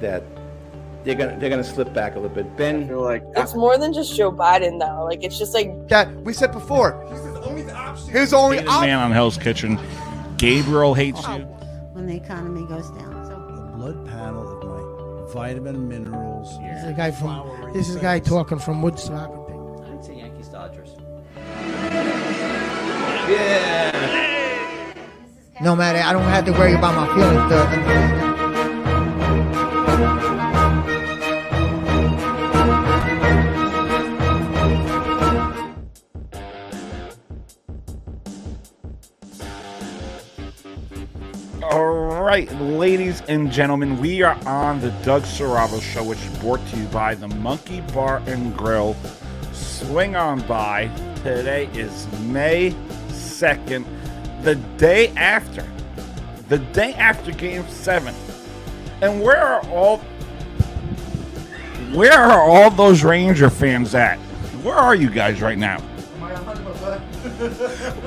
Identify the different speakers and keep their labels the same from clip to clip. Speaker 1: that they're gonna they're gonna slip back a little bit.
Speaker 2: I
Speaker 1: Ben,
Speaker 2: feel like
Speaker 3: It's more than just Joe Biden though. Like it's just like
Speaker 4: That we said before.
Speaker 5: He's his only option.
Speaker 4: His only
Speaker 6: Hated
Speaker 4: option.
Speaker 6: man on Hell's Kitchen. Gabriel hates you.
Speaker 7: when the economy goes down. So
Speaker 8: A blood panel of my vitamin minerals.
Speaker 9: This is a guy from. This is a guy talking from Woodstock.
Speaker 10: I'd say Yankees Dodgers.
Speaker 9: No matter, I don't have to worry about my feelings. The,
Speaker 6: All right, ladies and gentlemen, we are on the Doug Serravo Show, which is brought to you by the Monkey Bar and Grill. Swing on by. Today is May 2nd, the day after, the day after Game 7. And where are all where are all those Ranger fans at? Where are you guys right now?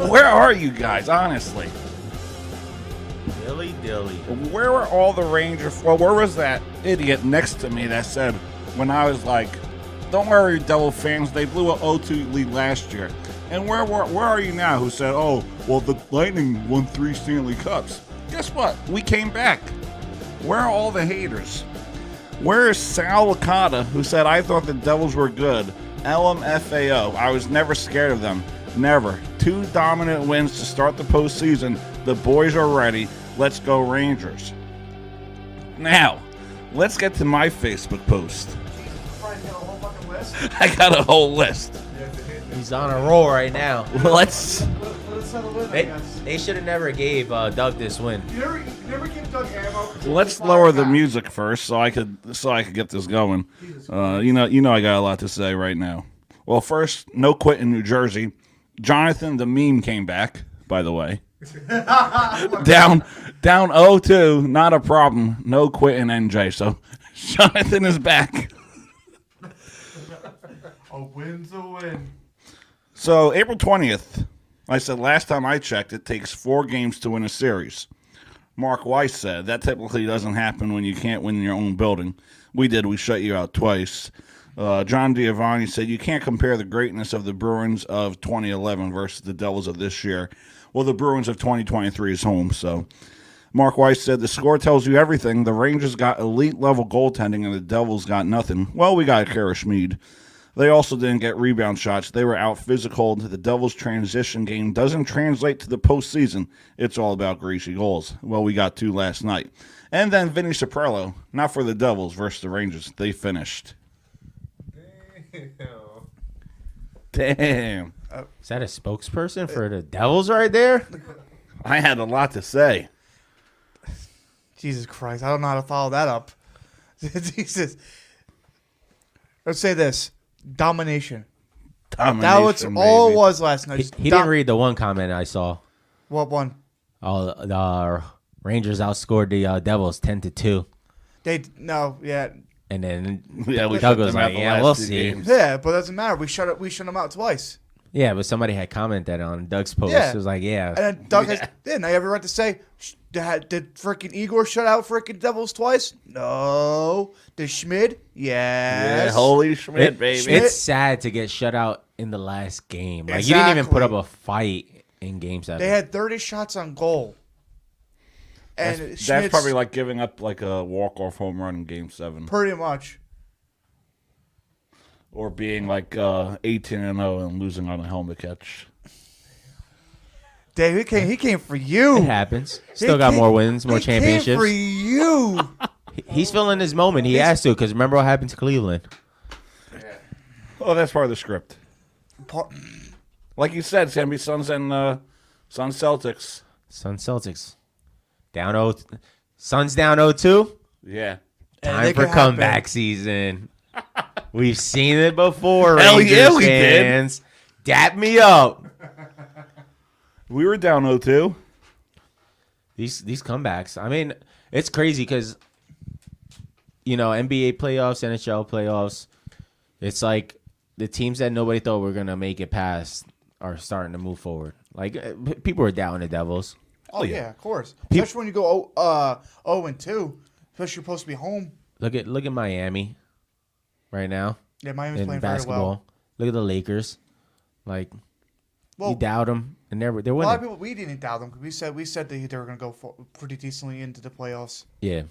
Speaker 6: Where are you guys, honestly?
Speaker 10: Dilly dilly.
Speaker 6: Where were all the Ranger? Well, where was that idiot next to me that said when I was like, "Don't worry, Devil fans, they blew a 0-2 lead last year." And where were, where are you now? Who said, "Oh, well, the Lightning won three Stanley Cups." Guess what? We came back. Where are all the haters? Where is Sal Licata, who said, I thought the Devils were good? LMFAO. I was never scared of them. Never. Two dominant wins to start the postseason. The boys are ready. Let's go, Rangers. Now, let's get to my Facebook post. I got a whole list.
Speaker 10: He's on a roll right now. Let's.
Speaker 5: Let's settle in, I
Speaker 10: They,
Speaker 5: guess.
Speaker 10: they should have never gave uh, Doug this win.
Speaker 5: You never, you never give Doug ammo. to
Speaker 6: Let's
Speaker 5: fire
Speaker 6: lower the
Speaker 5: back.
Speaker 6: music first, so I could so I could get this going. Uh, you know, you know, I got a lot to say right now. Well, first, no quit in New Jersey. Jonathan the meme came back, by the way. down, down 0-2, not a problem. No quit in NJ. So Jonathan is back.
Speaker 5: A win's a win.
Speaker 6: So April twentieth, I said last time I checked, it takes four games to win a series. Mark Weiss said that typically doesn't happen when you can't win in your own building. We did. We shut you out twice. Uh, John Giovanni said you can't compare the greatness of the Bruins of 2011 versus the Devils of this year. Well, the Bruins of 2023 is home, so Mark Weiss said the score tells you everything. The Rangers got elite level goaltending and the Devils got nothing. Well, we got Kara Schmid. They also didn't get rebound shots. They were out physical. and The Devils' transition game doesn't translate to the postseason. It's all about greasy goals. Well, we got two last night. And then Vinny Soprello, not for the Devils versus the Rangers. They finished. Damn.
Speaker 10: Is that a spokesperson for the Devils right there?
Speaker 6: I had a lot to say.
Speaker 4: Jesus Christ, I don't know how to follow that up. Jesus. Let's say this. Domination. That was
Speaker 6: Domination,
Speaker 4: all it
Speaker 6: baby.
Speaker 4: was last night.
Speaker 10: He,
Speaker 4: Just
Speaker 10: he
Speaker 4: dom-
Speaker 10: didn't read the one comment I saw.
Speaker 4: What one?
Speaker 10: Oh, the uh, Rangers outscored the uh, Devils ten to two,
Speaker 4: They no, yeah,
Speaker 10: and then
Speaker 6: Yeah, we
Speaker 10: Doug
Speaker 6: shut
Speaker 10: was
Speaker 6: them out
Speaker 10: like,
Speaker 6: the
Speaker 10: "Yeah,
Speaker 6: last
Speaker 10: we'll
Speaker 6: two
Speaker 10: see."
Speaker 6: games.
Speaker 4: yeah, but it doesn't matter. We shut it. We shut them out twice.
Speaker 10: Yeah, but somebody had commented on Doug's post.
Speaker 4: Yeah.
Speaker 10: It was like,
Speaker 4: And
Speaker 10: "Yeah,
Speaker 4: then Doug has. Then I ever right to say, sh- did, did freaking Igor shut out freaking Devils twice? No. Did Schmid? Yes.
Speaker 6: Yeah, holy Schmidt,
Speaker 10: It-
Speaker 6: baby.
Speaker 10: It's sad to get shut out in the last game. Like you didn't even put up a fight in game seven.
Speaker 4: they had 30 shots on goal. And
Speaker 6: that's,
Speaker 4: Schmidt's-
Speaker 6: that's probably like giving up like a walk off home run in Game Seven,
Speaker 4: pretty much.
Speaker 6: or being like uh, eighteen and zero and losing on a helmet catch.
Speaker 4: Dave, he came. He came for you.
Speaker 10: it happens. Still got
Speaker 4: came-
Speaker 10: more wins, more
Speaker 4: he came
Speaker 10: championships.
Speaker 4: for you.
Speaker 10: He's feeling his moment. He has to because remember what happened to Cleveland.
Speaker 6: Oh, that's part of the script.
Speaker 4: Par-
Speaker 6: Like you said, it's gonna be Suns and uh, Sun Celtics.
Speaker 10: Sun Celtics down 0 Suns down 0-2.
Speaker 6: Yeah.
Speaker 4: they
Speaker 10: Time
Speaker 4: could
Speaker 10: for
Speaker 4: happen.
Speaker 10: comeback season. We've seen it before.
Speaker 6: Hell
Speaker 10: Rangers
Speaker 6: yeah, we did.
Speaker 10: fans. Dap me up.
Speaker 6: We were down 0-2.
Speaker 10: These these comebacks. I mean, it's crazy because you know NBA playoffs, NHL playoffs. It's like the teams that nobody thought were gonna make it past are starting to move forward. Like eh, p- people were down the Devils.
Speaker 4: Oh yeah, of course. Especially when you go oh, uh, oh and two, especially you're supposed to be home.
Speaker 10: Look at look at Miami right now
Speaker 4: Yeah, Miami's
Speaker 10: in
Speaker 4: playing
Speaker 10: basketball.
Speaker 4: very well.
Speaker 10: Look at the Lakers. Like
Speaker 4: Well,
Speaker 10: you doubt them, and they're they're
Speaker 4: a lot
Speaker 10: winning.
Speaker 4: of people we didn't doubt them because we said we said they, they were going to go for, pretty decently into the playoffs.
Speaker 10: yeah,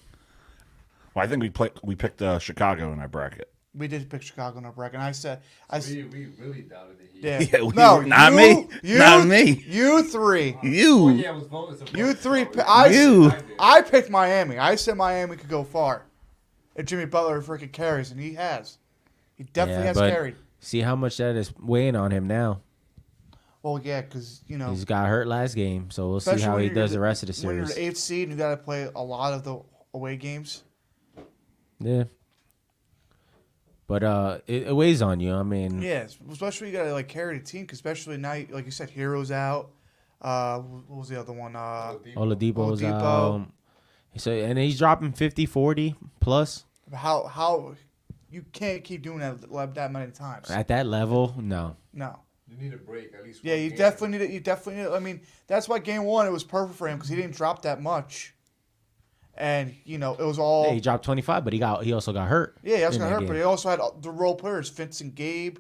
Speaker 6: Well, I think we play, we picked uh, Chicago in our bracket.
Speaker 4: We did pick Chicago in our bracket, and I said, I s-
Speaker 2: We, we really doubted the Heat.
Speaker 4: yeah,
Speaker 6: Yeah, we-
Speaker 4: no,
Speaker 6: not
Speaker 4: you-
Speaker 6: me.
Speaker 4: you-
Speaker 6: Not me.
Speaker 4: you three,
Speaker 6: You.
Speaker 2: Well, yeah, it was voted. so
Speaker 4: you
Speaker 2: voted
Speaker 4: three.
Speaker 2: for.
Speaker 4: pi- I s-
Speaker 6: You.
Speaker 4: I picked Miami. I said Miami could go far. If Jimmy Butler freaking carries, and he has, he definitely
Speaker 10: yeah,
Speaker 4: has
Speaker 10: but
Speaker 4: carried.
Speaker 10: see how much that is weighing on him now.
Speaker 4: Well, yeah, because you know,
Speaker 10: He's got hurt last game, so we'll see
Speaker 4: especially
Speaker 10: how
Speaker 4: when
Speaker 10: he
Speaker 4: you're
Speaker 10: does the rest of the
Speaker 4: When you're
Speaker 10: series.
Speaker 4: the eighth seed, and you got to play a lot of the away games.
Speaker 10: Yeah. But uh, it, it weighs on you. I mean,
Speaker 4: Yeah, especially you got to like carry the team, 'cause especially now, like you said, heroes out. Uh, wh- what was the other one? Uh,
Speaker 10: Oladipo's
Speaker 4: Oladipo.
Speaker 10: out. So and he's dropping 50, 40 plus
Speaker 4: how how you can't keep doing that like, that many times.
Speaker 10: at that level. No,
Speaker 4: No.
Speaker 2: You need a break at least.
Speaker 4: Yeah,
Speaker 2: one
Speaker 4: you
Speaker 2: game.
Speaker 4: definitely need it. You definitely need it. I mean, that's why game one it was perfect for him because he didn't drop that much, and you know it was all
Speaker 10: yeah, he dropped twenty five, but he got Oh. he also got hurt.
Speaker 4: yeah. He also
Speaker 10: in
Speaker 4: got
Speaker 10: that
Speaker 4: hurt,
Speaker 10: game.
Speaker 4: but he also had all- the role players, Vincent, Gabe,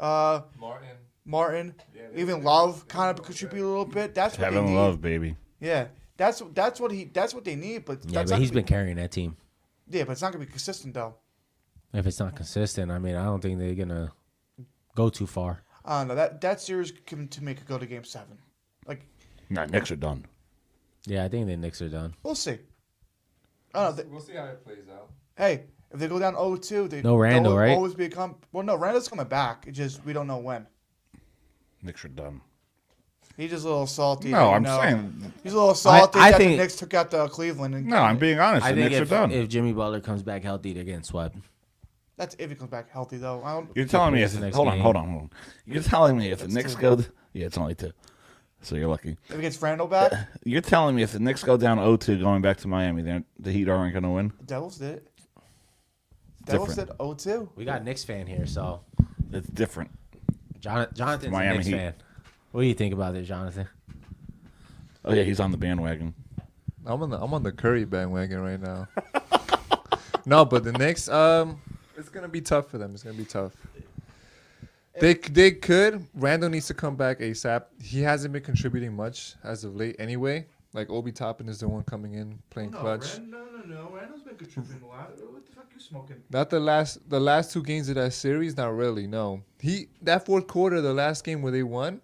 Speaker 4: uh,
Speaker 2: Martin.
Speaker 4: Martin,
Speaker 2: Yeah, they-
Speaker 4: even
Speaker 2: they-
Speaker 4: Love
Speaker 2: they
Speaker 4: kind
Speaker 2: were
Speaker 4: of contribute
Speaker 2: good.
Speaker 4: a little bit. That's what they
Speaker 6: Kevin
Speaker 4: need.
Speaker 6: Love, baby.
Speaker 4: Yeah, that's that's what he that's what they need. But
Speaker 10: Yeah,
Speaker 4: that's
Speaker 10: but
Speaker 4: not
Speaker 10: he's
Speaker 4: gonna
Speaker 10: been carrying that team.
Speaker 4: be, yeah, but it's not gonna be consistent though.
Speaker 10: If it's not consistent, I mean, I don't think they're gonna go too far.
Speaker 4: I don't know that that series can to make it go to game seven. Like
Speaker 6: Nah, Knicks are done.
Speaker 10: Yeah, I think the Knicks are done.
Speaker 4: we'll see. I don't know.
Speaker 2: We'll see how it plays out.
Speaker 4: Hey, if they go down 0-2, they
Speaker 10: No Randle,
Speaker 4: they'll
Speaker 10: right?
Speaker 4: Always become well. No, Randall's coming back. It just we don't know when.
Speaker 6: Knicks are done.
Speaker 4: He's just a little salty.
Speaker 6: No,
Speaker 4: you
Speaker 6: I'm
Speaker 4: know.
Speaker 6: saying
Speaker 4: he's a little salty.
Speaker 10: I
Speaker 4: that
Speaker 10: think-
Speaker 4: the Knicks took out the Cleveland. And
Speaker 6: no. I'm being honest.
Speaker 10: I
Speaker 6: The
Speaker 10: think
Speaker 6: Knicks
Speaker 10: if,
Speaker 6: are done.
Speaker 10: if Jimmy Butler comes back healthy, they're getting swept.
Speaker 4: that's if he comes back healthy though. I don't.
Speaker 6: You're telling me
Speaker 10: plays
Speaker 6: if
Speaker 10: the next
Speaker 6: hold on,
Speaker 10: game.
Speaker 6: hold on, hold on. You're telling me if the Knicks go yeah, it's only two. So you're lucky.
Speaker 4: If he gets Randall back,
Speaker 6: You're telling me if the Knicks go down 0-2 going back to Miami, they're- the Heat aren't going to win.
Speaker 4: the Devils did it. The Devils did
Speaker 6: Different.
Speaker 4: 0-2.
Speaker 10: We got a Knicks fan here, so
Speaker 6: It's different.
Speaker 10: Jon- Jonathan's
Speaker 6: Miami
Speaker 10: a Knicks
Speaker 6: Heat.
Speaker 10: fan. What do you think about it, Jonathan?
Speaker 6: Oh yeah, he's on the bandwagon.
Speaker 2: I'm on the I'm on the Curry bandwagon right now. no, but the Knicks, um, it's gonna be tough for them. It's gonna be tough. They c- they could. Randall needs to come back ASAP. He hasn't been contributing much as of late anyway. Like Obi Toppin is the one coming in playing
Speaker 4: Oh,
Speaker 5: No,
Speaker 2: clutch.
Speaker 5: Ren, no, no, no. Randall's been contributing a lot. What the fuck you smoking?
Speaker 2: Not the last the last two games of that series, not really, no. He that fourth quarter, the last game where they won,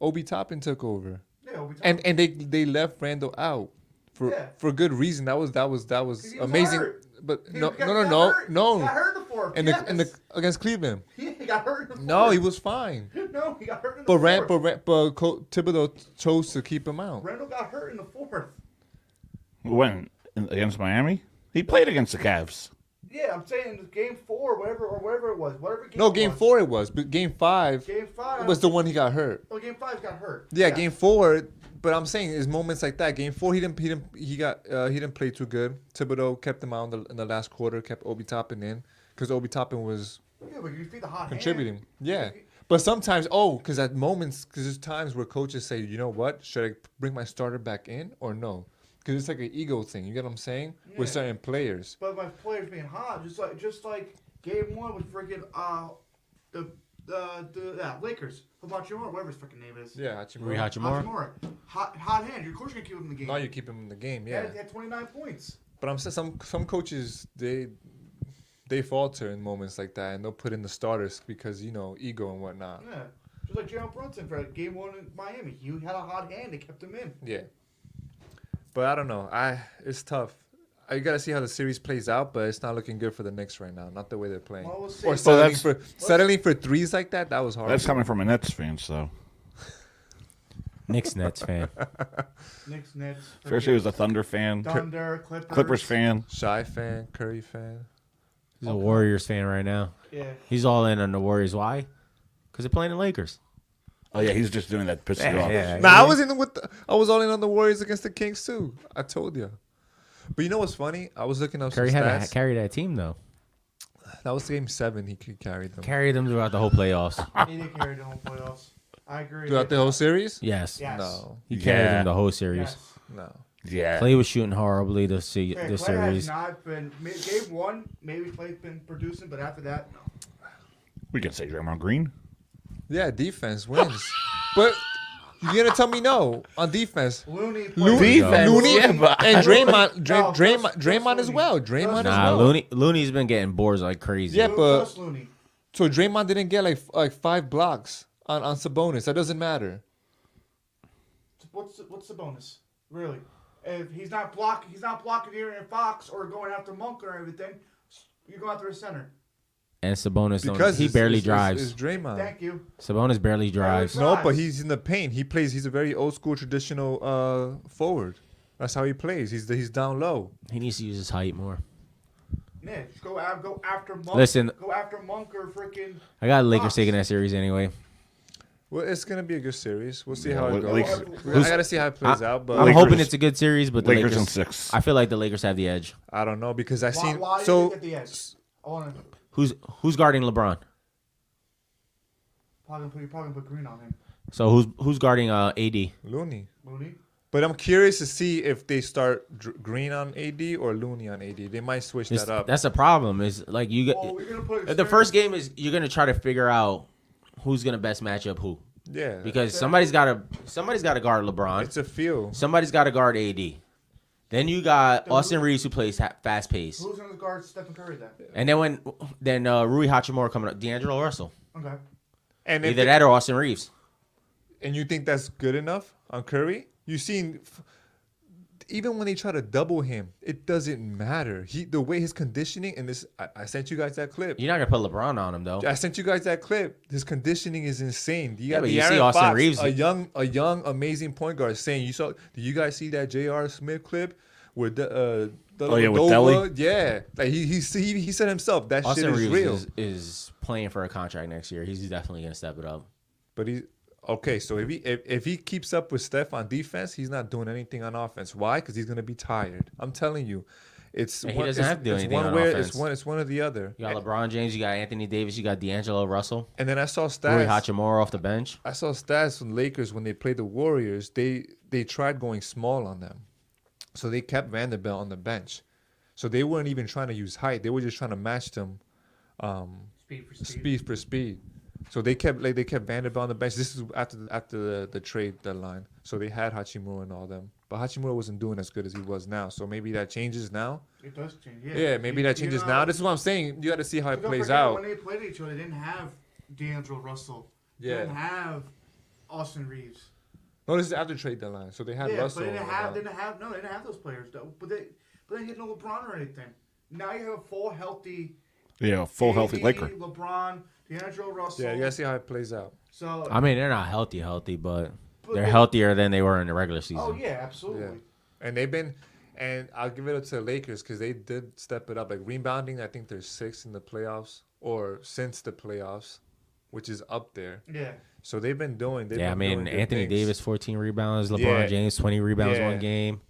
Speaker 2: Obi Toppin took over.
Speaker 5: Yeah, we
Speaker 2: And and they they left Randall out for
Speaker 5: Yeah.
Speaker 2: for good reason. That was that was that was
Speaker 5: He was
Speaker 2: amazing.
Speaker 5: hurt.
Speaker 2: But
Speaker 5: He
Speaker 2: no
Speaker 5: got-
Speaker 2: no no
Speaker 5: got
Speaker 2: no
Speaker 5: hurt. He got
Speaker 2: no.
Speaker 5: hurt in the fourth.
Speaker 2: And
Speaker 5: yes.
Speaker 2: the, and the against Cleveland.
Speaker 5: he got hurt. In the
Speaker 2: No, he
Speaker 5: fourth.
Speaker 2: was fine.
Speaker 5: no, he got hurt in the
Speaker 2: But
Speaker 5: fourth.
Speaker 2: Rand, but, Ran, but Co- Thibodeau chose to keep him out.
Speaker 5: Randall got hurt in the fourth.
Speaker 6: When against Miami, he played against the Cavs.
Speaker 5: Yeah, I'm saying it's game four, whatever or whatever it was, whatever game.
Speaker 2: No,
Speaker 5: it
Speaker 2: game
Speaker 5: was.
Speaker 2: four it was, but game five
Speaker 5: Game five
Speaker 2: was the one he got hurt.
Speaker 5: Oh, game five got hurt.
Speaker 2: Yeah, game four. But I'm saying is moments like that. Game four, he didn't, he didn't, he got, uh, he didn't play too good. Thibodeau kept him out in the, in the last quarter, kept Obi Toppin in because Obi Toppin was
Speaker 5: Oh, Yeah, but you feed the hot hand.
Speaker 2: contributing. Yeah, but sometimes, oh, because at moments, because there's times where coaches say, you know what, should I bring my starter back in or no? Because it's like an ego thing. You get what I'm saying?
Speaker 5: Yeah.
Speaker 2: With certain players.
Speaker 5: But my players being hot, just like just like game one with freaking uh the the the yeah, Lakers, Hachimura, whatever his freaking name is.
Speaker 2: Yeah,
Speaker 10: Rui
Speaker 2: Hachimura.
Speaker 10: Hachimura.
Speaker 5: Hachimura. Hot hot hand. You're of course you're gonna keep him in the game.
Speaker 2: Now you keep him in the game.
Speaker 5: He had-
Speaker 2: Yeah.
Speaker 5: he had 29 points.
Speaker 2: But I'm saying some some coaches they they falter in moments like that, and they'll put in the starters because you know ego and whatnot.
Speaker 5: Yeah. Just like Jalen Brunson for game one in Miami. He had a hot hand. They kept him in.
Speaker 2: Yeah. But I don't know. I it's tough. I gotta see how the series plays out, but it's not looking good for the Knicks right now. Not the way they're playing.
Speaker 5: Well, we'll see.
Speaker 2: or
Speaker 5: Well,
Speaker 2: settling
Speaker 6: that's-
Speaker 2: for settling for threes like that. That was hard.
Speaker 6: That's coming from a Nets fan, so
Speaker 10: Knicks Nets fan.
Speaker 5: Knicks, Nets.
Speaker 6: first he was a Thunder fan, Cl-
Speaker 5: Thunder, Clippers.
Speaker 6: Clippers fan.
Speaker 2: Shy fan, Curry fan.
Speaker 10: He's a Warriors fan right now.
Speaker 5: Yeah.
Speaker 10: He's all in on the Warriors. Why? Because they're playing the Lakers.
Speaker 6: Oh yeah, he's just doing that to piss you off.
Speaker 2: Nah, I was in with the, I was all in on the Warriors against the Kings too. I told you. But you know what's funny? I was looking up
Speaker 10: Curry
Speaker 2: some
Speaker 10: had to
Speaker 2: stats.
Speaker 10: ha- carry that team though.
Speaker 2: that was game seven. He could carry them.
Speaker 10: Carry them throughout the whole playoffs.
Speaker 5: He didn't carry the whole playoffs. I agree.
Speaker 2: Throughout the whole series?
Speaker 10: Yes.
Speaker 5: Yes.
Speaker 2: No,
Speaker 10: He carried
Speaker 6: Yeah.
Speaker 10: them the whole series.
Speaker 5: Yes.
Speaker 2: no.
Speaker 6: Yeah.
Speaker 10: Clay was shooting horribly this se-
Speaker 4: Okay,
Speaker 10: this
Speaker 4: Clay has
Speaker 10: series.
Speaker 4: not been ma- game one. Maybe Clay's been producing, but after that, no.
Speaker 6: We can say Draymond Green.
Speaker 2: Yeah, defense wins. but you're gonna tell me no on defense.
Speaker 4: Looney.
Speaker 2: Looney,
Speaker 4: played-
Speaker 6: Defense,
Speaker 2: Looney
Speaker 6: yeah, but-
Speaker 2: and Draymond, Dray,
Speaker 4: No,
Speaker 2: Draymond,
Speaker 4: just-
Speaker 2: Draymond
Speaker 4: just
Speaker 2: as well.
Speaker 4: Looney.
Speaker 2: Draymond as
Speaker 10: Nah,
Speaker 2: well.
Speaker 10: Looney Looney's been getting boards like crazy.
Speaker 2: Yeah, but-
Speaker 4: Just Looney.
Speaker 2: So Draymond didn't get like f- like five blocks on on Sabonis. That doesn't matter.
Speaker 4: What's the, what's the bonus? Really? If he's not blocking, he's not blocking Aaron Fox or going after Monk or everything. You're going after a center.
Speaker 10: And Sabonis don't,
Speaker 2: Because
Speaker 10: he
Speaker 2: it's-
Speaker 10: barely
Speaker 2: it's-
Speaker 10: drives.
Speaker 2: it's- It's, Draymond.
Speaker 4: Thank you.
Speaker 10: Sabonis barely drives.
Speaker 4: Barely
Speaker 2: No, but
Speaker 4: drives.
Speaker 2: he's in the paint. He plays. He's a very old school traditional uh, forward. That's how he plays. He's he's down low.
Speaker 10: He needs to use his height more.
Speaker 4: Nick, go af- go after Monk.
Speaker 10: Listen.
Speaker 4: go after Monk or freaking.
Speaker 10: I got Lakers
Speaker 4: Fox.
Speaker 10: taking that series anyway.
Speaker 2: Well, it's gonna be a good series. We'll see how
Speaker 6: Le-
Speaker 2: it goes.
Speaker 6: Lakers-
Speaker 2: We- I gotta see how it plays out, but
Speaker 10: I'm
Speaker 6: Lakers-
Speaker 10: hoping it's a good series, but the
Speaker 6: Lakers
Speaker 10: Lakers,
Speaker 6: in six.
Speaker 10: I feel like the Lakers have the edge.
Speaker 2: I don't know because I
Speaker 4: Why,
Speaker 2: seen
Speaker 4: why do you
Speaker 2: so
Speaker 4: think at the edge? I want to.
Speaker 10: Who's who's guarding LeBron?
Speaker 4: Probably gonna put you're probably gonna put Green on him.
Speaker 10: So who's who's guarding uh, AD?
Speaker 2: Looney.
Speaker 4: Looney.
Speaker 2: But I'm curious to see if they start dr- Green on AD or Looney on AD. They might switch
Speaker 10: It's-
Speaker 2: that up.
Speaker 10: That's the problem. Is like you
Speaker 4: Oh,
Speaker 10: get
Speaker 4: we're gonna put
Speaker 10: the first game is you're gonna try to figure out who's gonna best match up who
Speaker 2: yeah,
Speaker 10: because somebody's gotta somebody's gotta guard LeBron.
Speaker 2: it's a feel.
Speaker 10: Somebody's gotta guard AD. Then you got Austin Reeves who plays ha- fast pace,
Speaker 4: Who's gonna guard Stephen Curry then?
Speaker 10: and then when then uh, Rui Hachimura coming up, D'Angelo Russell,
Speaker 4: Okay.
Speaker 2: And if
Speaker 10: either
Speaker 2: they-
Speaker 10: that or Austin Reeves.
Speaker 2: and you think that's good enough on Curry? You seen f- even when they try to double him, it doesn't matter. He the way his conditioning and this I, I sent you guys that clip.
Speaker 10: You're not gonna put LeBron on him though.
Speaker 2: I sent you guys that clip. His conditioning is insane. You got
Speaker 10: but
Speaker 2: the
Speaker 10: you see
Speaker 2: Aaron
Speaker 10: Austin
Speaker 2: Fox,
Speaker 10: Reeves-
Speaker 2: a young, a young, amazing point guard, saying, "You saw? Do you guys see that J.R. Smith clip with the? Uh, the
Speaker 6: Oh, yeah, with Delly?
Speaker 2: Yeah, like he he he, he said himself that
Speaker 10: Austin
Speaker 2: shit is
Speaker 10: Reeves
Speaker 2: real.
Speaker 10: is, is playing for a contract next year. He's definitely gonna step it up.
Speaker 2: But he okay. So if he if, if he keeps up with Steph on defense, he's not doing anything on offense. Why? Because he's gonna be tired. I'm telling you, it's
Speaker 10: And he
Speaker 2: one,
Speaker 10: doesn't
Speaker 2: it's,
Speaker 10: have to do
Speaker 2: it's
Speaker 10: anything
Speaker 2: one
Speaker 10: on
Speaker 2: way,
Speaker 10: offense.
Speaker 2: It's one. It's one or the other.
Speaker 10: You got
Speaker 2: and,
Speaker 10: LeBron James, you got Anthony Davis, you got D'Angelo Russell,
Speaker 2: and then I saw stats.
Speaker 10: Rui Hachimura off the bench.
Speaker 2: I saw stats from Lakers when they played the Warriors. They they tried going small on them, so they kept Vanderbilt on the bench. So they weren't even trying to use height. They were just trying to match them
Speaker 4: Speed for speed.
Speaker 2: speed for speed. So they kept like they kept Vanderbilt on the bench. This is after after the, the trade deadline. So they had Hachimura and all them, but Hachimura wasn't doing as good as he was now. So maybe that changes now.
Speaker 4: It does change. Yeah.
Speaker 2: Yeah, maybe that changes now. This is what I'm saying. You got to see how it
Speaker 4: Don't
Speaker 2: plays
Speaker 4: forget
Speaker 2: out.
Speaker 4: When they played each other, they didn't have D'Angelo Russell. They
Speaker 2: Yeah.
Speaker 4: Didn't have Austin Reeves.
Speaker 2: No, this is after trade deadline. So they had
Speaker 4: yeah,
Speaker 2: Russell.
Speaker 4: but they didn't
Speaker 2: and
Speaker 4: have.
Speaker 2: all.
Speaker 4: They didn't have. No, they didn't have those players though. But they. But they didn't have no LeBron or anything. Now you have a full healthy.
Speaker 6: Yeah, full healthy
Speaker 4: AD,
Speaker 6: Laker.
Speaker 4: LeBron, D'Angelo Russell.
Speaker 2: yeah, you got to see how it plays out.
Speaker 4: So.
Speaker 10: I mean, they're not healthy, healthy, but
Speaker 4: But
Speaker 10: they're
Speaker 4: they-
Speaker 10: healthier than they were in the regular
Speaker 4: oh
Speaker 10: season.
Speaker 4: yeah, absolutely.
Speaker 2: And they've been, and I'll give it up to the Lakers because they did step it up. Like rebounding, I think they're sixth in the playoffs or since the playoffs, which is up there.
Speaker 4: Yeah.
Speaker 2: So they've been doing. They've
Speaker 10: Yeah, I
Speaker 2: been doing
Speaker 10: mean,
Speaker 2: good
Speaker 10: Anthony
Speaker 2: things.
Speaker 10: Davis, 14 rebounds, LeBron
Speaker 2: Yeah.
Speaker 10: James, 20 rebounds
Speaker 2: Yeah.
Speaker 10: one game.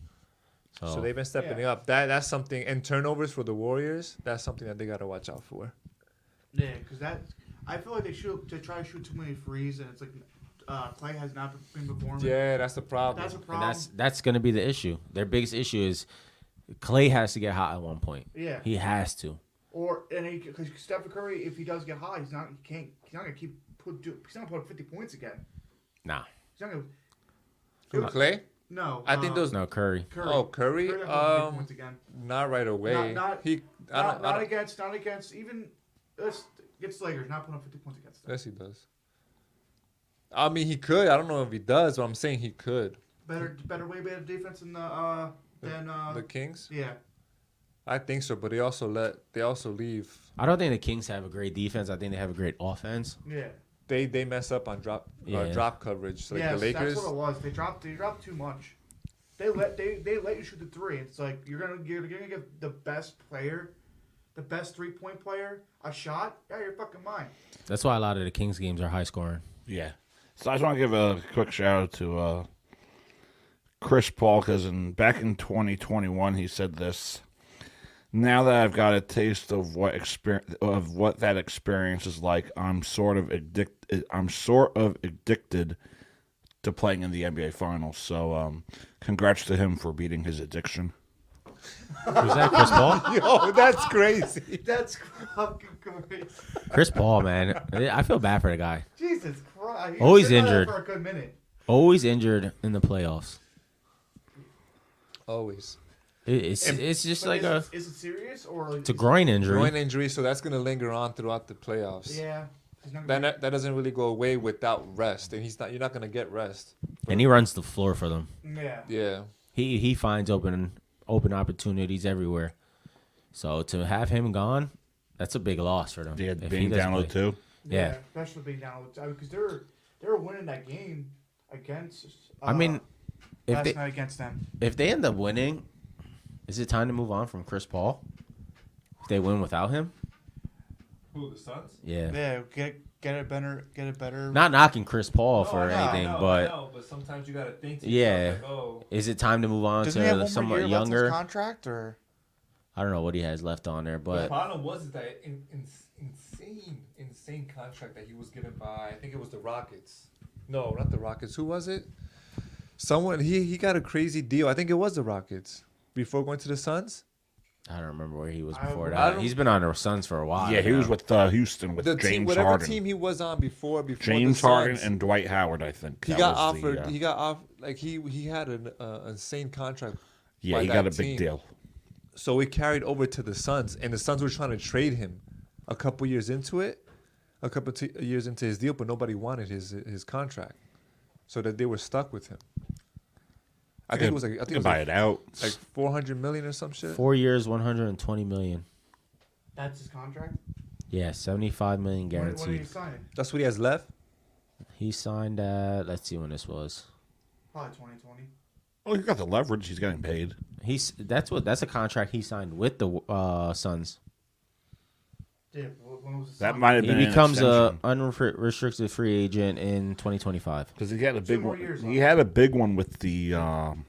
Speaker 10: So,
Speaker 2: So they've been stepping
Speaker 4: Yeah.
Speaker 2: up. That that's something. And turnovers for the Warriors, that's something that they got to watch out for.
Speaker 4: Yeah, because that. I feel like they shoot. They try to shoot too many threes, and it's like. Uh, Clay has not been performing.
Speaker 2: Yeah, that's the problem.
Speaker 4: That's a
Speaker 10: and
Speaker 4: problem.
Speaker 10: that's that's going to be the issue. Their biggest issue is Clay has to get hot at one point.
Speaker 4: Yeah.
Speaker 10: He has to.
Speaker 4: Or and because Stephen Curry, if he does get high, he's not. He can't. He's not gonna keep put. Do, he's not gonna put fifty points again.
Speaker 10: Nah.
Speaker 4: He's not gonna.
Speaker 2: Who, Clay.
Speaker 4: No.
Speaker 2: I think
Speaker 4: uh,
Speaker 2: those
Speaker 10: No, Curry.
Speaker 4: Curry.
Speaker 2: Oh, Curry?
Speaker 4: not gonna put 50
Speaker 2: Um,
Speaker 4: points again.
Speaker 2: not right away.
Speaker 4: not-
Speaker 2: he. I
Speaker 4: Not,
Speaker 2: don't.
Speaker 4: not
Speaker 2: I don't
Speaker 4: against. Not against. Even. Let's against Lakers. Not putting up fifty points against them.
Speaker 2: yes, he does. I mean, he could. I don't know if he does, but I'm saying he could.
Speaker 4: Better. Better. Way better defense than the. Uh, than. Uh,
Speaker 2: The Kings.
Speaker 4: yeah.
Speaker 2: I think so, but they also let they also leave.
Speaker 10: I don't think the Kings have a great defense. I think they have a great offense.
Speaker 4: Yeah.
Speaker 2: They they mess up on drop
Speaker 10: Yeah.
Speaker 2: uh, drop coverage. Like
Speaker 4: yes,
Speaker 2: the Lakers.
Speaker 4: that's what it was. They dropped. They dropped too much. They let they, they let you shoot the three. It's like you're gonna you're gonna give the best player, the best three point player a shot. Yeah, you're fucking mine.
Speaker 10: That's why a lot of the Kings games are high scoring.
Speaker 6: Yeah. So I just want to give a quick shout out to uh, Chris Paul because in back in 2021 he said this. Now that I've got a taste of what experience of what that experience is like, I'm sort of addicted. I'm sort of addicted to playing in the NBA Finals. So, um, congrats to him for beating his addiction.
Speaker 10: Who's that? Chris Paul.
Speaker 2: Yo, that's crazy.
Speaker 5: That's fucking great.
Speaker 10: Chris Paul, man. I feel bad for the guy.
Speaker 5: Jesus Christ. He
Speaker 10: Oh, he's
Speaker 5: was sitting there
Speaker 10: injured.
Speaker 5: For a good minute.
Speaker 10: Always injured in the playoffs.
Speaker 2: Always.
Speaker 10: It- It's it's just
Speaker 5: But
Speaker 10: like a
Speaker 5: is, it, is it serious or?
Speaker 10: it's a groin
Speaker 2: Groin
Speaker 10: injury.
Speaker 2: injury, so that's gonna linger on throughout the playoffs.
Speaker 5: Yeah. He's not
Speaker 2: That
Speaker 5: gonna
Speaker 2: that doesn't really go away without rest, and he's not. You're not gonna get rest.
Speaker 10: And he runs the floor for them.
Speaker 5: be- yeah.
Speaker 2: Yeah.
Speaker 10: He he finds open open opportunities everywhere. So to have him gone, that's a big loss for them.
Speaker 6: He
Speaker 10: If
Speaker 6: had
Speaker 10: he
Speaker 6: being
Speaker 10: doesn't
Speaker 6: down
Speaker 10: play.
Speaker 6: 0-2.
Speaker 10: Yeah.
Speaker 5: Especially being down because they're they're winning that game against. Uh,
Speaker 10: I mean, if
Speaker 5: last
Speaker 10: they
Speaker 5: night against them.
Speaker 10: if they end up winning, is it time to move on from Chris Paul? If they win without him,
Speaker 2: Who the Suns?
Speaker 10: yeah.
Speaker 4: Yeah, get get it better, get it better.
Speaker 10: Not knocking Chris Paul for
Speaker 2: I know, I
Speaker 10: anything,
Speaker 2: know, Oh, I
Speaker 10: but
Speaker 2: know, but sometimes you gotta think. to
Speaker 10: Yeah.
Speaker 2: yourself, like, oh,
Speaker 10: is it time to move on
Speaker 4: Doesn't he have
Speaker 10: to
Speaker 4: one more year
Speaker 10: someone
Speaker 4: left on his
Speaker 10: younger?
Speaker 4: contract or?
Speaker 10: I don't know what he has left on there,
Speaker 11: The
Speaker 10: but
Speaker 11: problem was that in, in, insane, insane contract that he was given by, I think it was the Rockets.
Speaker 2: no, not the Rockets. Who was it? Someone he he got a crazy deal. I think it was the Rockets before going to the Suns.
Speaker 10: I don't remember where he was
Speaker 5: I-
Speaker 10: before
Speaker 2: I
Speaker 10: that.
Speaker 2: don't-
Speaker 10: He's been on the Suns for a while.
Speaker 6: Yeah, he was
Speaker 10: now.
Speaker 6: with uh, Houston with
Speaker 2: The
Speaker 6: James
Speaker 2: team, whatever
Speaker 6: Harden.
Speaker 2: team he was on before, before
Speaker 6: James
Speaker 2: the
Speaker 6: Harden
Speaker 2: Suns,
Speaker 6: and Dwight Howard, I think.
Speaker 2: he
Speaker 6: That
Speaker 2: got
Speaker 6: was the,
Speaker 2: offered.
Speaker 6: uh,
Speaker 2: he got off like he he had an uh, insane contract.
Speaker 6: yeah,
Speaker 2: by
Speaker 6: he
Speaker 2: that
Speaker 6: got a big
Speaker 2: team.
Speaker 6: deal.
Speaker 2: So it carried over to the Suns, and the Suns were trying to trade him a couple years into it, a couple t- years into his deal, but nobody wanted his his contract, so that they were stuck with him. I think it was like I think
Speaker 6: You
Speaker 2: it was
Speaker 6: buy
Speaker 2: like,
Speaker 6: it out.
Speaker 2: like four hundred million or some shit.
Speaker 10: four years, one hundred and twenty million.
Speaker 5: That's his contract.
Speaker 10: Yeah, seventy-five million
Speaker 5: When, when are
Speaker 10: guaranteed.
Speaker 5: you signing?
Speaker 2: That's what he has left.
Speaker 10: He signed at. Let's see when this was.
Speaker 5: Probably 2020.
Speaker 6: Oh, he got the leverage. He's getting paid.
Speaker 10: He's that's what that's a contract he signed with the uh, Suns.
Speaker 5: Yeah. wh- When was the
Speaker 6: That
Speaker 5: signing?
Speaker 6: might have
Speaker 10: He
Speaker 6: been.
Speaker 10: becomes a unrestricted free agent in 2025.
Speaker 6: because he had a big
Speaker 5: more
Speaker 6: one.
Speaker 5: years
Speaker 6: He
Speaker 5: on.
Speaker 6: had a big one with the um,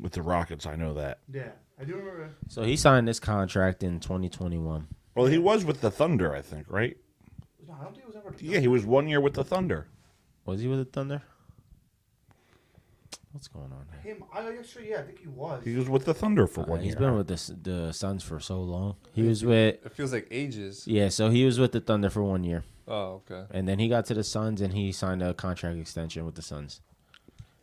Speaker 6: with the Rockets. I know that.
Speaker 5: Yeah, I do remember.
Speaker 10: So he signed this contract in 2021.
Speaker 6: Well, he was with the Thunder, I think, right?
Speaker 5: No, I don't think it was ever.
Speaker 6: Yeah, he was one year with the Thunder.
Speaker 10: Was he with the Thunder? What's going on? Here?
Speaker 5: Him, I actually, yeah, I think he was.
Speaker 6: He was with the Thunder for
Speaker 10: Uh,
Speaker 6: one
Speaker 10: he's
Speaker 6: year.
Speaker 10: been with the S- the Suns for so long. He was with
Speaker 2: It feels like ages.
Speaker 10: yeah, so he was with the Thunder for one year,
Speaker 2: Oh, okay.
Speaker 10: and then he got to the Suns and he signed a contract extension with the Suns.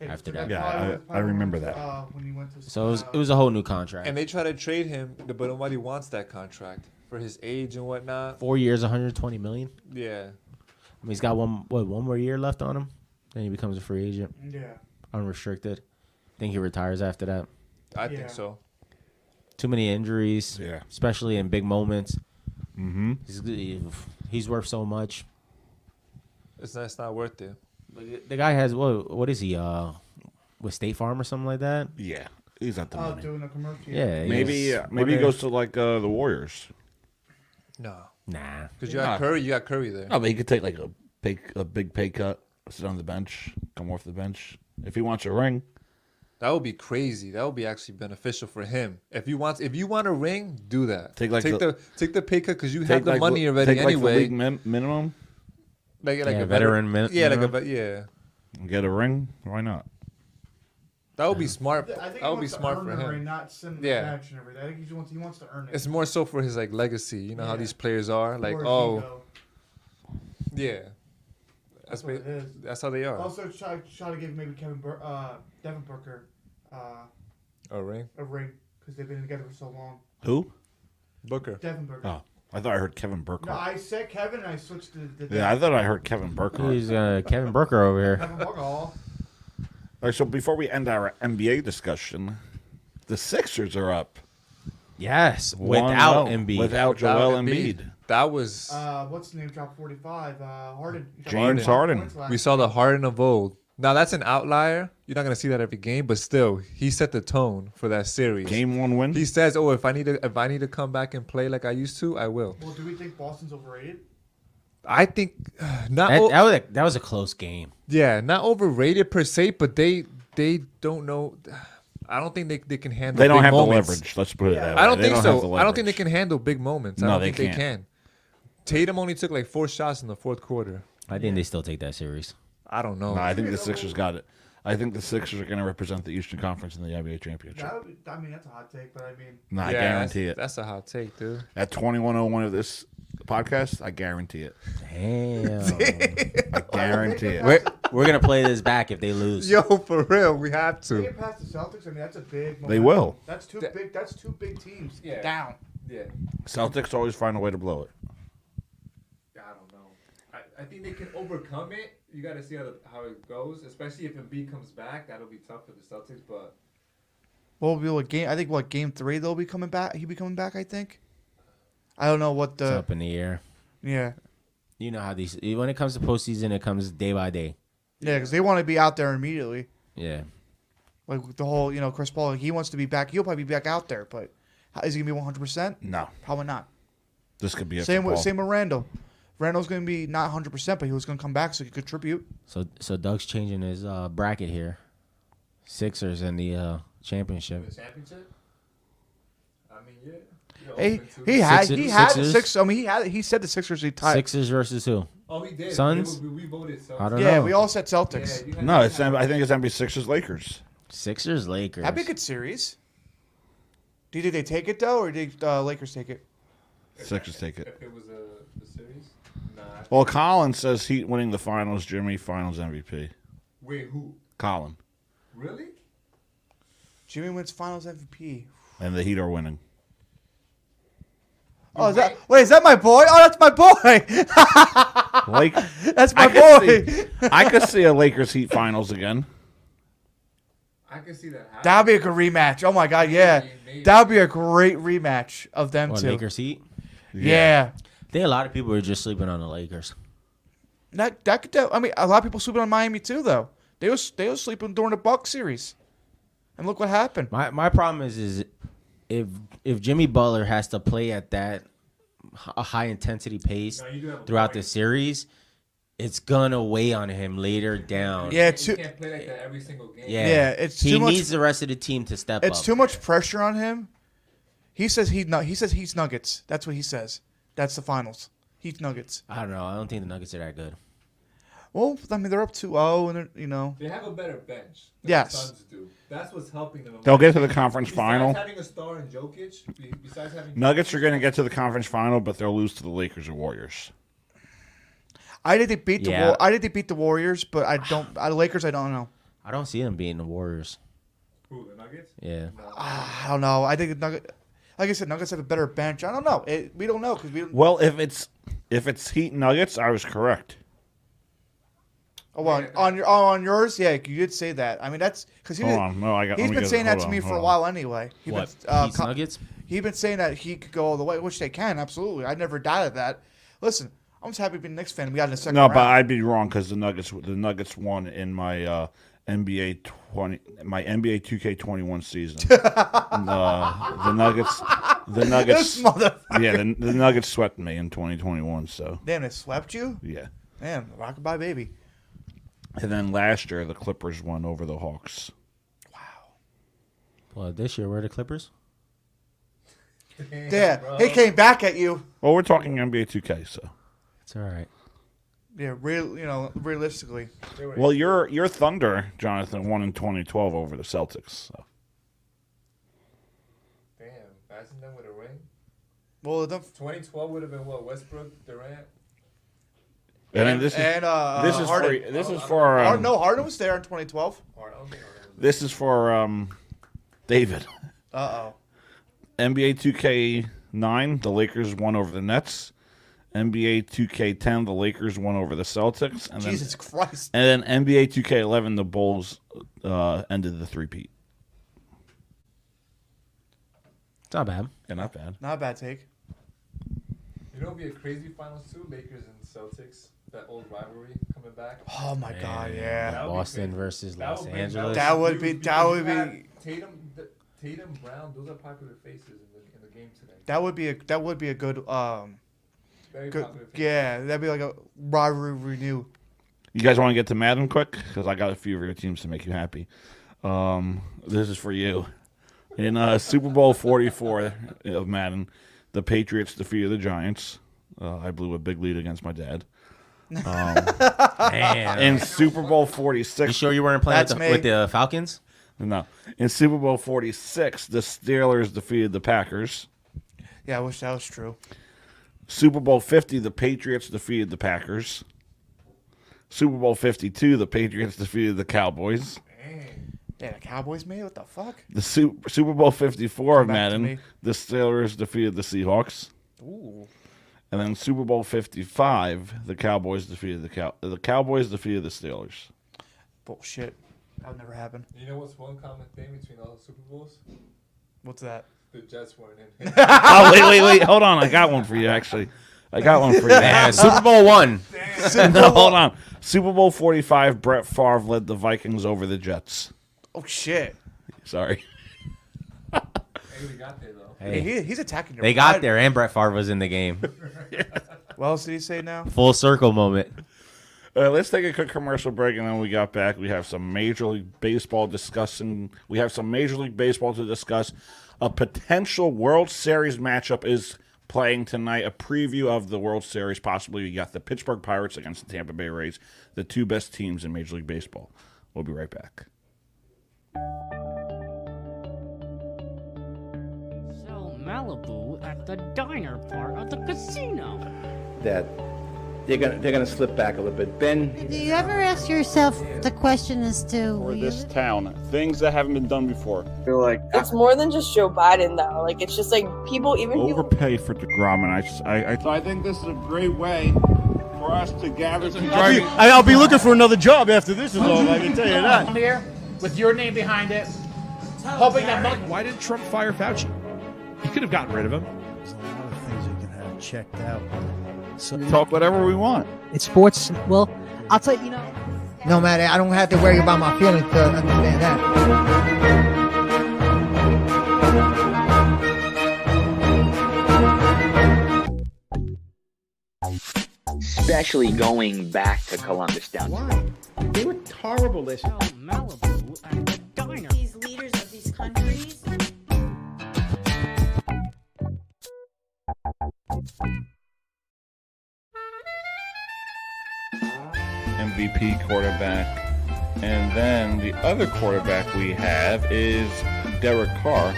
Speaker 5: Hey,
Speaker 10: after
Speaker 5: that
Speaker 10: that.
Speaker 6: Yeah,
Speaker 5: probably
Speaker 6: I-
Speaker 5: was- probably
Speaker 6: I remember
Speaker 5: when he was,
Speaker 6: that.
Speaker 5: Uh, when he went to.
Speaker 10: So it was
Speaker 5: uh,
Speaker 10: it was a whole new contract.
Speaker 2: And they try to trade him, but nobody wants that contract for his age and whatnot.
Speaker 10: Four years, 120 million.
Speaker 2: Yeah.
Speaker 10: I mean, he's got one what one more year left on him. Then he becomes a free agent,
Speaker 5: Yeah.
Speaker 10: unrestricted. I think he retires after that.
Speaker 2: I
Speaker 5: Yeah.
Speaker 2: think so.
Speaker 10: Too many injuries,
Speaker 6: Yeah.
Speaker 10: especially in big moments.
Speaker 6: Mm-hmm.
Speaker 10: He's, he's worth so much.
Speaker 2: It's not, it's not worth it.
Speaker 10: Like, The guy has what? What is he? Uh, with State Farm or something like that.
Speaker 6: Yeah, he's at the
Speaker 5: Oh,
Speaker 6: money.
Speaker 5: doing the commercial.
Speaker 10: Yeah. he
Speaker 6: Maybe
Speaker 10: was-
Speaker 6: uh, maybe he goes to like uh, the Warriors.
Speaker 2: No.
Speaker 10: Nah.
Speaker 2: Because you got Curry, you got Curry there.
Speaker 6: No, but he could take like a pay, a big pay cut, sit on the bench, come off the bench if he wants a ring.
Speaker 2: That would be crazy. That would be actually beneficial for him. If you want, if you want a ring, do that.
Speaker 6: Take, like,
Speaker 2: take
Speaker 6: the-
Speaker 2: the, take the pay cut because you have the money
Speaker 6: the-
Speaker 2: already
Speaker 6: take, Like the
Speaker 2: anyway.
Speaker 6: league min- minimum
Speaker 2: Like, like,
Speaker 10: Yeah,
Speaker 2: a
Speaker 10: veteran min-
Speaker 2: yeah, like a
Speaker 10: minimum.
Speaker 2: ve- yeah.
Speaker 6: and get a ring. Why not?
Speaker 2: That would be smart.
Speaker 5: I think
Speaker 2: That
Speaker 5: he
Speaker 2: would be
Speaker 5: wants to
Speaker 2: smart
Speaker 5: earn
Speaker 2: for
Speaker 5: the ring,
Speaker 2: him.
Speaker 5: not send
Speaker 2: Yeah.
Speaker 5: the match and everything. I think he wants, he wants to earn it.
Speaker 2: It's more so for his like legacy. You know how
Speaker 5: Yeah.
Speaker 2: these players are. Like
Speaker 5: Or his
Speaker 2: oh
Speaker 5: ego.
Speaker 2: yeah, that's
Speaker 5: That's what it
Speaker 2: ba-
Speaker 5: is.
Speaker 2: that's how they are.
Speaker 5: Also, try, try to give maybe Kevin Bur- uh, Devin Booker uh,
Speaker 2: a Oh, ring,
Speaker 5: a ring because they've been together for so long.
Speaker 6: Who?
Speaker 2: Booker.
Speaker 5: Devin Booker.
Speaker 6: Oh, I thought I heard Kevin Burkhardt.
Speaker 5: No, I said Kevin. I switched to the.
Speaker 6: yeah, I thought I heard Kevin Burkhardt.
Speaker 10: He's uh, Kevin Brooker over here.
Speaker 5: Kevin Booker.
Speaker 6: All right, so before we end our NBA discussion, the Sixers are up
Speaker 10: Yes,
Speaker 6: 1-0,
Speaker 10: without Embiid.
Speaker 6: oh. without Joel
Speaker 2: That-
Speaker 6: Embiid.
Speaker 2: That was
Speaker 5: Uh, what's the name? Drop forty-five. Uh, Harden. He dropped
Speaker 6: James
Speaker 5: 45
Speaker 6: Harden.
Speaker 5: points last
Speaker 2: we saw the Harden of old. Now that's an outlier. You're not gonna see that every game, but still, he set the tone for that series.
Speaker 6: Game one win.
Speaker 2: He says, "Oh, if I need to, if I need to come back and play like I used to, I will."
Speaker 5: Well, do we think Boston's overrated?
Speaker 2: I think not,
Speaker 6: Oh.
Speaker 10: That,
Speaker 2: o-
Speaker 10: that was a, that was a close game.
Speaker 2: yeah, not overrated per se, but they they don't know. I don't think they, they can handle.
Speaker 6: they don't
Speaker 2: big
Speaker 6: have
Speaker 2: moments.
Speaker 6: the leverage. Let's put it that way.
Speaker 2: I don't
Speaker 6: They
Speaker 2: think
Speaker 6: have
Speaker 2: so.
Speaker 6: the
Speaker 2: I don't think they
Speaker 6: leverage.
Speaker 2: can handle big moments. I
Speaker 6: No,
Speaker 2: don't
Speaker 6: they
Speaker 2: think they
Speaker 6: can't.
Speaker 2: can. Tatum only took like four shots in the fourth quarter.
Speaker 10: I think they still take that series.
Speaker 2: I don't know.
Speaker 6: Nah, I think the Sixers got it. I think the Sixers are going to represent the Eastern Conference in the NBA championship.
Speaker 5: That would, I mean, that's a hot take, but I mean,
Speaker 6: Nah, I
Speaker 2: Yeah,
Speaker 6: guarantee
Speaker 2: that's-
Speaker 6: it.
Speaker 2: That's a hot take, dude.
Speaker 6: At twenty one oh one of this podcast, I guarantee it.
Speaker 10: Damn.
Speaker 6: I guarantee it.
Speaker 10: We're, we're gonna play this back if they lose.
Speaker 2: Yo, for real, we have
Speaker 5: they
Speaker 2: to.
Speaker 5: get past the Celtics. I mean, that's a big.
Speaker 6: They will.
Speaker 5: That's two
Speaker 2: That-
Speaker 5: big. That's two big teams
Speaker 11: Yeah.
Speaker 5: down.
Speaker 11: Yeah,
Speaker 6: Celtics always find a way to blow it.
Speaker 11: I don't know. I, I think they can overcome it. You got to see how, the, how it goes, especially if Embiid comes back. That'll be tough for the Celtics, but
Speaker 4: What will be what game? I think what game three they'll be coming back. He'll be coming back. I think. I don't know what
Speaker 10: It's
Speaker 4: the
Speaker 10: up in the air.
Speaker 4: yeah
Speaker 10: You know how these when it comes to postseason, it comes day by day.
Speaker 4: yeah because they want to be out there immediately.
Speaker 10: Yeah.
Speaker 4: Like with the whole you know Chris Paul, he wants to be back. He'll probably be back out there, but how- is he gonna be one hundred percent?
Speaker 6: No,
Speaker 4: Probably not.
Speaker 6: this could be a
Speaker 4: same with same with Randall. Randall's gonna be not one hundred percent, but he was gonna come back so he could contribute.
Speaker 10: So so Doug's changing his uh, bracket here. Sixers in the uh, championship.
Speaker 11: the championship. I mean, yeah. You're
Speaker 2: Oh,
Speaker 4: Hey,
Speaker 11: open to
Speaker 4: he
Speaker 11: it.
Speaker 4: had
Speaker 10: Sixers-
Speaker 4: he had
Speaker 10: Sixers?
Speaker 4: six. I mean, he had he said the Sixers he tied.
Speaker 10: Sixers versus who?
Speaker 11: Oh, he did.
Speaker 10: Suns?
Speaker 11: We, we voted Suns.
Speaker 10: I don't
Speaker 4: Yeah,
Speaker 10: know.
Speaker 4: we all said
Speaker 11: Yeah,
Speaker 4: Celtics.
Speaker 11: you had-
Speaker 6: No, it's I think it's NBA Sixers Lakers.
Speaker 10: Sixers Lakers.
Speaker 4: That'd be a good series. Do you think they take it though, or did uh, Lakers take it?
Speaker 6: Sixers take it.
Speaker 11: If it was a, a series, nah.
Speaker 6: Well, Colin says Heat winning the finals. Jimmy Finals MVP.
Speaker 11: Wait, who?
Speaker 6: Colin
Speaker 11: Really?
Speaker 4: Jimmy wins Finals MVP.
Speaker 6: and the Heat are winning.
Speaker 4: Oh, is that wait? Is that my boy? Oh, that's my boy.
Speaker 6: Like
Speaker 4: That's my
Speaker 6: I could,
Speaker 4: boy.
Speaker 6: see, I could see a Lakers Heat Finals again.
Speaker 11: I can see that. happen.
Speaker 4: That'd be a good rematch. Oh my god, yeah. That'd be a great rematch of them
Speaker 10: What,
Speaker 4: two.
Speaker 10: Lakers Heat.
Speaker 4: Oh, Yeah.
Speaker 10: I think a lot of people are just sleeping on the Lakers.
Speaker 4: That that could. I mean, a lot of people sleeping on Miami too, though. They was they was sleeping during the Buck series, and look what happened.
Speaker 10: My my problem is is if if Jimmy Butler has to play at that h- a high intensity pace
Speaker 11: No, you do have a
Speaker 10: throughout
Speaker 11: point.
Speaker 10: the series, it's gonna weigh on him later down.
Speaker 4: Yeah,
Speaker 11: You
Speaker 4: too.
Speaker 11: can't play like that every single game.
Speaker 10: Yeah.
Speaker 4: Yeah, it's
Speaker 10: he
Speaker 4: too much-
Speaker 10: needs the rest of the team to step
Speaker 4: It's
Speaker 10: up.
Speaker 4: too much pressure on him. He says he nu- he says he's Nuggets. That's what he says. That's the finals. He's Nuggets.
Speaker 10: I don't know. I don't think the Nuggets are that good.
Speaker 4: Well, I mean they're up 2-0 and they're, you know
Speaker 11: They have a better bench. Than
Speaker 4: Yes.
Speaker 11: The Suns do. That's what's helping them.
Speaker 6: They'll get to the conference
Speaker 11: besides
Speaker 6: final.
Speaker 11: having a star in Jokic, be- besides having
Speaker 6: Nuggets are going to get to the conference final, but they'll lose to the Lakers or Warriors.
Speaker 4: I did they beat the
Speaker 10: Yeah.
Speaker 4: Wa- I did they beat the Warriors, but I don't I Lakers I don't know.
Speaker 10: I don't see them beating the Warriors.
Speaker 11: who? The Nuggets.
Speaker 10: Yeah.
Speaker 4: I don't know. I think the Nugget like I said Nuggets have a better bench. I don't know. It, we don't know cuz we don't
Speaker 6: Well, if it's if it's Heat Nuggets, I was correct.
Speaker 4: Oh, well, on your oh, on yours, yeah, you did say that. I mean, that's because he
Speaker 6: Hold
Speaker 4: did-
Speaker 6: on, no, I got- let
Speaker 4: he's
Speaker 6: me
Speaker 4: been
Speaker 6: get-
Speaker 4: saying that
Speaker 6: hold
Speaker 4: to
Speaker 6: on,
Speaker 4: me for a
Speaker 6: hold
Speaker 4: while anyway. He
Speaker 10: What?
Speaker 4: Been, uh,
Speaker 10: Heat
Speaker 4: co-
Speaker 10: Nuggets?
Speaker 4: He's been saying that he could go all the way, which they can absolutely. I never doubted that. Listen, I'm just happy to be a Knicks fan. We got in the second
Speaker 6: No,
Speaker 4: round.
Speaker 6: but I'd be wrong because the Nuggets the Nuggets won in my uh, NBA twenty my NBA two K twenty one season. uh, the Nuggets, the
Speaker 4: this
Speaker 6: Nuggets,
Speaker 4: mother.
Speaker 6: yeah, the, the Nuggets swept me in twenty twenty one. So
Speaker 4: Damn, it swept you.
Speaker 6: yeah,
Speaker 4: Damn, rockabye baby.
Speaker 6: and then last year the Clippers won over the Hawks.
Speaker 10: Well, this year we're the Clippers.
Speaker 4: Yeah, he came back at you.
Speaker 6: Well, we're talking NBA two K, so.
Speaker 10: It's all right.
Speaker 4: Yeah, real. You know, realistically,
Speaker 6: Well, your your Thunder, Jonathan, won in 2012 over the Celtics. So.
Speaker 11: Damn, imagine them with a ring.
Speaker 4: well, the,
Speaker 11: 2012 would have been what? Westbrook, Durant.
Speaker 6: And, then this is
Speaker 4: and uh,
Speaker 6: this is for,
Speaker 4: Harden.
Speaker 6: this is for
Speaker 4: Har-
Speaker 6: um,
Speaker 4: no, Harden was there in 2012.
Speaker 11: Or I don't think it was-
Speaker 6: this is for um, David.
Speaker 4: Uh oh.
Speaker 6: NBA 2K9, the Lakers won over the Nets. NBA 2K10, the Lakers won over the Celtics, and then
Speaker 4: Jesus Christ.
Speaker 6: and then NBA 2K11, the Bulls uh, ended the three-peat.
Speaker 10: It's not bad.
Speaker 6: Yeah, not bad.
Speaker 4: Not a bad take.
Speaker 11: You know, it'd be a crazy finals too. Lakers and Celtics, that old rivalry coming back.
Speaker 4: Oh my God, yeah.
Speaker 11: That would be
Speaker 10: Boston
Speaker 11: crazy.
Speaker 10: versus
Speaker 11: That
Speaker 10: Los
Speaker 11: would bring-
Speaker 10: Angeles.
Speaker 4: That would be-
Speaker 11: huge
Speaker 4: that would
Speaker 11: because you
Speaker 4: be-
Speaker 11: had Tatum, the, Tatum, Brown. Those are popular faces in the, in the game today.
Speaker 4: That would be a that would be a good um
Speaker 11: Very
Speaker 4: good
Speaker 11: popular. faces.
Speaker 4: yeah that'd be like a rivalry renew.
Speaker 6: You guys want to get to Madden quick? Because I got a few of your teams to make you happy. Um, this is for you. In uh, Super Bowl 44 of Madden, the Patriots defeated the Giants. Uh, I blew a big lead against my dad. Um,
Speaker 10: Man.
Speaker 6: in Super Bowl 46.
Speaker 10: You sure you weren't playing with That's the- me. with the Falcons?
Speaker 6: No. In Super Bowl 46, the Steelers defeated the Packers.
Speaker 4: Yeah, I wish that was true.
Speaker 6: Super Bowl 50, the Patriots defeated the Packers. Super Bowl 52, the Patriots defeated the Cowboys.
Speaker 4: Yeah, the Cowboys made it? What the fuck?
Speaker 6: The Super, Super Bowl 54 of
Speaker 4: Come back to
Speaker 6: Madden,
Speaker 4: me.
Speaker 6: the Steelers defeated the Seahawks.
Speaker 4: Ooh.
Speaker 6: And then Super Bowl 55, the Cowboys defeated the Cow- the Cowboys defeated the Steelers.
Speaker 4: Bullshit. That would never happen.
Speaker 11: You know what's one common thing between all the Super Bowls?
Speaker 4: What's that?
Speaker 11: The Jets weren't in. it.
Speaker 6: oh, wait, wait, wait. Hold on. I got one for you, actually. I got one for you.
Speaker 10: Yeah, Super Bowl one.
Speaker 4: Damn.
Speaker 6: no, hold on. Super Bowl 45, Brett Favre led the Vikings over the Jets.
Speaker 4: Oh, shit.
Speaker 6: Sorry.
Speaker 10: Hey.
Speaker 4: He- he's attacking your
Speaker 10: They got
Speaker 4: pride.
Speaker 10: there, and Brett Favre was in the game.
Speaker 4: What else did he say now?
Speaker 10: Full circle moment.
Speaker 6: Uh, let's take a quick commercial break, and then we got back. We have some Major League Baseball discussing. We have some Major League Baseball to discuss. A potential World Series matchup is playing tonight. A preview of the World Series, possibly. We got the Pittsburgh Pirates against the Tampa Bay Rays, the two best teams in Major League Baseball. We'll be right back.
Speaker 12: Sell Malibu at the diner part of the casino.
Speaker 1: that they're gonna they're gonna slip back a little bit. Ben,
Speaker 7: Do you ever ask yourself the question as to
Speaker 6: For this town, things that haven't been done before. Feel like
Speaker 3: It's more than just Joe Biden though. Like it's just like people, even people.
Speaker 6: overpay for Degrom, and I, just, I, I, I think this is a great way for us to gather
Speaker 13: I'll be, I- I'll be looking for another job after this is over. I can tell you that.
Speaker 14: Here, with your name behind it, hoping that. Why did Trump fire Fauci? He could have gotten rid of him.
Speaker 8: Things we can have checked out. So
Speaker 6: Talk whatever we want.
Speaker 9: It's sports.
Speaker 8: Well,
Speaker 9: I'll tell you, you know. No matter, I don't have to worry about my feelings to understand that.
Speaker 15: especially going back to Columbus down. Why? They were horrible this.
Speaker 7: These leaders of these countries.
Speaker 6: MVP quarterback. And then the other quarterback we have is Derek Carr.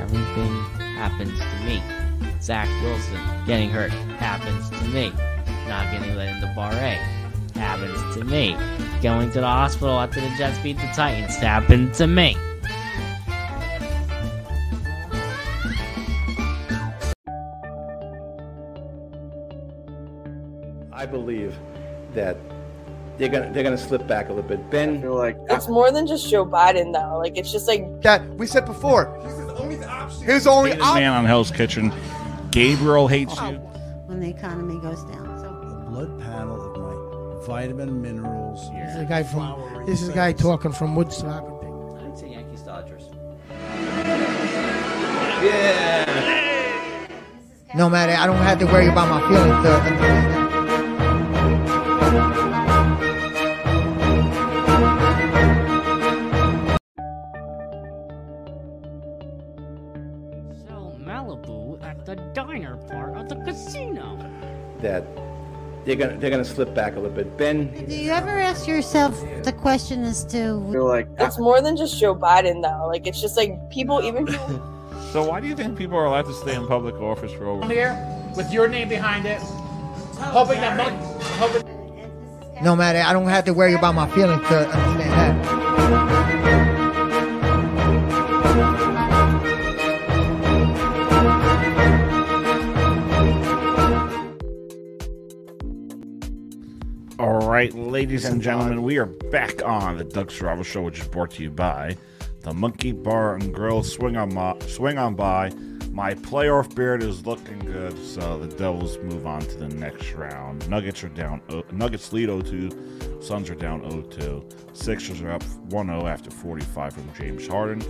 Speaker 16: Everything happens to me. Zach Wilson getting hurt happens to me. Not getting let into bar A happens to me. Going to the hospital after the Jets beat the Titans happened to me.
Speaker 1: I believe that they're gonna they're gonna slip back a little bit. Ben, like
Speaker 3: It's more than just Joe Biden though. Like it's just like
Speaker 4: that we said before. His only
Speaker 6: This man on Hell's Kitchen. Gabriel hates you.
Speaker 7: When the economy goes down. So
Speaker 8: blood panel of my vitamin minerals.
Speaker 9: This is a guy from. This is a guy talking from Woodstock.
Speaker 16: I'd say Yankees Dodgers.
Speaker 9: No matter, I don't have to worry about my feelings to understand that.
Speaker 12: Sell Malibu at the diner part of the casino.
Speaker 1: that they're gonna they're gonna slip back a little bit. Ben,
Speaker 7: Do you ever ask yourself the question as to
Speaker 1: like
Speaker 3: it's more than just Joe Biden though. Like it's just like people, even people.
Speaker 6: So why do you think people are allowed to stay in public office for over?
Speaker 14: Here, with your name behind it, hoping that. Hoping
Speaker 9: No matter, I don't have to worry about my feelings to understand that.
Speaker 6: All right, ladies and gentlemen, we are back on the Doug Survival Show, which is brought to you by the Monkey Bar and Grill. Swing on, my, swing on by. My playoff beard is looking good, so the Devils move on to the next round. Nuggets are down. o- Nuggets lead 0-2. Suns are down 0-2. Sixers are up 1-0 after 45 from James Harden,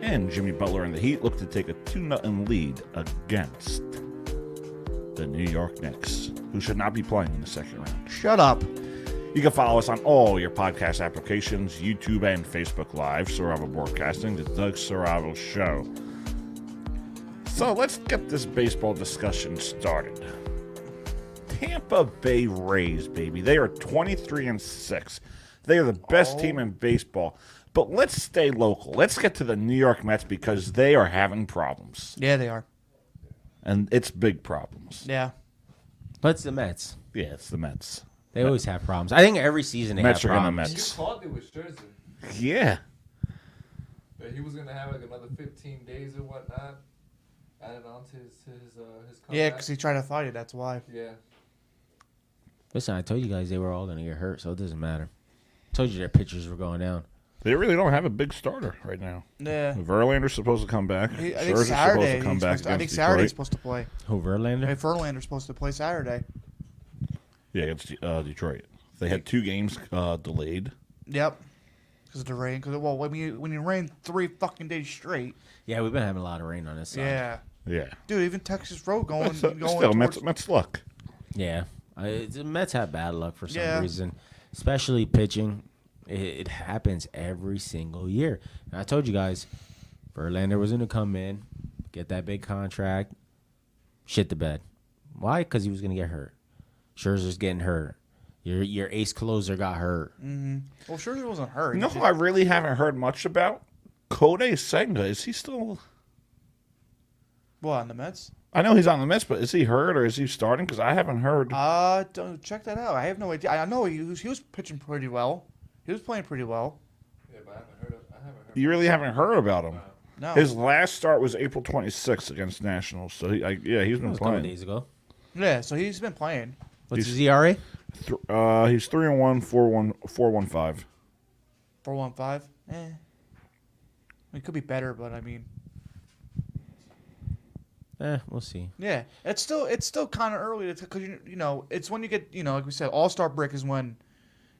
Speaker 6: and Jimmy Butler and the Heat look to take a 2-0 lead against the New York Knicks, who should not be playing in the second round.
Speaker 4: Shut up.
Speaker 6: You can follow us on all your podcast applications, YouTube and Facebook Live, Survival Broadcasting, The Doug Survival Show. So let's get this baseball discussion started. Tampa Bay Rays, baby. They are 23 and 6. They are the best
Speaker 10: Oh.
Speaker 6: team in baseball. But let's stay local. Let's get to the New York Mets because they are having problems.
Speaker 4: Yeah, they are.
Speaker 6: And it's big problems.
Speaker 4: Yeah.
Speaker 10: But it's the Mets.
Speaker 6: Yeah, it's the Mets.
Speaker 10: They always have problems. I think every season they
Speaker 6: Mets
Speaker 10: have
Speaker 6: are gonna
Speaker 10: problems.
Speaker 6: Mets.
Speaker 11: Called it with Scherzer
Speaker 6: Yeah.
Speaker 11: that he was gonna have like another 15 days or whatnot. Added on to his to his uh, his
Speaker 4: Yeah,
Speaker 11: comeback.
Speaker 4: because he tried to fight it. That's why.
Speaker 11: Yeah.
Speaker 10: Listen, I told you guys they were all going to get hurt, so it doesn't matter. told you their pitchers were going down.
Speaker 6: They really don't have a big starter right now.
Speaker 4: Yeah.
Speaker 6: Verlander's supposed to come back.
Speaker 4: He- I think
Speaker 6: Scherzer's supposed
Speaker 4: Saturday.
Speaker 6: to come
Speaker 4: he's
Speaker 6: back.
Speaker 4: supposed to- I think
Speaker 6: against Detroit.
Speaker 4: Saturday's supposed to play.
Speaker 10: Who, Verlander?
Speaker 4: Hey, Verlander's supposed to play Saturday.
Speaker 6: Yeah, against uh, Detroit. They had two games uh, delayed.
Speaker 4: Yep. Because of the rain. Because well, when you when you rain three fucking days straight.
Speaker 10: Yeah, we've been having a lot of rain on this side.
Speaker 4: Yeah.
Speaker 6: Yeah.
Speaker 4: Dude, even Texas Road going
Speaker 6: That's, uh,
Speaker 4: going.
Speaker 6: still, Mets-
Speaker 4: towards-
Speaker 6: Mets luck.
Speaker 10: Yeah. I, the Mets have bad luck for some
Speaker 4: Yeah.
Speaker 10: reason, especially pitching. It, it happens every single year. And I told you guys, Verlander was going to come in, get that big contract, shit the bed. Why? Because he was going to get hurt. Scherzer's getting hurt. Your your ace closer got hurt.
Speaker 4: Mhm. Well, Scherzer wasn't hurt.
Speaker 6: You know who I really haven't heard much about? Kode Senga. Is he still?
Speaker 4: What on the Mets?
Speaker 6: I know he's on the Mets, but is he hurt or is he starting? Because I haven't heard.
Speaker 4: Uh, don't check that out. I have no idea. I I know he was, he was pitching pretty well. He was playing pretty well.
Speaker 6: You really haven't heard about him.
Speaker 4: No.
Speaker 6: His last start was April 26th against Nationals. So he, I, yeah, he's
Speaker 4: That
Speaker 6: been
Speaker 4: was a couple
Speaker 6: playing
Speaker 10: days ago.
Speaker 4: Yeah, so he's been playing.
Speaker 10: What's his E ERA?
Speaker 6: Th- uh, he's three and one, four one, four one five.
Speaker 4: Four one five. Eh. It could be better, but I mean,
Speaker 10: Eh, we'll see.
Speaker 4: yeah, it's still it's still kind of early because you you know it's when you get you know like we said All Star break is when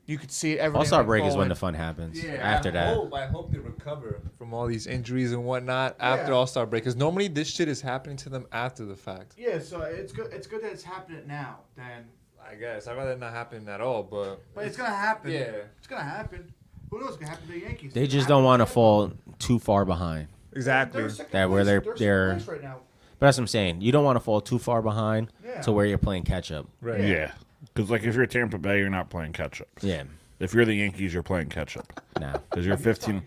Speaker 4: you could see everything.
Speaker 10: All-Star
Speaker 4: like,
Speaker 10: break is when
Speaker 4: going.
Speaker 10: the fun happens.
Speaker 11: Yeah.
Speaker 10: After
Speaker 11: I
Speaker 10: that.
Speaker 2: Oh.
Speaker 11: hope, I hope they recover.
Speaker 2: From all these injuries and whatnot
Speaker 11: Yeah.
Speaker 2: after All Star break, because normally this shit is happening to them after the fact.
Speaker 5: Yeah, so it's good. It's good that it's happening now. Then,
Speaker 2: I guess I'd rather it not happen at all, but
Speaker 5: but it's gonna happen.
Speaker 2: Yeah.
Speaker 5: it's gonna happen. Who knows? It's gonna happen to the Yankees.
Speaker 10: They just don't want to fall too far behind.
Speaker 2: Exactly.
Speaker 5: They're second
Speaker 10: That where
Speaker 5: place- they're
Speaker 10: they're
Speaker 5: second
Speaker 10: they're.
Speaker 5: place right now.
Speaker 10: But that's what I'm saying. You don't want to fall too far behind to where you're playing catch up.
Speaker 2: Right.
Speaker 6: Yeah, because like if you're Tampa Bay, you're not playing catch up.
Speaker 10: Yeah.
Speaker 6: If you're the Yankees, you're playing catch up.
Speaker 10: Nah.
Speaker 6: Because you're 15.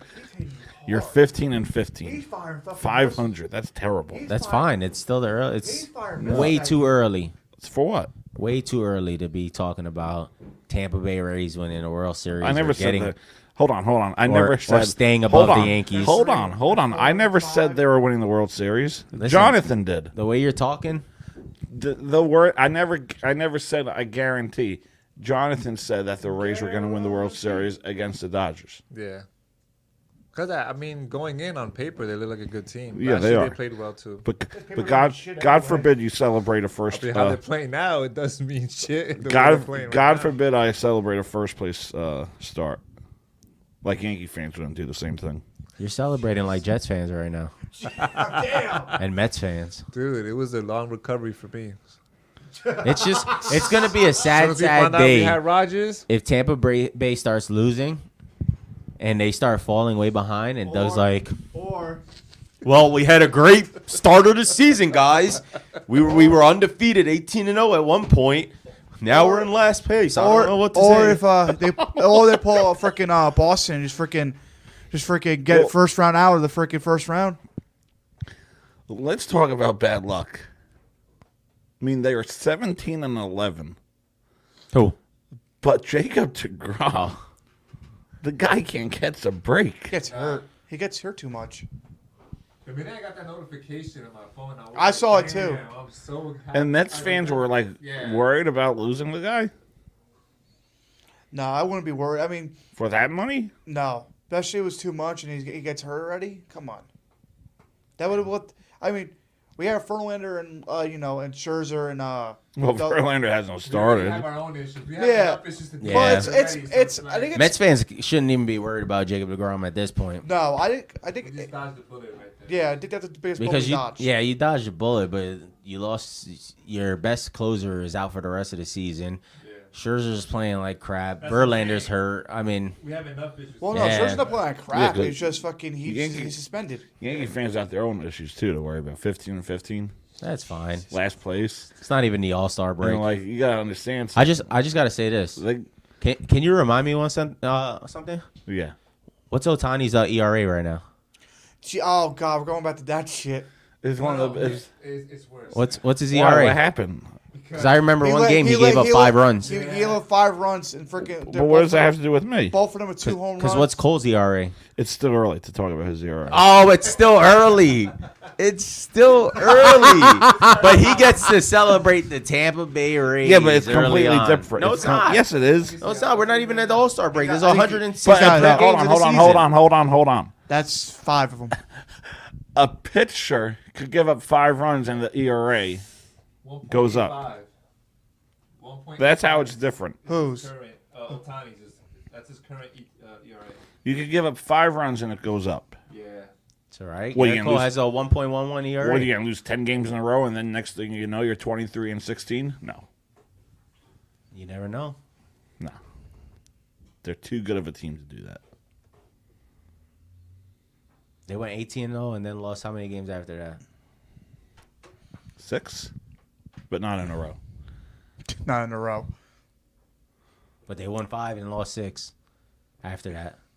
Speaker 6: You're 15 and 15.
Speaker 5: He's firing fucking
Speaker 6: 500. That's terrible.
Speaker 10: That's fine. It's still the early. It's
Speaker 5: He's fired Mets
Speaker 10: way
Speaker 5: guy.
Speaker 10: too early.
Speaker 6: It's for what?
Speaker 10: Way too early to be talking about Tampa Bay Rays winning a World Series.
Speaker 6: I never
Speaker 10: or
Speaker 6: said
Speaker 10: getting,
Speaker 6: that. Hold on, hold on. I
Speaker 10: or-
Speaker 6: never
Speaker 10: or
Speaker 6: said
Speaker 10: staying
Speaker 6: Hold
Speaker 10: above the
Speaker 6: on,
Speaker 10: Yankees.
Speaker 6: Hold on, hold on. I never said they were winning the World Series. Jonathan did.
Speaker 10: The way you're talking,
Speaker 6: the, the word I never I never said I guarantee. Jonathan said that the Rays were going to win the World Series against the Dodgers.
Speaker 2: Yeah. Because, I, I mean, going in on paper, they look like a good team.
Speaker 6: Yeah,
Speaker 2: Last
Speaker 6: they
Speaker 2: year
Speaker 6: are.
Speaker 2: They played well, too.
Speaker 6: But but God God forbid you celebrate a first.
Speaker 2: I mean, how
Speaker 6: uh,
Speaker 2: they're playing now, it doesn't mean shit. the way they're
Speaker 6: God,
Speaker 2: playing right
Speaker 6: God
Speaker 2: now.
Speaker 6: forbid I celebrate a first place uh, start. Like Yankee fans wouldn't do the same thing.
Speaker 10: you're celebrating like Jets fans right now. and Mets fans.
Speaker 2: Dude, it was a long recovery for me.
Speaker 10: It's just it's gonna be a
Speaker 2: Soon
Speaker 10: sad,
Speaker 2: as we
Speaker 10: sad
Speaker 2: found out we
Speaker 10: day.
Speaker 2: had Rodgers.
Speaker 10: If Tampa Bra- Bay starts losing, and they start falling way behind, and Doug's like,
Speaker 5: Or
Speaker 10: "Well, we had a great start of the season, guys. We were we were undefeated, eighteen and zero at one point. Now we're in last place. I
Speaker 4: or
Speaker 10: don't know what to
Speaker 4: or
Speaker 10: say."
Speaker 4: if uh they or they pull a freaking uh Boston and just freaking just freaking get
Speaker 6: Well-
Speaker 4: first round out of the freaking first round.
Speaker 6: Let's talk about bad luck. I mean, they are 17 and 11.
Speaker 10: Who?
Speaker 6: But Jacob DeGraw, the guy can't catch a break.
Speaker 4: Gets hurt. He gets hurt too much.
Speaker 11: The minute I got that notification on my phone, I, was
Speaker 4: I saw it, too.
Speaker 11: "Damn, I'm so happy.
Speaker 6: And Mets fans were like
Speaker 11: Yeah.
Speaker 6: worried about losing the guy
Speaker 4: No, I wouldn't be worried. I mean,
Speaker 6: for that money.
Speaker 4: no, that shit was too much, and he, he gets hurt already. Come on, that would have what I mean. We have Verlander and uh, you know and Scherzer and uh.
Speaker 6: Well,
Speaker 4: Del-
Speaker 6: Verlander hasn't
Speaker 11: We
Speaker 6: started.
Speaker 11: have our own issues. We have
Speaker 4: Yeah,
Speaker 11: enough issues to
Speaker 10: Yeah.
Speaker 11: deal
Speaker 10: Well,
Speaker 11: with
Speaker 10: it's-
Speaker 4: it's
Speaker 11: already, so
Speaker 4: it's
Speaker 11: like-
Speaker 4: I think it's
Speaker 10: Mets fans shouldn't even be worried about Jacob Degrom at this point
Speaker 4: no I think I think
Speaker 11: just dodged the bullet right there.
Speaker 4: yeah I think that's the biggest
Speaker 10: because
Speaker 4: because
Speaker 10: you
Speaker 4: dodge.
Speaker 10: yeah you dodged a bullet, but you lost your best closer is out for the rest of the season. Scherzer's playing like crap.
Speaker 11: That's
Speaker 10: Verlander's hurt. I mean,
Speaker 11: We have enough issues.
Speaker 4: Well, Oh, no,
Speaker 10: Yeah.
Speaker 4: Scherzer's not playing like crap.
Speaker 6: Yeah, 'cause
Speaker 4: it's just fucking he's,
Speaker 6: Yankee-
Speaker 4: he's suspended.
Speaker 6: Yankee fans got their own issues too to worry about. 15 and 15.
Speaker 10: That's fine.
Speaker 6: Last place.
Speaker 10: It's not even the All Star break.
Speaker 6: And, like you gotta understand.
Speaker 10: I just I just gotta say this. can Can you remind me one some, uh, something?
Speaker 6: Yeah.
Speaker 10: What's Otani's uh, ERA right now?
Speaker 4: Gee, oh God, we're going back to that shit.
Speaker 6: It's one of the.
Speaker 11: It's, it's worse.
Speaker 10: What's What's his
Speaker 6: Why?
Speaker 10: ERA?
Speaker 6: What happened?
Speaker 10: Because I remember one
Speaker 4: let-
Speaker 10: game he,
Speaker 4: let-
Speaker 10: gave up
Speaker 4: he
Speaker 10: five
Speaker 4: let-
Speaker 10: runs.
Speaker 4: He, he gave up five runs and freaking.
Speaker 6: But what does that have to do with me?
Speaker 4: Both of them with two home runs.
Speaker 10: Because what's Cole's E ERA?
Speaker 6: It's still early to talk about his ERA.
Speaker 10: Oh, it's still early. It's still early, but he gets to celebrate the Tampa Bay Rays.
Speaker 6: Yeah, but it's
Speaker 10: early
Speaker 6: completely
Speaker 10: on.
Speaker 6: different.
Speaker 10: No, it's,
Speaker 6: It's com-
Speaker 10: not.
Speaker 6: Yes, it is.
Speaker 10: No, it's not. We're not even at the All Star break. There's
Speaker 4: I think-
Speaker 10: 106
Speaker 6: But, uh,
Speaker 10: games
Speaker 6: hold on,
Speaker 10: in the
Speaker 6: hold on,
Speaker 10: season.
Speaker 6: hold on, hold on, hold on.
Speaker 4: That's five of them.
Speaker 6: A pitcher could give up five runs and the E ERA goes up. That's how it's different.
Speaker 11: Who's? Current, uh, Otani's is, that's his current E- uh, ERA.
Speaker 6: You could give up five runs and it goes up.
Speaker 11: Yeah.
Speaker 10: It's all right.
Speaker 6: What, you
Speaker 10: Garrett
Speaker 6: gonna
Speaker 10: Cole
Speaker 6: lose-
Speaker 10: has a 1.11 ERA.
Speaker 6: What are you gonna lose ten games in a row and then next thing you know you're twenty three and sixteen? No,
Speaker 10: You never know.
Speaker 6: no. They're too good of a team to do that.
Speaker 10: They went 18 0 and then lost how many games after that?
Speaker 6: Six, but not in a row.
Speaker 4: Not in a row.
Speaker 10: But they won five and lost six after that.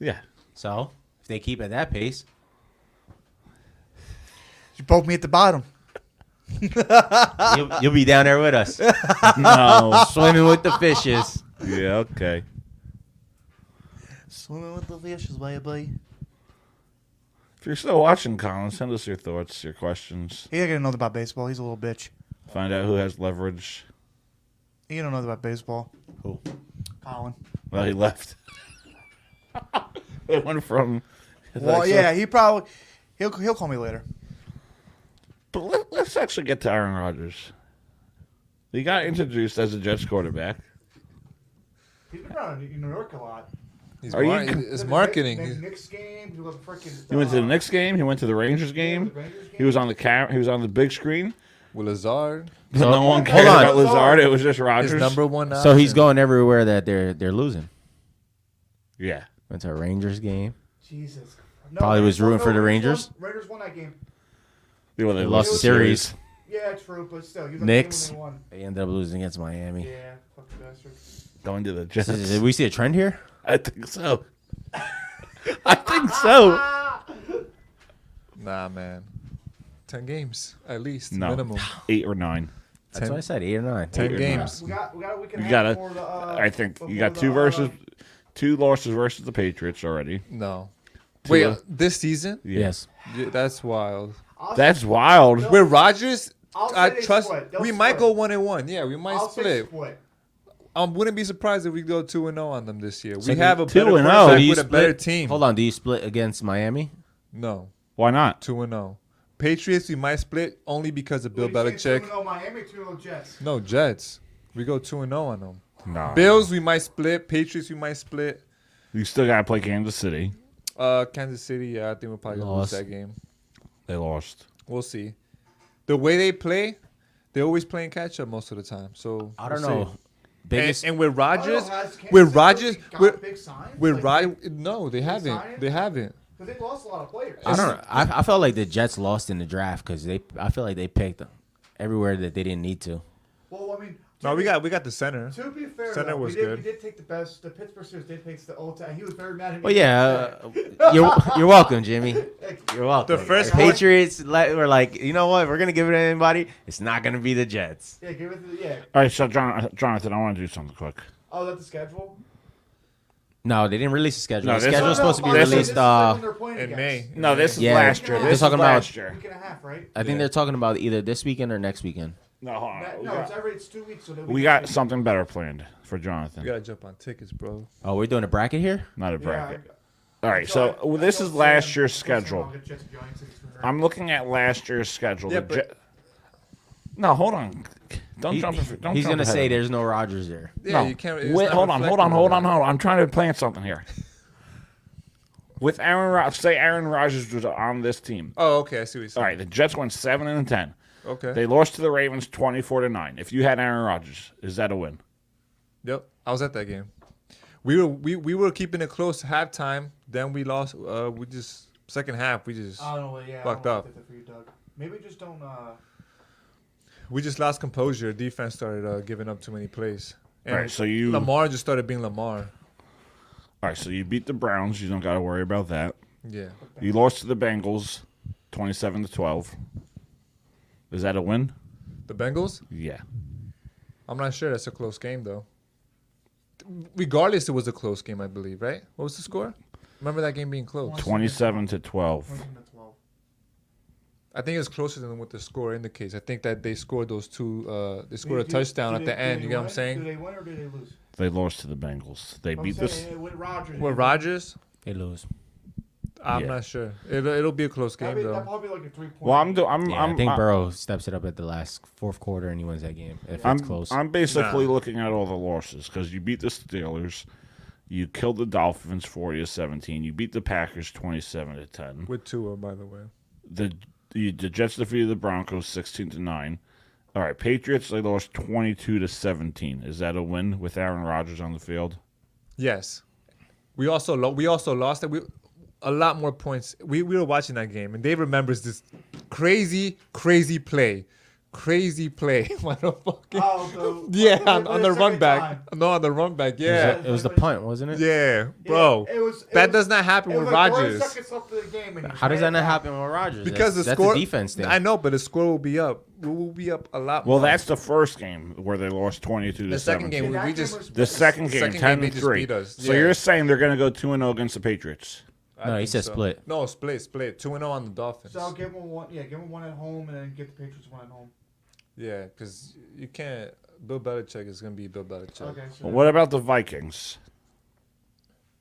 Speaker 6: Yeah.
Speaker 10: So if they keep at that pace,
Speaker 4: You broke me at the bottom.
Speaker 10: you'll, you'll be down there with us.
Speaker 6: No.
Speaker 10: swimming with the fishes.
Speaker 6: Yeah. Okay.
Speaker 4: Swimming with the fishes, baby.
Speaker 6: If you're still watching, Colin, send us your thoughts, your questions.
Speaker 4: He don't know about baseball. He's a little bitch.
Speaker 6: Find out who has leverage.
Speaker 4: He don't know about baseball.
Speaker 10: Who?
Speaker 4: Colin.
Speaker 6: Well, he left. it went from.
Speaker 4: Well, yeah, he probably he'll he'll call me later.
Speaker 6: But let, let's actually get to Aaron Rodgers. He got introduced as a Jets quarterback.
Speaker 5: He's been around in New York a lot.
Speaker 2: He's
Speaker 6: Are you-
Speaker 2: mar- it's marketing.
Speaker 5: The Knicks game, he was freaking. uh,
Speaker 6: He went to the Knicks game. He went to the Rangers game. He was on the ca- He was on the big screen.
Speaker 2: With Lazard.
Speaker 6: But no one
Speaker 10: Hold
Speaker 6: cared
Speaker 10: on.
Speaker 6: about Lazard. It was just Rodgers.
Speaker 2: His number one.
Speaker 10: So he's
Speaker 2: option.
Speaker 10: going everywhere that they're they're losing.
Speaker 6: Yeah.
Speaker 10: Went to a Rangers game.
Speaker 5: Jesus. Christ.
Speaker 10: Probably was rooting for the
Speaker 5: Rangers
Speaker 10: Rangers.
Speaker 5: won- Rangers won that game.
Speaker 6: Yeah, well, they
Speaker 10: They
Speaker 6: lost
Speaker 10: lost
Speaker 6: the
Speaker 10: the series.
Speaker 6: series.
Speaker 5: Yeah, true, but still, he was on the game
Speaker 10: Knicks.
Speaker 5: when they won.
Speaker 10: They ended up losing against Miami.
Speaker 5: Yeah, fuck the bastards.
Speaker 6: Going to the Jets.
Speaker 10: Did- Did we see a trend here?
Speaker 6: I think so. I think so.
Speaker 2: Nah, man. Ten games at least,
Speaker 6: No.
Speaker 2: minimum.
Speaker 6: Eight or nine.
Speaker 10: That's
Speaker 2: Ten-
Speaker 10: what I said. Eight or nine.
Speaker 2: Ten games.
Speaker 5: We got, we got a week and a
Speaker 6: You
Speaker 5: half
Speaker 6: got
Speaker 5: before
Speaker 6: to.
Speaker 5: the, uh,
Speaker 6: I think you got
Speaker 5: before
Speaker 6: two
Speaker 5: the,
Speaker 6: versus,
Speaker 5: uh,
Speaker 6: two losses versus the Patriots already.
Speaker 2: No.
Speaker 6: Two
Speaker 2: Wait,
Speaker 6: lo-
Speaker 2: uh, this season?
Speaker 6: Yeah. Yes.
Speaker 2: Yeah, that's wild.
Speaker 6: That's wild.
Speaker 2: With Rogers,
Speaker 5: I'll
Speaker 2: I
Speaker 5: say they
Speaker 2: trust.
Speaker 5: split. They'll
Speaker 2: We might
Speaker 5: split.
Speaker 2: go one and one. Yeah, we might
Speaker 5: I'll say
Speaker 2: split.
Speaker 5: split.
Speaker 2: I wouldn't be surprised if we go two and zero on them this year.
Speaker 10: So
Speaker 2: We have a
Speaker 10: do- So
Speaker 2: better
Speaker 10: do
Speaker 2: quarterback
Speaker 10: you
Speaker 2: with a better
Speaker 10: split-
Speaker 2: team.
Speaker 10: Hold on. Do you split against Miami?
Speaker 2: No,
Speaker 6: Why not?
Speaker 2: two and zero. Patriots, we might split only because of Bill
Speaker 5: We've seen
Speaker 2: Belichick.
Speaker 5: 2-0 Miami, 2-0 Jets.
Speaker 2: No Jets. We go two and zero on them.
Speaker 10: Ah.
Speaker 6: Nah.
Speaker 2: Bills, we might split. Patriots, we might split.
Speaker 6: You still got to play Kansas City.
Speaker 2: Uh, Kansas City, yeah, I think we're probably gonna
Speaker 10: Lost.
Speaker 2: lose that game.
Speaker 6: They lost.
Speaker 2: We'll see. The way they play, they're always playing catch up most of the time. So
Speaker 10: I don't
Speaker 2: we'll see.
Speaker 10: know. Biggest-
Speaker 2: and, and with Rodgers,
Speaker 5: has Kansas City
Speaker 2: with Rodgers,
Speaker 5: really gotten
Speaker 2: with,
Speaker 5: big signs?
Speaker 2: with
Speaker 5: Like,
Speaker 2: Rod, no, they haven't.
Speaker 5: signing?
Speaker 2: They haven't.
Speaker 5: Because they lost a lot of players.
Speaker 10: I don't. know. I, I felt like the Jets lost in the draft because they. I feel like they picked everywhere that they didn't need to.
Speaker 5: Well, I mean,
Speaker 2: No, we got we got the center.
Speaker 5: to be fair,
Speaker 2: center
Speaker 5: though,
Speaker 2: was
Speaker 5: we, did,
Speaker 2: good.
Speaker 5: we did take the best. The Pittsburgh Steelers did take the old time. He was very mad at me.
Speaker 10: Well, yeah, uh, you're you're welcome, Jimmy. You're welcome.
Speaker 2: The first
Speaker 10: the Patriots le- were like, you know what? If We're gonna give it to anybody. It's not gonna be the Jets.
Speaker 5: Yeah, give it to the, yeah.
Speaker 6: All right, so Jon- Jonathan, I want to do something quick.
Speaker 5: Oh, that's the schedule?
Speaker 10: No, they didn't release the schedule.
Speaker 6: No,
Speaker 10: the
Speaker 6: this-
Speaker 10: schedule's
Speaker 6: No, no,
Speaker 10: supposed to be
Speaker 6: this is-
Speaker 10: released.
Speaker 6: this is
Speaker 10: uh,
Speaker 5: when they're playing
Speaker 2: In
Speaker 5: against.
Speaker 2: May.
Speaker 6: No, this is
Speaker 10: Yeah.
Speaker 6: last year.
Speaker 10: They're
Speaker 6: This is
Speaker 10: talking about-
Speaker 6: last year.
Speaker 5: Week and a half, right?
Speaker 10: I think they're talking about either this weekend or next weekend.
Speaker 6: No, hold on.
Speaker 5: That-
Speaker 6: we,
Speaker 5: no, it's
Speaker 6: got,
Speaker 5: every it's two weeks. So they'll be
Speaker 6: we got something better planned for Jonathan.
Speaker 2: We gotta jump on tickets, bro.
Speaker 10: Oh, we're doing a bracket here.
Speaker 6: Not a bracket. All right, so well, this is last year's schedule. I'm looking at last year's schedule.
Speaker 2: Yeah,
Speaker 6: The
Speaker 2: but-
Speaker 6: Je- no, hold on. Don't jump. Don't
Speaker 10: he's
Speaker 6: jump
Speaker 10: gonna
Speaker 6: ahead
Speaker 10: say
Speaker 6: of me.
Speaker 10: there's no Rogers there.
Speaker 2: Yeah,
Speaker 6: no.
Speaker 2: you can't- it's
Speaker 6: Wait,
Speaker 2: not
Speaker 6: hold on, hold on,
Speaker 2: reflective
Speaker 6: hold
Speaker 2: of
Speaker 6: on, hold on. I'm trying to plan something here. With Aaron, Rod- say Aaron Rodgers was on this team.
Speaker 2: Oh, okay, I see what you're saying.
Speaker 6: All right, the Jets went seven and ten.
Speaker 2: Okay.
Speaker 6: They lost to the Ravens twenty-four to nine. If you had Aaron Rodgers, is that a win?
Speaker 2: Yep, I was at that game. We were we, we were keeping it close halftime. Then we lost. Uh, we just second half. We just
Speaker 5: I don't know. Yeah, I
Speaker 2: fucked
Speaker 5: don't know
Speaker 2: up.
Speaker 5: if that's For you, Doug. Maybe just don't. Uh,
Speaker 2: we just lost composure. Defense started uh, giving up too many plays.
Speaker 6: Right, so you-
Speaker 2: Lamar just started being Lamar.
Speaker 6: All right, so you beat the Browns. You don't got to worry about that.
Speaker 2: Yeah.
Speaker 6: You lost to the Bengals, twenty-seven to twelve. Is that a win?
Speaker 2: The Bengals?
Speaker 6: Yeah.
Speaker 2: I'm not sure. That's a close game though. Regardless, it was a close game, I believe. Right? What was the score? Remember that game being close.
Speaker 6: Twenty-seven to twelve.
Speaker 2: I think it's closer than what the score indicates. I think that they scored those two. Uh, they scored a
Speaker 5: Do-
Speaker 2: touchdown
Speaker 5: do
Speaker 2: at
Speaker 5: they-
Speaker 2: the
Speaker 5: do
Speaker 2: end.
Speaker 5: they
Speaker 2: You know what I'm
Speaker 5: win?
Speaker 2: saying?
Speaker 5: Do they win or do they lose?
Speaker 6: They lost to the Bengals. They
Speaker 5: I'm
Speaker 6: beat this.
Speaker 5: saying, uh, with Rodgers.
Speaker 2: With Rodgers,
Speaker 10: they lose.
Speaker 2: I'm
Speaker 10: Yeah.
Speaker 2: not sure. It'll, it'll be a close game
Speaker 5: mean,
Speaker 2: though.
Speaker 5: that probably like a three-point
Speaker 6: Well, I'm do- I'm-
Speaker 10: Yeah,
Speaker 6: I'm-
Speaker 10: I think
Speaker 6: I-
Speaker 10: Burrow steps it up at the last fourth quarter and he wins that game if
Speaker 6: I'm,
Speaker 10: it's close.
Speaker 6: I'm basically looking at all the losses because you beat the Steelers, you killed the Dolphins forty to seventeen, you beat the Packers twenty-seven to ten.
Speaker 2: With Tua, by the way.
Speaker 6: The you, the Jets defeated the Broncos sixteen to nine. All right, Patriots they lost twenty-two to seventeen. Is that a win with Aaron Rodgers on the field?
Speaker 2: Yes, we also lo- we also lost that we a lot more points. We we were watching that game and Dave remembers this crazy crazy play, crazy play. Motherfucking
Speaker 5: Oh,
Speaker 2: yeah, on, on the run back. No, on the run back. Yeah,
Speaker 10: it was the punt, wasn't it?
Speaker 2: Yeah, bro.
Speaker 5: It was, it
Speaker 2: that
Speaker 5: was-
Speaker 2: does not happen
Speaker 5: it
Speaker 2: with
Speaker 5: was like "Oh, four
Speaker 2: Rodgers.
Speaker 5: seconds left of the game and he
Speaker 10: How does
Speaker 5: ran
Speaker 10: that not
Speaker 5: it
Speaker 10: happen
Speaker 5: back.
Speaker 10: with Rodgers?
Speaker 2: Because
Speaker 10: that's,
Speaker 2: the score
Speaker 10: that's a defense thing.
Speaker 2: I know, but the score will be up. We will be up a lot.
Speaker 6: Well,
Speaker 2: more.
Speaker 6: that's the first game where they lost twenty-two to
Speaker 2: Uh-huh. The second game,
Speaker 6: 17.
Speaker 2: we- we just-
Speaker 6: the second game
Speaker 2: second game,
Speaker 6: ten
Speaker 2: they
Speaker 6: to
Speaker 2: just
Speaker 6: three.
Speaker 2: beat us.
Speaker 6: So
Speaker 2: Yeah.
Speaker 6: you're saying they're going to go two and zero against the Patriots?
Speaker 2: I think so. No, split, split. Two and zero on the Dolphins.
Speaker 5: So I'll give him one. Yeah, give him one at home and then give the Patriots one at home.
Speaker 2: Yeah, because you can't. Bill Belichick is gonna be Bill Belichick.
Speaker 5: Okay, so-
Speaker 6: Well, what about the Vikings?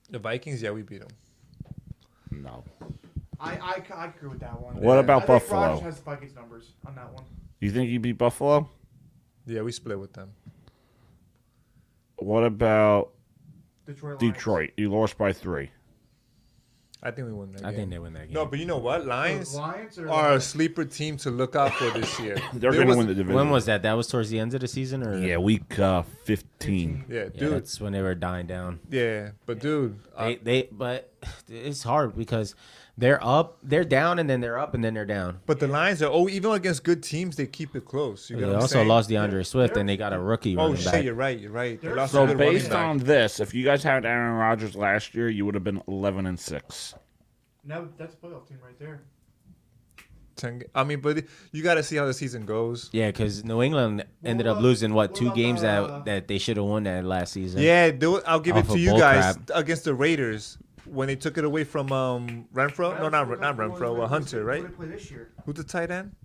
Speaker 2: The Vikings, yeah, we beat them.
Speaker 6: No.
Speaker 5: I I, I agree with that one.
Speaker 6: What
Speaker 5: Yeah.
Speaker 6: about
Speaker 5: I think
Speaker 6: Buffalo?
Speaker 5: Rodgers has Vikings numbers on that one.
Speaker 6: You think you beat Buffalo?
Speaker 2: Yeah, we split with them.
Speaker 6: What about
Speaker 5: Detroit?
Speaker 6: Detroit? You lost by three.
Speaker 2: I think we won that
Speaker 10: I
Speaker 2: game.
Speaker 10: think they win that game.
Speaker 2: No, but you know what? Lions,
Speaker 5: Lions or-
Speaker 2: are a sleeper team to look out for this year.
Speaker 6: They're
Speaker 2: There
Speaker 6: going to
Speaker 2: was-
Speaker 6: win the division.
Speaker 10: When was that? That was towards the end of the season, or
Speaker 6: Yeah, week uh, fifteen.
Speaker 2: Yeah, dude. Uh,
Speaker 10: That's when they were dying down.
Speaker 2: Yeah, but dude,
Speaker 10: they, they but it's hard because they're up, they're down, and then they're up, and then they're down.
Speaker 2: But the Lions are oh, even against good teams, they keep it close. You
Speaker 10: They
Speaker 2: know what I'm
Speaker 10: also
Speaker 2: saying?
Speaker 10: lost DeAndre Swift, and they got a rookie
Speaker 2: Oh
Speaker 10: running
Speaker 2: shit,
Speaker 10: back.
Speaker 2: you're right. You're right. They lost a
Speaker 6: So
Speaker 2: good running
Speaker 6: based
Speaker 2: back.
Speaker 6: on this, if you guys had Aaron Rodgers last year, you would have been eleven and six.
Speaker 5: No, that's a playoff team right there.
Speaker 2: ten, I mean, but you got to see how the season goes.
Speaker 10: Yeah, because New England ended up losing what two games that that they should have won that last season.
Speaker 2: uh, Yeah, do it. I'll give
Speaker 10: Off
Speaker 2: it
Speaker 10: of
Speaker 2: to you
Speaker 10: bull
Speaker 2: guys
Speaker 10: crap.
Speaker 2: against the Raiders when they took it away from um, Renfro. No, not not Renfro. Uh, Hunter, right? Who's the tight end?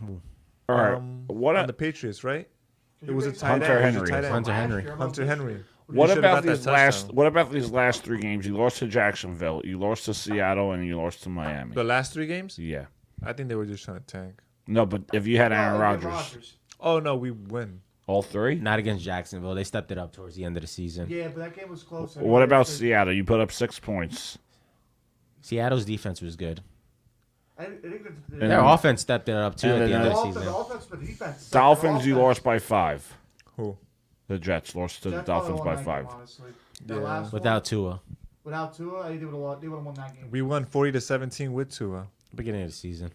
Speaker 6: All right. what
Speaker 2: on Um, the Patriots, right? It was a tight
Speaker 6: Hunter
Speaker 2: end. It
Speaker 6: Henry.
Speaker 2: was a tight end.
Speaker 10: Hunter Henry.
Speaker 2: Hunter Henry.
Speaker 6: What
Speaker 2: You should've
Speaker 6: about
Speaker 2: got that
Speaker 6: these last?
Speaker 2: touchdown.
Speaker 6: What about these last three games? You lost to Jacksonville, you lost to Seattle, and you lost to Miami.
Speaker 2: The last three games?
Speaker 6: Yeah.
Speaker 2: I think they were just trying to tank.
Speaker 6: No, but if you had Aaron Rodgers,
Speaker 2: Oh no, we win.
Speaker 6: all three.
Speaker 10: Not against Jacksonville. They stepped it up towards the end of the season.
Speaker 5: Yeah, but that game was close.
Speaker 6: What about Seattle? You put up six points.
Speaker 10: Seattle's defense was good.
Speaker 5: I, I think that's,
Speaker 10: Their offense stepped it up too at the end of the season.
Speaker 5: offense, but defense. sucked.
Speaker 6: Dolphins, you
Speaker 5: Their
Speaker 6: lost by five.
Speaker 2: Who?
Speaker 6: The Jets lost to the
Speaker 5: Jets probably won
Speaker 6: Dolphins by
Speaker 5: that game,
Speaker 6: five.
Speaker 5: honestly. Their last one-
Speaker 10: Without Tua.
Speaker 5: Without Tua, I think they would have they would have won that game.
Speaker 2: We won forty to seventeen with Tua.
Speaker 10: Beginning of the season.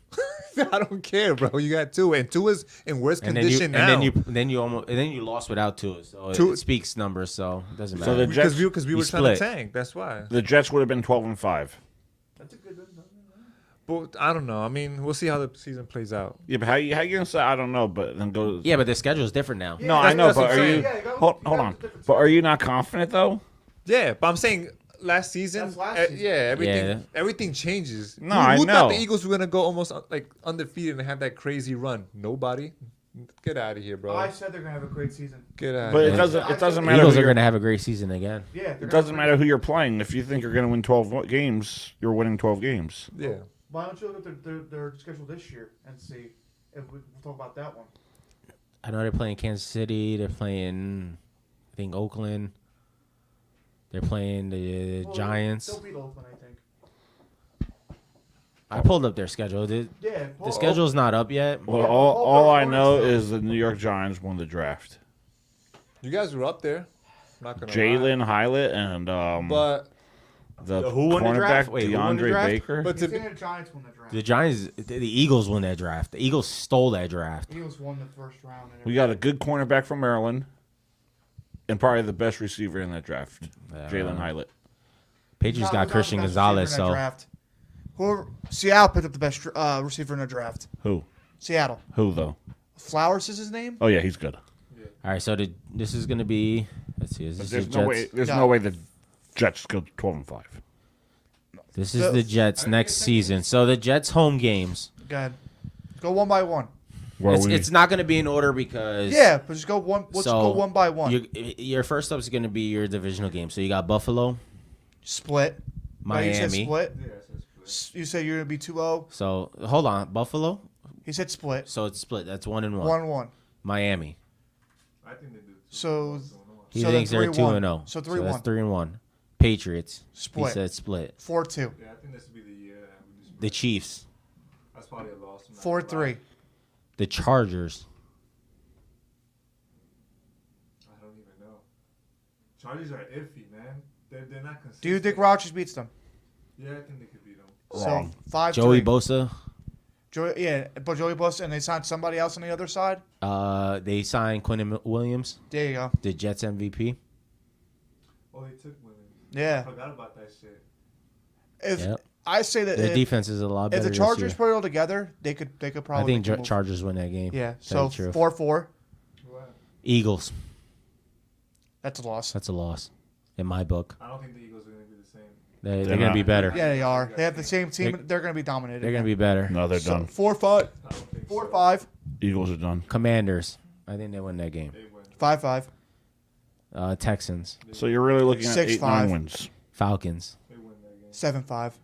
Speaker 2: I don't care, bro. You got Tua, and Tua's in worse
Speaker 10: And then you
Speaker 2: condition
Speaker 10: and
Speaker 2: now.
Speaker 10: then you then you almost and then you lost without Tua. So it,
Speaker 2: Tua-
Speaker 10: it speaks numbers, so it doesn't matter.
Speaker 6: So the Jets,
Speaker 10: You split.
Speaker 2: that's why.
Speaker 6: The Jets would have been twelve and five.
Speaker 2: but I don't know. I mean, we'll see how the season plays out.
Speaker 6: Yeah, but how you how you gonna say I don't know? But then go.
Speaker 10: Yeah, but the schedule is different now.
Speaker 6: no, I know. But are you hold, hold on? But are you not confident though?
Speaker 2: Yeah, but I'm saying last season, eh, yeah, everything
Speaker 6: Yeah.
Speaker 2: everything changes.
Speaker 6: No,
Speaker 2: who,
Speaker 6: I
Speaker 2: who thought
Speaker 6: know.
Speaker 2: the Eagles were gonna go almost uh, like undefeated and have that crazy run? Nobody. Get out of here, bro.
Speaker 5: I said they're gonna have a great season.
Speaker 2: Get out.
Speaker 6: But it
Speaker 2: Yeah.
Speaker 6: doesn't. It doesn't
Speaker 10: The
Speaker 6: matter.
Speaker 10: Uh, Eagles
Speaker 6: who
Speaker 10: are
Speaker 6: you're-
Speaker 10: gonna have a great season again.
Speaker 5: Yeah, they're
Speaker 6: It
Speaker 5: gonna
Speaker 6: doesn't matter who you're playing. If you think you're gonna win twelve wo- games, you're winning twelve games.
Speaker 2: Yeah.
Speaker 5: Why don't you look at their, their, their schedule this year and see if we we'll talk about that one?
Speaker 10: I know they're playing Kansas City. They're playing, I think Oakland. They're playing the
Speaker 5: Well,
Speaker 10: Giants.
Speaker 5: They'll beat Oakland, I think.
Speaker 10: I pulled up their schedule. The,
Speaker 5: Yeah,
Speaker 10: the
Speaker 5: pull-
Speaker 10: schedule's not up yet.
Speaker 6: Well, all, all I know is the New York Giants won the draft.
Speaker 2: You guys were up there. I'm not gonna lie.
Speaker 6: Jalen Hyatt and um,
Speaker 2: But
Speaker 6: The,
Speaker 10: The who won the draft?
Speaker 6: cornerback,
Speaker 10: Wait, who won the
Speaker 6: DeAndre
Speaker 10: draft?
Speaker 6: Baker.
Speaker 5: But to the Giants won the draft.
Speaker 10: The Giants, the the Eagles won that draft. The Eagles stole that draft.
Speaker 5: The Eagles won the first round. and
Speaker 6: we got a good cornerback from Maryland, and probably the best receiver in that draft, Jalen Hylett.
Speaker 10: Patriots got Christian Gonzalez,
Speaker 4: in that
Speaker 10: so
Speaker 4: draft. Whoever Seattle picked up the best uh, receiver in the draft.
Speaker 6: Who?
Speaker 4: Seattle.
Speaker 6: Who though?
Speaker 4: Flowers is his name.
Speaker 6: Oh yeah, he's good.
Speaker 10: All right, so the, this is going to be. Let's see. Is this
Speaker 6: There's
Speaker 10: the
Speaker 6: no
Speaker 10: Jets?
Speaker 6: way. There's no. way the Jets go twelve and five.
Speaker 10: This is the Jets next season. So the Jets home games.
Speaker 4: Go ahead. Go one by one.
Speaker 10: It's, it's not going to be in order because
Speaker 4: Yeah, but just go one. Let's
Speaker 10: so
Speaker 4: go one by one.
Speaker 10: your- your first up is going to be your divisional game. So you got Buffalo,
Speaker 4: split. No, You said
Speaker 10: Miami.
Speaker 4: split. S- You said you're gonna be 2-0.
Speaker 10: so hold on, Buffalo.
Speaker 4: He said split.
Speaker 10: So it's split. That's one and one.
Speaker 4: One, one.
Speaker 10: Miami.
Speaker 4: So
Speaker 10: He
Speaker 4: so then
Speaker 10: thinks they're
Speaker 4: 3-1.
Speaker 10: two and zero.
Speaker 4: So three
Speaker 10: that's
Speaker 4: one.
Speaker 10: Three and one. Patriots. He
Speaker 4: Split.
Speaker 10: said split.
Speaker 4: Four two.
Speaker 10: The Chiefs.
Speaker 11: uh, That's probably a loss. I'm not
Speaker 4: Four
Speaker 11: gonna lie.
Speaker 4: three.
Speaker 10: The Chargers.
Speaker 11: I don't even know. Chargers are iffy, man. They're, they're not consistent.
Speaker 4: Do you think Rogers beats them?
Speaker 11: Yeah, I think they could beat them.
Speaker 4: So five
Speaker 10: Joey
Speaker 4: three.
Speaker 10: Bosa.
Speaker 4: Joey, yeah, but Joey Bosa and they signed somebody else on the other side.
Speaker 10: Uh, they signed Quentin Williams.
Speaker 4: There you go.
Speaker 10: The Jets MVP.
Speaker 11: Oh, they took Williams.
Speaker 4: Yeah.
Speaker 11: I forgot about that shit.
Speaker 4: If
Speaker 10: Yep.
Speaker 4: I say that
Speaker 10: Their
Speaker 4: if-
Speaker 10: defense is a lot
Speaker 4: If
Speaker 10: better
Speaker 4: the
Speaker 10: this
Speaker 4: Chargers
Speaker 10: year.
Speaker 4: put it all together, they could they could probably.
Speaker 10: I think
Speaker 4: make a
Speaker 10: Jar-
Speaker 4: move.
Speaker 10: Chargers win that game.
Speaker 4: Yeah.
Speaker 10: Tell
Speaker 4: So
Speaker 10: you the truth.
Speaker 4: four four.
Speaker 10: Eagles.
Speaker 4: That's a loss.
Speaker 10: That's a loss, in my book.
Speaker 11: I don't think the Eagles are going to be the same.
Speaker 10: They, they're,
Speaker 6: They're
Speaker 10: gonna
Speaker 6: not.
Speaker 10: be better.
Speaker 4: Yeah, they are. They have the same team. They're going to be dominated.
Speaker 10: They're gonna be better.
Speaker 6: No, they're done.
Speaker 4: Four five. Four five.
Speaker 6: Eagles are done.
Speaker 10: Commanders. I think they win that game.
Speaker 4: Five five.
Speaker 10: Uh, Texans.
Speaker 6: So you're really looking at
Speaker 4: Six,
Speaker 6: eight
Speaker 4: five.
Speaker 6: nine wins.
Speaker 10: Falcons.
Speaker 4: Seven five.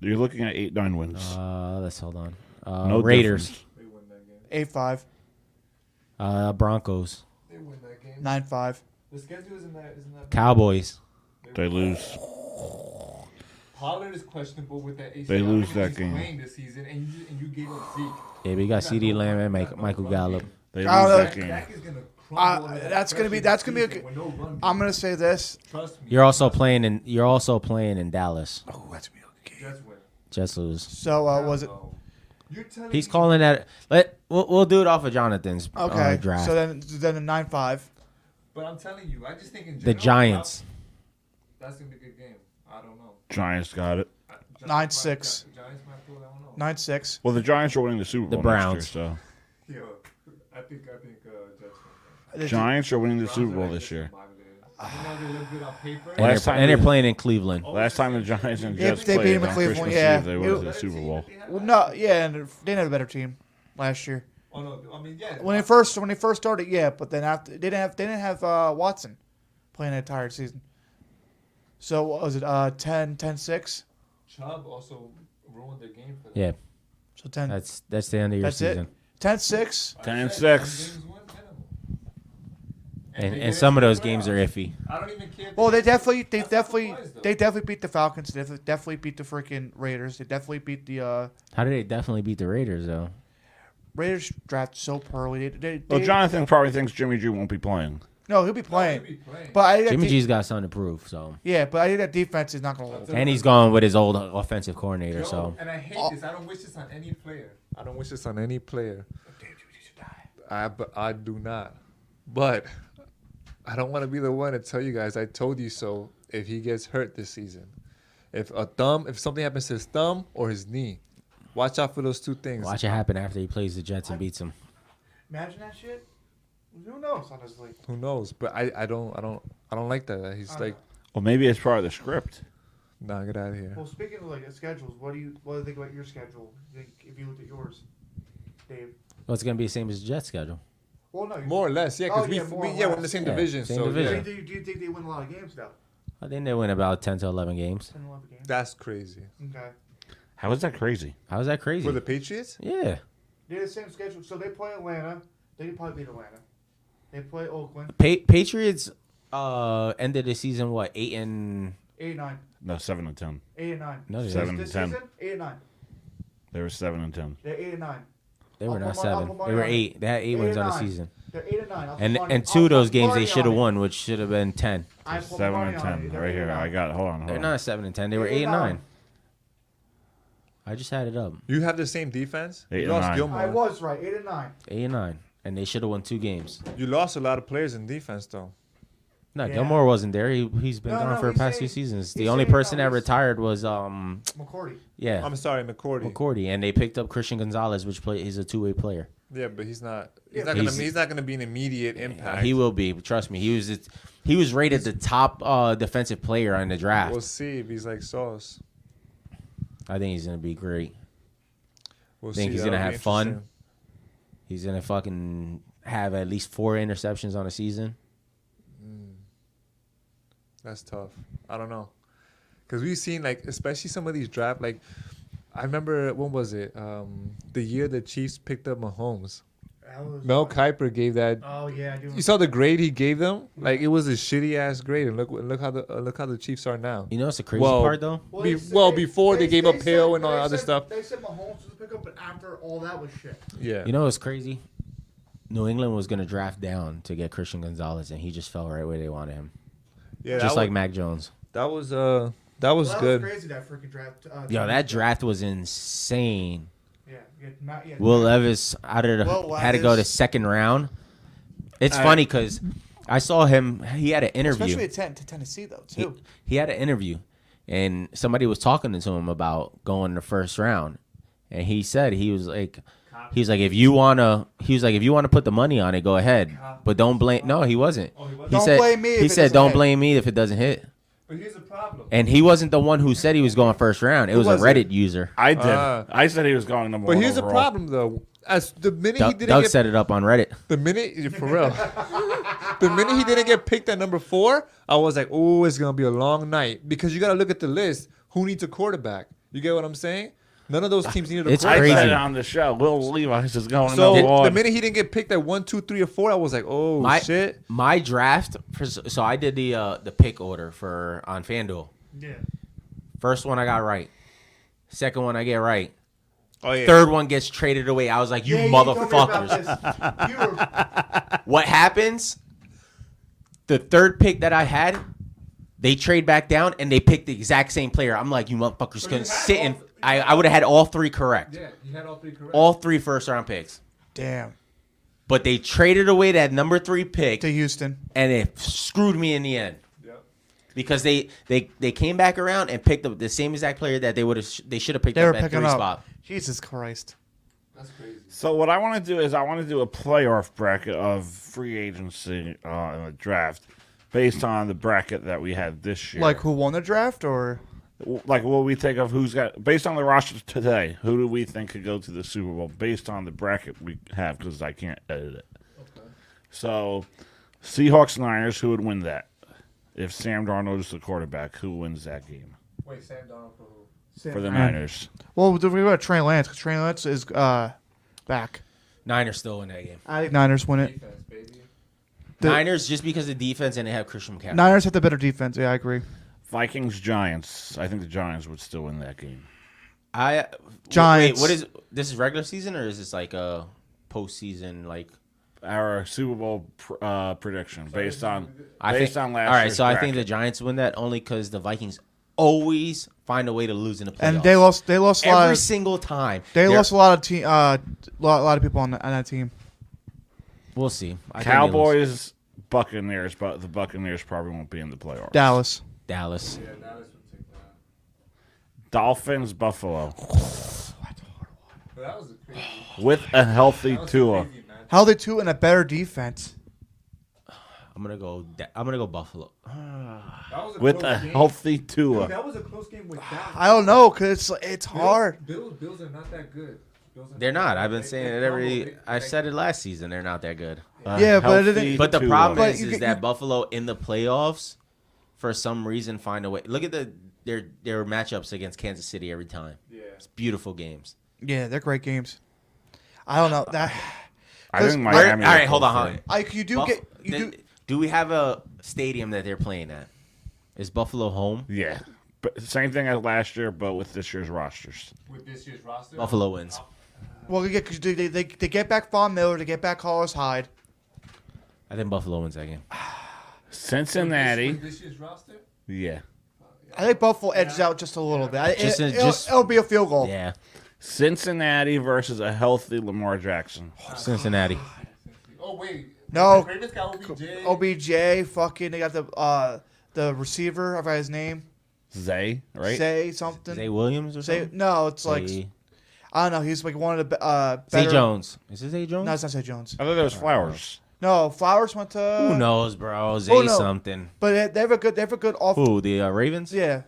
Speaker 6: You're looking at eight nine wins.
Speaker 10: Uh, let's hold on. Uh,
Speaker 6: No
Speaker 10: Raiders.
Speaker 6: difference.
Speaker 4: Eight five.
Speaker 10: Uh, Broncos.
Speaker 11: They win that game.
Speaker 4: Nine five.
Speaker 11: The schedule isn't that, isn't that bad.
Speaker 10: Cowboys.
Speaker 6: They lose.
Speaker 11: Pollard is questionable with that ACL.
Speaker 6: They lose
Speaker 11: He's
Speaker 6: that game.
Speaker 11: playing this season, and you, and you gave up Zeke.
Speaker 10: Yeah, we got C.D. Lamb and Mike, Michael Gallup.
Speaker 6: They
Speaker 4: I don't know.
Speaker 11: Dak is going to crumble.
Speaker 4: Uh,
Speaker 11: under that
Speaker 4: that's gonna be
Speaker 11: pressure
Speaker 4: that's
Speaker 11: this
Speaker 4: gonna be. A,
Speaker 11: season
Speaker 4: good-
Speaker 11: with no run
Speaker 4: I'm gonna say this.
Speaker 11: Trust
Speaker 10: You're also playing in. You're also playing in Dallas.
Speaker 11: Jets win.
Speaker 10: Just lose.
Speaker 4: So uh, was it?
Speaker 10: He's calling that. Let we'll, we'll do it off of Jonathan's uh,
Speaker 4: Okay.
Speaker 10: draft.
Speaker 4: so then then a nine five.
Speaker 11: But I'm telling you, I just think in
Speaker 10: the
Speaker 11: general,
Speaker 10: Giants.
Speaker 11: That's going to be a good game. I don't know.
Speaker 6: Giants got it.
Speaker 4: Nine six.
Speaker 11: Giants might pull. I don't know.
Speaker 4: Nine six.
Speaker 6: Well, the Giants are winning the Super
Speaker 10: The
Speaker 6: Bowl.
Speaker 10: Browns.
Speaker 6: Next year,
Speaker 11: Yo, I think I think uh, Jets
Speaker 6: so Giants are winning the Super Bowl this year.
Speaker 11: win. You know they look good on paper.
Speaker 10: And,
Speaker 6: Last
Speaker 10: they're,
Speaker 6: time
Speaker 10: and they're
Speaker 6: they-
Speaker 10: playing in Cleveland.
Speaker 6: Last time the Giants and
Speaker 4: If
Speaker 6: Jets
Speaker 4: they beat
Speaker 6: played
Speaker 4: them in
Speaker 6: on
Speaker 4: Cleveland,
Speaker 6: Christmas
Speaker 4: yeah.
Speaker 6: Eve, they
Speaker 4: It
Speaker 6: went
Speaker 4: was-
Speaker 6: to the Super Bowl.
Speaker 4: Well, no, yeah, and they had a better team last year.
Speaker 11: Oh no, I mean yeah.
Speaker 4: When they first when they first started, yeah, but then after they didn't have they didn't have uh, Watson playing the entire season. So what was it uh 10 10 6?
Speaker 11: Chubb also ruined their game for them.
Speaker 10: Yeah.
Speaker 4: So ten.
Speaker 10: That's that's the end of your
Speaker 4: That's
Speaker 10: season.
Speaker 4: it. 10 6.
Speaker 6: 10 6.
Speaker 10: And and some of those games are iffy.
Speaker 11: I don't even care. if
Speaker 4: Well, they definitely they definitely they definitely beat the Falcons. They definitely- definitely beat the freaking Raiders. They definitely beat the uh
Speaker 10: How did they definitely beat the Raiders though?
Speaker 4: Raiders draft so poorly. They, they,
Speaker 6: Well,
Speaker 4: they-
Speaker 6: Jonathan probably thinks Jimmy G won't be playing.
Speaker 4: No, he'll be playing. But I think that
Speaker 10: Jimmy
Speaker 4: de-
Speaker 10: G's got something to prove. So
Speaker 4: Yeah, but I think that defense is not going to hold.
Speaker 10: and he's going with his old offensive coordinator. So
Speaker 11: And I hate this. I don't wish this on any player.
Speaker 2: I don't wish this on any player. I but I do not. But I don't want to be the one to tell you guys. I told you so. If he gets hurt this season, if a thumb, if something happens to his thumb or his knee, watch out for those two things.
Speaker 10: watch it happen after he plays the Jets and beats them.
Speaker 4: Imagine that shit. Who knows, honestly?
Speaker 2: Who knows? But I, I don't I don't I don't like that.
Speaker 11: Uh-huh.
Speaker 2: He's like,
Speaker 6: Well, maybe it's part of the script.
Speaker 2: nah, get out of here.
Speaker 5: Well, speaking of like schedules, what do you what do you think about your schedule? Think if you looked at yours, Dave.
Speaker 10: Well, it's gonna be the same as the Jets schedule.
Speaker 5: Well, no. you-
Speaker 2: More or less, yeah,
Speaker 11: Oh,
Speaker 2: 'cause we-
Speaker 5: more
Speaker 2: we-
Speaker 5: or
Speaker 2: yeah, we're in
Speaker 5: less.
Speaker 2: the same Yeah, division,
Speaker 10: same so, yeah. division.
Speaker 5: Do, you, do you think they win a lot of games though?
Speaker 10: I think they win about ten to eleven games.
Speaker 5: 10, 11 games.
Speaker 2: That's crazy.
Speaker 5: Okay.
Speaker 6: How is that crazy?
Speaker 10: How is that crazy?
Speaker 2: For the Patriots?
Speaker 10: Yeah.
Speaker 5: They have the same schedule, so they play Atlanta. They can probably beat Atlanta. They play Oakland.
Speaker 10: Pa- Patriots uh ended the season what eight and
Speaker 5: Eight and nine.
Speaker 6: No, 7 and 10.
Speaker 5: Eight and nine.
Speaker 10: No, they
Speaker 5: This-
Speaker 6: didn't.
Speaker 5: this
Speaker 6: Seven and
Speaker 5: season, eight and nine.
Speaker 6: They were 7 and 10.
Speaker 5: They're eight and nine.
Speaker 10: they were
Speaker 5: I'll
Speaker 10: not
Speaker 5: put my- I'll
Speaker 10: seven.
Speaker 5: put my
Speaker 10: They were
Speaker 5: on it.
Speaker 10: eight. They had eight,
Speaker 5: Eight
Speaker 10: wins
Speaker 5: and
Speaker 10: on the
Speaker 5: nine.
Speaker 10: season.
Speaker 5: They're eight and nine. I'll
Speaker 10: And
Speaker 5: put money-
Speaker 10: and
Speaker 5: I'll
Speaker 10: two of those
Speaker 5: put
Speaker 10: games
Speaker 5: money
Speaker 10: they should
Speaker 5: on
Speaker 10: have
Speaker 5: it.
Speaker 10: won, which should have been ten.
Speaker 5: I put
Speaker 6: Seven
Speaker 5: money
Speaker 6: and
Speaker 5: on it.
Speaker 6: ten,
Speaker 5: They're
Speaker 6: right
Speaker 5: eight
Speaker 6: here.
Speaker 5: and
Speaker 6: I
Speaker 5: nine.
Speaker 6: got. Hold on. Hold
Speaker 10: They're
Speaker 6: on.
Speaker 10: not seven and ten. They were
Speaker 5: Eight
Speaker 10: eight and
Speaker 5: and
Speaker 10: nine. I just had it up.
Speaker 2: You have the same defense.
Speaker 10: Eight
Speaker 2: you
Speaker 10: and
Speaker 2: lost
Speaker 10: nine.
Speaker 2: Gilmore.
Speaker 5: I was right. Eight and nine.
Speaker 10: Eight and nine, and they should have won two games.
Speaker 2: You lost a lot of players in defense though.
Speaker 10: No,
Speaker 2: Yeah.
Speaker 10: Gilmore wasn't there. He he's been
Speaker 2: No,
Speaker 10: gone
Speaker 2: no,
Speaker 10: for the
Speaker 2: he's
Speaker 10: past two
Speaker 2: saying-
Speaker 10: seasons.
Speaker 2: he's
Speaker 10: The only
Speaker 2: saying
Speaker 10: person
Speaker 2: no,
Speaker 10: that
Speaker 2: he's-
Speaker 10: retired was um
Speaker 2: McCourty.
Speaker 10: Yeah,
Speaker 2: I'm sorry, McCourty.
Speaker 10: McCourty, and they picked up Christian Gonzalez, which play he's a two way player.
Speaker 2: Yeah, but he's not. He's
Speaker 10: Yeah,
Speaker 2: not
Speaker 10: but
Speaker 2: gonna.
Speaker 10: he's-
Speaker 2: He's not gonna be an immediate impact.
Speaker 10: He will be. Trust me. He was the- he was rated the top uh, defensive player on the draft.
Speaker 2: We'll see if he's like Sauce.
Speaker 10: I think he's gonna be great.
Speaker 2: We'll
Speaker 10: I think
Speaker 2: see.
Speaker 10: he's gonna
Speaker 2: That'll be
Speaker 10: have fun.
Speaker 2: interesting.
Speaker 10: He's gonna fucking have at least four interceptions on a season.
Speaker 2: That's tough. I don't know, because we've seen like especially some of these draft. Like I remember when was it? Um, the year the Chiefs picked up Mahomes.
Speaker 5: That was-
Speaker 2: Mel Kiper gave that.
Speaker 5: Oh, yeah, I do
Speaker 2: You saw the grade he gave them. Like it was a shitty ass grade, and look look how the uh, look how the Chiefs are now.
Speaker 10: You know what's the crazy part, though?
Speaker 5: Well,
Speaker 2: be-
Speaker 5: they said-
Speaker 2: well, before they, gave
Speaker 5: they
Speaker 2: up Hill
Speaker 5: said-
Speaker 2: and all
Speaker 5: they
Speaker 2: that other
Speaker 5: said-
Speaker 2: stuff.
Speaker 5: They said Mahomes was pick up, but after all that was shit.
Speaker 2: Yeah.
Speaker 10: You know what's crazy? New England was gonna draft down to get Christian Gonzalez, and he just fell right where they wanted him.
Speaker 2: Yeah,
Speaker 10: just
Speaker 2: that
Speaker 10: like
Speaker 2: was-
Speaker 10: Mac Jones.
Speaker 2: That was uh that was
Speaker 5: Well, that
Speaker 2: good.
Speaker 5: was crazy that freaking draft. Uh,
Speaker 10: Yo, that draft was insane.
Speaker 5: Yeah, yeah, not, yeah.
Speaker 10: Will Levis out of the,
Speaker 5: Will
Speaker 10: had to go to
Speaker 5: Levis.
Speaker 10: second round. It's
Speaker 4: I-
Speaker 10: funny 'cause funny because I saw him. He had an interview.
Speaker 4: Especially at ten, to Tennessee though
Speaker 10: He,
Speaker 4: too.
Speaker 10: he had an interview, and somebody was talking to him about going the first round, and he said he was like, he was like, if you wanna, he was like, if you wanna put the money on it, go ahead, but don't blame. No, he wasn't. he
Speaker 4: Don't
Speaker 10: said,
Speaker 4: blame me if
Speaker 10: He
Speaker 4: it
Speaker 10: said,
Speaker 4: doesn't
Speaker 10: don't
Speaker 4: hit."
Speaker 10: blame me if it doesn't hit.
Speaker 11: But here's the problem.
Speaker 10: And he wasn't the one who said he was going first round. It
Speaker 6: Who
Speaker 10: was,
Speaker 6: was
Speaker 10: a
Speaker 6: it?
Speaker 10: Reddit user.
Speaker 6: I did. I said he was going number
Speaker 2: But
Speaker 6: one.
Speaker 2: here's the
Speaker 6: overall.
Speaker 2: problem though. As the minute he
Speaker 10: Doug,
Speaker 2: didn't
Speaker 10: Doug
Speaker 2: get
Speaker 10: set it up on Reddit.
Speaker 2: The minute, for real, the minute he didn't get picked at number four, I was like, oh, it's gonna be a long night because you gotta look at the list. Who needs a quarterback? You get what I'm saying? None of
Speaker 10: Ah,
Speaker 2: those teams needed a
Speaker 6: I
Speaker 2: quarterback.
Speaker 6: said it on the show. Will Levi's is going
Speaker 2: So
Speaker 6: number one.
Speaker 2: the minute he didn't get picked at one, two, three, or four, I was like, oh
Speaker 10: my
Speaker 2: shit.
Speaker 10: my draft. for- So I did the uh, the pick order for on Fanduel.
Speaker 5: Yeah.
Speaker 10: First one I got right. Second one I get right.
Speaker 2: Oh, yeah.
Speaker 10: Third one gets traded away. I was like, you
Speaker 5: Yeah, you told me about
Speaker 10: motherfuckers.
Speaker 5: this. You were-
Speaker 10: what happens? The third pick that I had, they trade back down and they pick the exact same player. I'm like, you motherfuckers couldn't sit and I, I would have had all three correct.
Speaker 11: Yeah, you had all three correct.
Speaker 10: All three first round picks.
Speaker 4: Damn.
Speaker 10: But they traded away that number three pick
Speaker 4: to Houston,
Speaker 10: and it screwed me in the end.
Speaker 11: Yep.
Speaker 10: Because they, they they came back around and picked up the same exact player that they would have they should have picked
Speaker 4: They were
Speaker 10: up at
Speaker 4: picking
Speaker 10: three
Speaker 4: up.
Speaker 10: spot.
Speaker 4: Jesus Christ.
Speaker 6: So what I want to do is I want to do a playoff bracket of free agency uh, and a draft based on the bracket that we had this year.
Speaker 4: Like who won the draft or
Speaker 6: like what we think of who's got based on the roster today. Who do we think could go to the Super Bowl based on the bracket we have? Because I can't edit it. So Seahawks Niners, who would win that? If Sam Darnold is the quarterback, who wins that game
Speaker 11: Wait, Sam Donald for who?
Speaker 6: for the
Speaker 4: Darnold.
Speaker 6: Niners?
Speaker 4: Well, do we got Trey Lance. 'cause Trey Lance is uh, back.
Speaker 10: Niners still in that game.
Speaker 4: I think Niners win it. The-
Speaker 10: Niners just because of defense and they have Christian McCaffrey.
Speaker 4: Niners have the better defense. Yeah, I agree.
Speaker 6: Vikings Giants. I think the Giants would still win that game.
Speaker 10: I
Speaker 4: Giants.
Speaker 10: Wait, what is this? Is regular season or is this like a postseason? Like
Speaker 6: our Super Bowl pr- uh, prediction based on
Speaker 10: I
Speaker 6: based
Speaker 10: think,
Speaker 6: on last.
Speaker 10: All right,
Speaker 6: year's
Speaker 10: so I think the
Speaker 6: bracket.
Speaker 10: Giants win that only because the Vikings always find a way to lose in the playoffs.
Speaker 4: And they lost. They lost a
Speaker 10: every
Speaker 4: lot of-
Speaker 10: single time.
Speaker 4: They
Speaker 10: They're-
Speaker 4: lost a lot of team. Uh, lot, lot of people on, the, on that team.
Speaker 10: We'll see. I think they
Speaker 6: Cowboys, Buccaneers, but the Buccaneers probably won't be in the playoffs.
Speaker 4: Dallas.
Speaker 10: Dallas.
Speaker 6: Dolphins, Buffalo,
Speaker 11: But that was a crazy.
Speaker 6: with a healthy Tua.
Speaker 4: How they two and a better defense.
Speaker 10: I'm gonna go. Da- I'm gonna go Buffalo.
Speaker 11: That was a
Speaker 6: With uh,
Speaker 11: close
Speaker 6: a
Speaker 11: game.
Speaker 6: healthy Tua.
Speaker 11: Dude, that was a close game with Dallas.
Speaker 4: I don't know, cause it's it's
Speaker 11: Bill-
Speaker 4: hard.
Speaker 11: Bills, Bills are not that good. Bills are
Speaker 10: They're not. I've been
Speaker 11: They-
Speaker 10: saying
Speaker 11: they
Speaker 10: it
Speaker 11: fumbled.
Speaker 10: every.
Speaker 11: They-
Speaker 10: I
Speaker 11: they-
Speaker 10: said it last season. They're not that good.
Speaker 4: Yeah, but it didn't-
Speaker 10: But the
Speaker 4: Two
Speaker 10: problem
Speaker 4: of them.
Speaker 10: is,
Speaker 4: But you
Speaker 10: is
Speaker 4: get-
Speaker 10: that Buffalo in the playoffs, for some reason, find a way. Look at the their their matchups against Kansas City every time. Yeah, it's beautiful games.
Speaker 4: Yeah, they're great games. I don't know that.
Speaker 10: I
Speaker 4: Cause-
Speaker 10: think Miami All right, will hold go on, for hold it. on.
Speaker 4: I, you do
Speaker 10: Buff-
Speaker 4: get you
Speaker 10: then-
Speaker 4: do.
Speaker 10: Do we have a stadium that they're playing at? Is Buffalo home?
Speaker 6: Yeah, but same thing as last year, but with this year's rosters.
Speaker 11: With this year's roster,
Speaker 10: Buffalo wins.
Speaker 4: Well, yeah, 'cause they, they, they get back Von Miller, they get back Carlos Hyde.
Speaker 10: I think Buffalo wins that game.
Speaker 6: Cincinnati.
Speaker 11: This year's roster?
Speaker 6: Yeah.
Speaker 4: I think Buffalo edges out just a little bit. I- It,
Speaker 6: Just-
Speaker 4: will
Speaker 6: just-
Speaker 4: be a field goal.
Speaker 10: Yeah.
Speaker 6: Cincinnati versus a healthy Lamar Jackson.
Speaker 10: Cincinnati.
Speaker 5: Oh wait.
Speaker 4: No.
Speaker 5: The Ravens got OBJ.
Speaker 4: oh. OBJ, fucking, they got the uh, the receiver. I forgot his name.
Speaker 6: Zay, right?
Speaker 4: Say something.
Speaker 10: Zay Williams or
Speaker 4: Zay-
Speaker 10: something?
Speaker 4: no, it's like
Speaker 10: Zay-
Speaker 4: I don't know. He's like one of the be- uh,
Speaker 10: Zay
Speaker 4: better-
Speaker 10: Jones. Is it Zay Jones?
Speaker 4: No, it's not Zay Jones.
Speaker 6: I thought that was Flowers.
Speaker 4: No, Flowers went to.
Speaker 10: Who knows, bro? Zay
Speaker 4: Oh, no.
Speaker 10: something.
Speaker 4: But they- they have a good, they have a good off.
Speaker 10: Who the uh, Ravens?
Speaker 4: Yeah,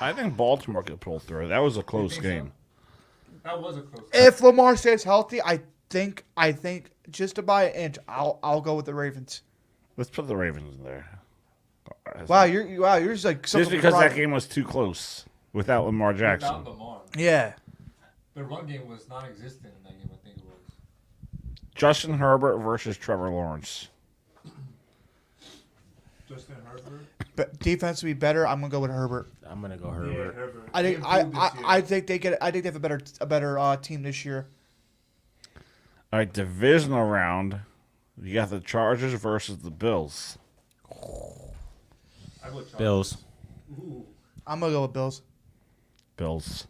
Speaker 6: I think Baltimore could pull through. That was a close game.
Speaker 5: That was a close.
Speaker 4: if Lamar stays healthy, I think, I think just about an inch, I'll, I'll go with the Ravens.
Speaker 6: Let's put the Ravens in there.
Speaker 4: Wow, you're, you- wow, you're just like
Speaker 6: Just because that game was too close without Lamar Jackson.
Speaker 11: Without Lamar.
Speaker 4: Yeah.
Speaker 11: The run game was non-existent in that game. I think it was.
Speaker 6: Justin Herbert versus Trevor Lawrence.
Speaker 11: Justin Herbert.
Speaker 4: But defense would be better. I'm gonna go with Herbert.
Speaker 10: I'm gonna go
Speaker 11: Herbert. Herbert.
Speaker 4: I think
Speaker 11: He
Speaker 4: I,
Speaker 11: improved
Speaker 4: I,
Speaker 11: this
Speaker 4: I think they get I think they have a better a better uh, team this year.
Speaker 6: All right, divisional round. You got the Chargers versus the Bills.
Speaker 11: I would.
Speaker 10: Bills.
Speaker 11: Ooh,
Speaker 4: I'm gonna go with Bills.
Speaker 6: Bills.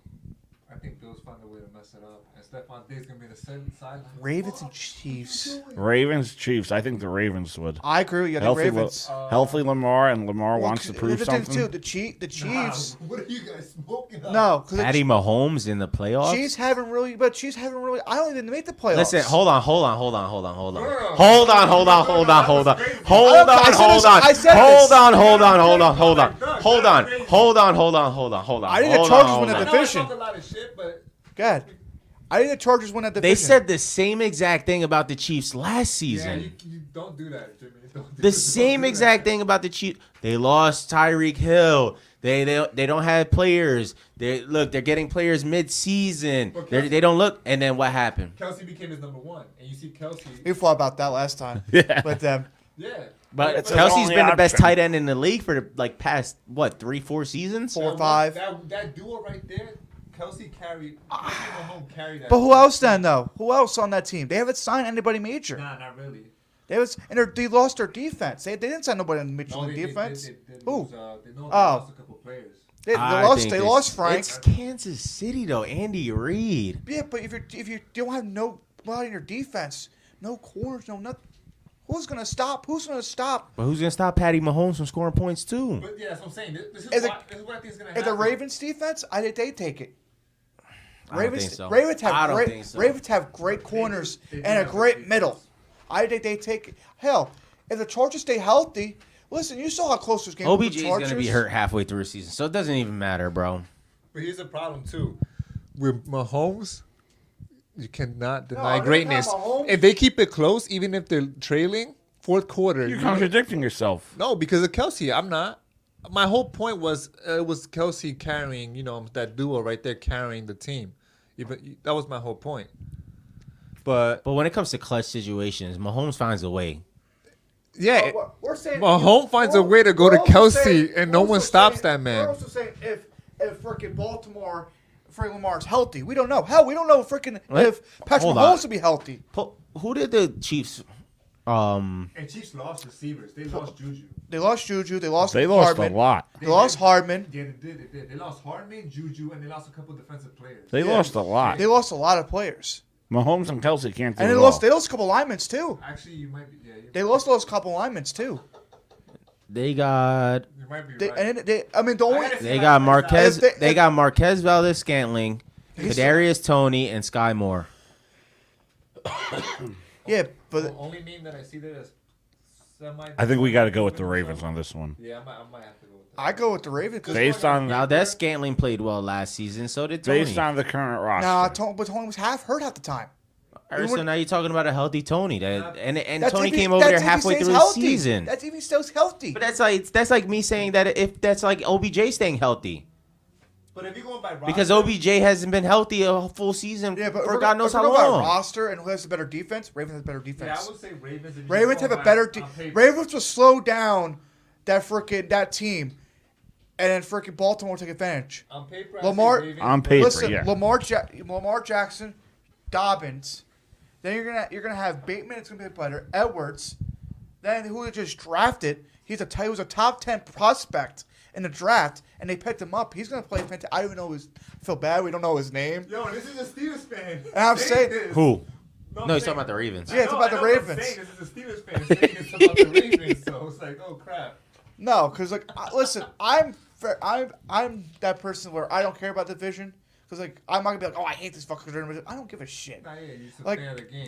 Speaker 11: I think Bills find a way to mess it up. And Stephon Diggs gonna be the side sideline.
Speaker 4: Ravens and Chiefs.
Speaker 6: Ravens, Chiefs. I think the Ravens would.
Speaker 4: I agree with you. I think
Speaker 6: Healthy,
Speaker 4: Ravens.
Speaker 10: uh,
Speaker 6: Lo- healthy Lamar, and Lamar wants to prove
Speaker 4: the thing,
Speaker 6: something.
Speaker 4: too. The Chief, the Chiefs.
Speaker 5: what are you guys smoking?
Speaker 4: No, because the
Speaker 10: Patty Mahomes in the
Speaker 4: Chiefs-
Speaker 10: playoffs.
Speaker 4: Chiefs haven't really, but Chiefs haven't really. I don't even make the playoffs.
Speaker 10: Listen, hold on, hold on, hold on, hold on, hold on, hold on, hold on, hold on, hold on, hold
Speaker 4: I- I
Speaker 10: on,
Speaker 4: said
Speaker 10: hold
Speaker 4: this-
Speaker 10: on,
Speaker 4: I said
Speaker 10: hold
Speaker 4: this.
Speaker 10: on, hold on, hold on, hold on, hold on, hold on, hold on, hold on, hold on.
Speaker 4: I think the
Speaker 10: hold
Speaker 4: Chargers
Speaker 10: on,
Speaker 4: win
Speaker 10: hold
Speaker 4: that
Speaker 10: on.
Speaker 4: division. God, I think the Chargers win that division.
Speaker 10: They said the same exact thing about the Chiefs last
Speaker 11: Yeah,
Speaker 10: season.
Speaker 11: you, you don't do that, Jimmy. Don't do
Speaker 10: The same exact thing about the Chiefs. They lost Tyreek Hill. They they they don't have players. They look, they're getting players mid-season. They they don't look. And then what happened?
Speaker 11: Kelsey became his number one, and you see Kelsey.
Speaker 4: We fought about that last time. um,
Speaker 10: Yeah.
Speaker 4: With them.
Speaker 11: Yeah.
Speaker 10: But
Speaker 11: It's
Speaker 10: Kelsey's
Speaker 11: his
Speaker 10: been
Speaker 11: only
Speaker 10: the best
Speaker 11: option.
Speaker 10: tight end in the league for like past what three, four seasons,
Speaker 4: four,
Speaker 11: That, that duo right there, Kelsey carried. home carried that.
Speaker 4: But who else then though? Who else on that team? They haven't signed anybody major.
Speaker 11: Nah, not really.
Speaker 4: They was and they're- they lost their defense. They, they didn't sign nobody in major
Speaker 11: No,
Speaker 4: league
Speaker 11: they- they-
Speaker 4: defense.
Speaker 11: they- they didn't
Speaker 4: Who?
Speaker 11: lose, uh, they know they
Speaker 4: oh,
Speaker 11: lost a couple players.
Speaker 4: they, they
Speaker 10: I
Speaker 4: lost.
Speaker 10: think
Speaker 4: They
Speaker 10: it's-
Speaker 4: lost Frank.
Speaker 10: It's Kansas City though, Andy Reid.
Speaker 4: Yeah, but if you if you don't have no blood in your defense, no corners, no nothing, who's gonna stop? Who's gonna stop?
Speaker 10: But who's gonna stop Patty Mahomes from scoring points too?
Speaker 11: But yeah, that's what I'm saying. This, this is,
Speaker 4: Is it-
Speaker 11: why, this is what I think is gonna
Speaker 4: If
Speaker 11: happen.
Speaker 4: the Ravens defense, I think they take it.
Speaker 10: I don't
Speaker 4: Ravens,
Speaker 10: think so.
Speaker 4: Ravens
Speaker 10: I
Speaker 4: have
Speaker 10: don't
Speaker 4: great,
Speaker 10: think so.
Speaker 4: Ravens have great corners and a great middle. I think they take it. Hell, if the Chargers stay healthy, listen, you saw how close this game was with
Speaker 10: OBJ
Speaker 4: the
Speaker 10: is
Speaker 4: Chargers.
Speaker 10: gonna be hurt halfway through the season, so it doesn't even matter, bro.
Speaker 11: But here's the problem too.
Speaker 2: With Mahomes, you cannot deny
Speaker 11: they're not
Speaker 2: greatness.
Speaker 11: Mahomes.
Speaker 2: If they keep it close, even if they're trailing, fourth quarter.
Speaker 6: You're contradicting yourself.
Speaker 2: No, because of Kelsey. I'm not. My whole point was uh, it was Kelsey carrying, you know, that duo right there carrying the team. Even that was my whole point. But
Speaker 10: but when it comes to clutch situations, Mahomes finds a way.
Speaker 2: Yeah,
Speaker 11: Oh,
Speaker 5: We're- we're saying
Speaker 2: Mahomes finds a way to go to
Speaker 5: also
Speaker 2: Kelsey,
Speaker 5: saying-
Speaker 2: and no
Speaker 5: we're
Speaker 2: one
Speaker 5: also
Speaker 2: stops
Speaker 5: saying-
Speaker 2: that man.
Speaker 5: we're also
Speaker 4: saying if if freaking Baltimore, Frank Lamar's healthy, we don't know. Hell, we don't know freaking
Speaker 10: What?
Speaker 4: if Patrick
Speaker 10: Hold on.
Speaker 4: Mahomes will be healthy.
Speaker 10: Po- Who did the Chiefs? Um,
Speaker 11: And Chiefs lost receivers. They lost Juju.
Speaker 4: They lost Juju. They lost.
Speaker 10: They lost a
Speaker 4: Hardman.
Speaker 10: lot.
Speaker 4: They lost Hardman.
Speaker 11: Yeah, they did. They did. They lost Hardman, Juju, and they lost a couple defensive players.
Speaker 6: They lost a lot.
Speaker 4: They lost a lot of players,
Speaker 6: Mahomes and Kelsey can't do
Speaker 4: and they
Speaker 6: it
Speaker 4: lost.
Speaker 11: oh.
Speaker 6: all.
Speaker 4: They lost a couple linemen too.
Speaker 11: Actually, you might be. Yeah, you,
Speaker 4: They lost those couple linemen too.
Speaker 10: they got
Speaker 11: you might be
Speaker 4: They,
Speaker 11: right.
Speaker 4: and they, I mean, the only
Speaker 10: they got Marquez.
Speaker 4: If
Speaker 10: They,
Speaker 4: if-
Speaker 10: got Marquez Valdez Scantling,
Speaker 4: He's-
Speaker 10: Kadarius Tony, and Sky Moore.
Speaker 4: Yeah, but
Speaker 11: the only name that I see there is semi.
Speaker 6: I think we got to go with the Ravens on this one.
Speaker 11: Yeah, I might, I might have to go with
Speaker 4: I go with the Ravens
Speaker 6: Based on
Speaker 10: Valdez Scantling played well last season, so did Tony.
Speaker 6: based on the current roster,
Speaker 4: Nah, Tony, but Tony was half hurt half the time.
Speaker 10: All right,
Speaker 4: We
Speaker 10: so
Speaker 4: would-
Speaker 10: now you're talking about a healthy Tony. That and and
Speaker 4: That's
Speaker 10: Tony
Speaker 4: if he-
Speaker 10: came over
Speaker 4: that's
Speaker 10: there
Speaker 4: if he
Speaker 10: halfway
Speaker 4: stays
Speaker 10: through the
Speaker 4: healthy.
Speaker 10: season.
Speaker 4: That's even still healthy.
Speaker 10: But that's like that's like me saying that if that's like OBJ staying healthy
Speaker 11: But if you're going by roster,
Speaker 10: because OBJ hasn't been healthy a full season
Speaker 4: Yeah, but
Speaker 10: for
Speaker 4: we're-
Speaker 10: God knows
Speaker 4: if
Speaker 10: how
Speaker 4: we're talking about
Speaker 10: long.
Speaker 4: roster and who has a better defense? Ravens has a better defense.
Speaker 11: I would say Ravens. if you
Speaker 4: Ravens
Speaker 11: go
Speaker 4: have a
Speaker 11: by-
Speaker 4: better. De-
Speaker 11: on paper.
Speaker 4: Ravens will slow down that freaking that team, and then freaking Baltimore will take advantage.
Speaker 11: On paper, I say
Speaker 4: Lamar
Speaker 11: Ravens. On paper,
Speaker 4: Listen,
Speaker 6: yeah.
Speaker 4: Lamar, ja- Lamar Jackson, Dobbins, Then you're gonna you're gonna have Bateman. It's gonna be a player. Edwards. Then who they just drafted? He's a t- he was a top ten prospect in the draft, and they picked him up. He's gonna play fantastic. I don't even know his. I feel bad. We don't know his name.
Speaker 2: Yo, this is a Steelers fan.
Speaker 4: And I'm saying
Speaker 10: Who? No, he's talking about the Ravens.
Speaker 4: Yeah, it's
Speaker 2: No,
Speaker 4: about the
Speaker 2: I know what I'm
Speaker 4: Ravens.
Speaker 2: saying. This is a Steelers fan saying it's about the Ravens, so it's like, oh crap.
Speaker 4: No, because like, I, listen, I'm fair, I'm I'm that person where I don't care about the vision. Because like, I'm not gonna be like, oh, I hate this fucking tournament. I don't give a shit. like,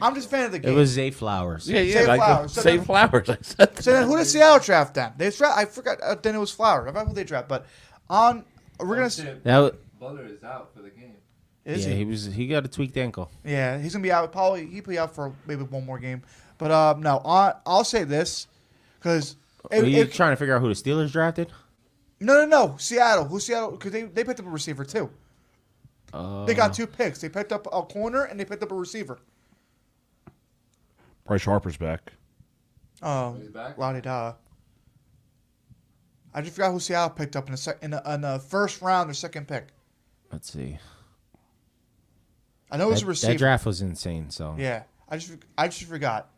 Speaker 4: I'm just a fan of the game.
Speaker 10: It was Zay Flowers.
Speaker 4: Yeah, yeah, Zay like, Flowers. So Zay then- Flowers,
Speaker 10: I
Speaker 4: So then, who did Seattle draft then? They draft. I forgot. Uh, then it was Flower. I forgot who they draft. But on we're gonna. s-
Speaker 10: That w-
Speaker 2: Butler is out for the game.
Speaker 4: Is
Speaker 10: yeah,
Speaker 4: he?
Speaker 10: he? was. He got a tweaked ankle.
Speaker 4: Yeah, he's gonna be out. Probably he be out for maybe one more game. But uh, no, on, I'll say this because
Speaker 10: Are you trying to figure out who the Steelers drafted?
Speaker 4: no, no, no, Seattle. Who Seattle? Because they they picked up a receiver too.
Speaker 10: Uh,
Speaker 4: They got two picks. They picked up a corner and they picked up a receiver.
Speaker 6: Bryce Harper's back.
Speaker 4: Oh, Lottie da. I just forgot who Seattle picked up in the sec- in the, in the first round or second pick.
Speaker 10: Let's see.
Speaker 4: I know it was
Speaker 10: that,
Speaker 4: a receiver.
Speaker 10: That draft was insane. So
Speaker 4: Yeah, I just I just forgot.